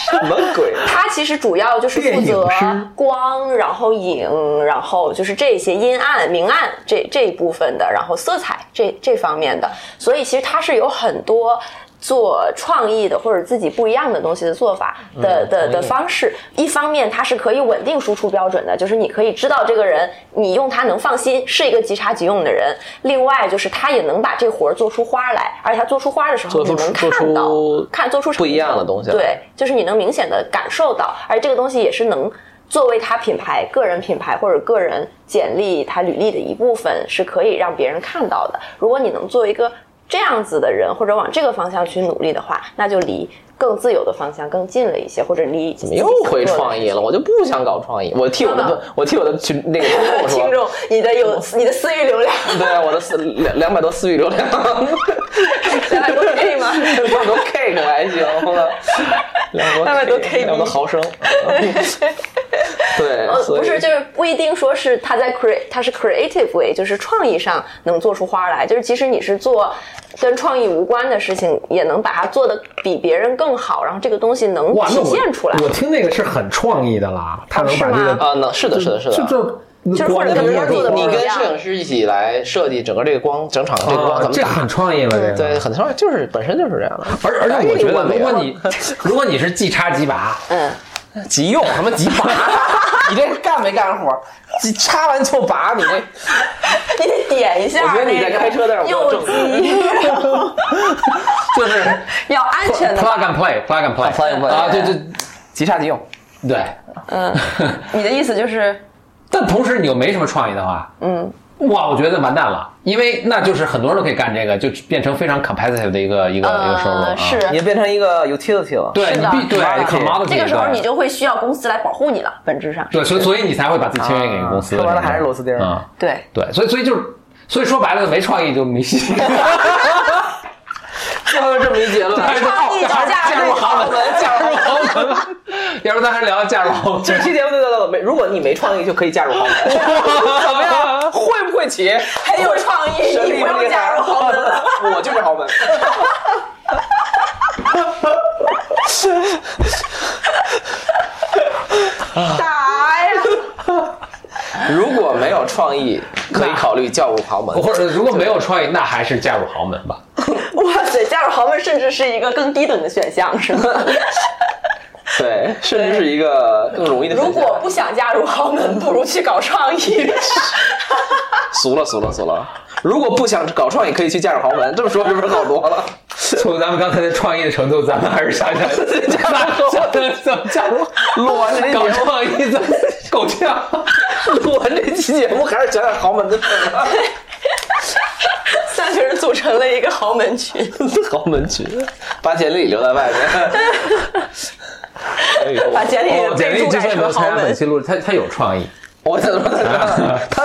[SPEAKER 3] 什么 鬼？
[SPEAKER 4] 他其实主要就是负责光，然后影，然后就是这些阴暗、明暗这这一部分的，然后色彩这这方面的，所以其实他是有很多。做创意的或者自己不一样的东西的做法
[SPEAKER 3] 嗯
[SPEAKER 4] 的的的方式，一方面它是可以稳定输出标准的，就是你可以知道这个人，你用他能放心，是一个即插即用的人。另外就是他也能把这活儿做出花儿来，而且他做出花儿的时
[SPEAKER 3] 做
[SPEAKER 4] 候，你
[SPEAKER 3] 出
[SPEAKER 4] 能
[SPEAKER 3] 做
[SPEAKER 4] 看到
[SPEAKER 3] 出
[SPEAKER 4] 看做出成
[SPEAKER 3] 不一样
[SPEAKER 4] 果
[SPEAKER 3] 的东西来
[SPEAKER 4] 对，就是你能明显的感受到，而这个东西也是能作为他品牌、个人品牌或者个人简历、他履历的一部分，是可以让别人看到的。如果你能做一个这样子的人，或者往这个方向去努力的话，那就离更自由的方向更近了一些，或者离
[SPEAKER 3] 怎
[SPEAKER 4] 怎
[SPEAKER 3] 么又回创意了？我就不想搞创意，我替我
[SPEAKER 4] 真
[SPEAKER 3] 的我替我的群 那个听众说
[SPEAKER 4] 啊听众，你的有你的私域流量，
[SPEAKER 3] 对，啊我的私两两百多私域流量，
[SPEAKER 4] 两百多 K 吗？
[SPEAKER 3] 两百多 K 可还行了，两
[SPEAKER 4] 两百
[SPEAKER 3] 百多
[SPEAKER 4] 多 K
[SPEAKER 3] 两百多毫升。 对，
[SPEAKER 4] 呃，
[SPEAKER 3] 所以
[SPEAKER 4] 不是，就是不一定说是他在 create，他是 creative way，就是创意上能做出花来。就是即使你是做跟创意无关的事情，也能把它做的比别人更好，然后这个东西能
[SPEAKER 2] 哇，那
[SPEAKER 4] 体
[SPEAKER 2] 我
[SPEAKER 4] 现出来。哦
[SPEAKER 2] 我听那个是很创意的啦，他能
[SPEAKER 4] 是
[SPEAKER 2] 把这
[SPEAKER 4] 吗
[SPEAKER 2] 个
[SPEAKER 3] 啊，那是的，是的，是的。
[SPEAKER 2] 就就
[SPEAKER 4] 就是或
[SPEAKER 2] 光
[SPEAKER 4] 者
[SPEAKER 2] 的
[SPEAKER 4] 可能
[SPEAKER 2] 明
[SPEAKER 4] 他
[SPEAKER 2] 面
[SPEAKER 4] 做
[SPEAKER 2] 都
[SPEAKER 4] 的
[SPEAKER 3] 你
[SPEAKER 4] 不一
[SPEAKER 3] 跟
[SPEAKER 4] 样
[SPEAKER 3] 摄影师一起来设计整个这个光，整场这个光
[SPEAKER 2] 啊
[SPEAKER 3] 怎么
[SPEAKER 2] 这
[SPEAKER 3] 打
[SPEAKER 2] 很？创意了，这个
[SPEAKER 3] 对，很多就是本身就是这样的。
[SPEAKER 2] 而而且我觉得，
[SPEAKER 3] 哎
[SPEAKER 2] 如果你如果你是即插即拔，
[SPEAKER 4] 嗯，
[SPEAKER 3] 急 用什么急拔？你这干没干活？急插完就拔， 你这
[SPEAKER 4] 你得点一下
[SPEAKER 3] 我
[SPEAKER 4] 那
[SPEAKER 3] 觉
[SPEAKER 4] 个
[SPEAKER 3] 得你在开车的时候
[SPEAKER 4] 右
[SPEAKER 3] 正
[SPEAKER 4] 机，
[SPEAKER 2] 就是
[SPEAKER 4] 要安全的
[SPEAKER 2] plug and play，plug and play，plug
[SPEAKER 3] and play
[SPEAKER 2] 啊，对对
[SPEAKER 3] 急插急用。
[SPEAKER 2] 对。
[SPEAKER 4] 嗯，你的意思就是
[SPEAKER 2] 但同时你又没什么创意的话，嗯，哇，我觉得完蛋了，因为那就是很多人都可以干这个，就变成非常 competitive 的一个一个一个收入啊
[SPEAKER 4] 呃，。是。
[SPEAKER 3] 你变成一个 utility 了。
[SPEAKER 2] 对
[SPEAKER 4] 是
[SPEAKER 2] 你
[SPEAKER 4] 的
[SPEAKER 2] 必对
[SPEAKER 4] 是的
[SPEAKER 2] commodity，
[SPEAKER 4] 这个时候
[SPEAKER 2] 对
[SPEAKER 4] 你就会需要公司来保护你了，本质上是
[SPEAKER 2] 对，所以所以你才会把自己签约给公司。
[SPEAKER 3] 啊说白了还是螺丝钉儿
[SPEAKER 2] 啊，
[SPEAKER 4] 对。
[SPEAKER 2] 对，所以所以就是，所以说白了没创意就没戏。
[SPEAKER 3] 最后这么一 结论，
[SPEAKER 4] 创意找价值
[SPEAKER 2] 嫁入豪门，嫁入豪门。要不咱还聊嫁入豪门？
[SPEAKER 3] 这期节目就到这了。没，如果你没创意，就可以嫁入豪 门，怎么样？会不会起？
[SPEAKER 4] 很有创意，
[SPEAKER 3] 神
[SPEAKER 4] 你
[SPEAKER 3] 力
[SPEAKER 4] 不用
[SPEAKER 3] 厉害
[SPEAKER 4] 加入豪门了。
[SPEAKER 3] 我就是豪门。啊
[SPEAKER 4] 啥呀？
[SPEAKER 3] 如果没有创意，可以考虑嫁入豪门。
[SPEAKER 2] 或者如果没有创意，那还是嫁入豪门吧。
[SPEAKER 4] 哇塞，加入豪门甚至是一个更低等的选项，是吗？
[SPEAKER 3] 对，甚至是一个更容易的选
[SPEAKER 4] 如
[SPEAKER 3] 项。
[SPEAKER 4] 果不想加入豪门，不如去搞创 意。
[SPEAKER 3] 俗了，俗了，俗了。如果不想搞创意，可以去嫁入豪门。这么说是不是好多了？
[SPEAKER 2] 从咱们刚才的创意的程度，咱们还是想想嫁怎么嫁入
[SPEAKER 3] 录完这期节
[SPEAKER 2] 搞
[SPEAKER 3] 目，
[SPEAKER 2] 创意怎么够呛。
[SPEAKER 3] 录完这期节目，还是讲讲 豪门的事儿吧。
[SPEAKER 4] 三个人组成了一个豪门群。
[SPEAKER 3] 豪门群，把简历留在外面。哎呦
[SPEAKER 4] 把简历
[SPEAKER 2] 哦，简
[SPEAKER 4] 备
[SPEAKER 2] 历
[SPEAKER 4] 注
[SPEAKER 2] 之所
[SPEAKER 4] 改
[SPEAKER 2] 以没有
[SPEAKER 4] 成豪
[SPEAKER 2] 参加本
[SPEAKER 4] 门，
[SPEAKER 2] 期录制，他他有创 意，
[SPEAKER 3] 我怎么 他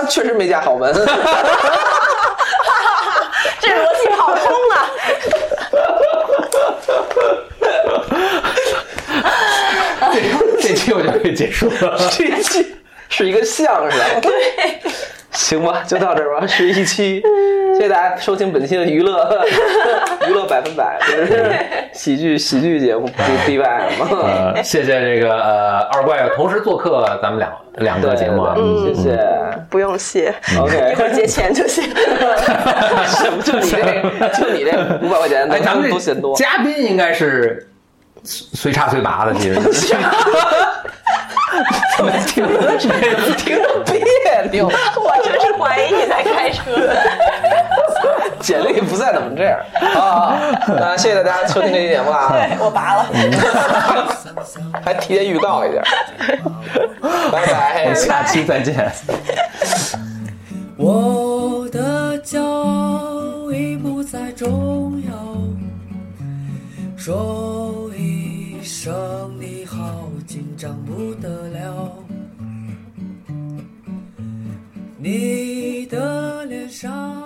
[SPEAKER 3] 他确实没嫁豪门，
[SPEAKER 4] 这逻辑跑通啊了。
[SPEAKER 2] 哎这这期我就可以结束了。
[SPEAKER 3] 这一期是一个相声，对，行吧，就到这儿吧，是一 期，谢谢大家收听本期的娱乐娱乐百分百，就是 喜剧喜剧节目不例外嘛，
[SPEAKER 2] 呃， 谢谢这个呃二怪同时做客咱们两两个节目嗯啊，
[SPEAKER 3] 对对对谢谢
[SPEAKER 4] 不用谢，一会
[SPEAKER 3] ，OK，
[SPEAKER 4] 儿结钱就行。
[SPEAKER 3] 什 么就你这就你这五百块钱，
[SPEAKER 2] 哎，咱们
[SPEAKER 3] 都
[SPEAKER 2] 这
[SPEAKER 3] 嫌多，
[SPEAKER 2] 嘉宾应该是随随插随拔的，其实
[SPEAKER 3] 听着听着别扭，
[SPEAKER 4] 我真是怀疑你在开车。
[SPEAKER 3] 简历不再怎么这样啊，那谢谢大家收听这期节 目啊，
[SPEAKER 2] 哎
[SPEAKER 4] 我拔了，
[SPEAKER 3] 还提前预告一下，拜拜，
[SPEAKER 2] 下期再见。
[SPEAKER 1] 我的骄傲已不再重要，说一声你好，紧张不得了。你的脸上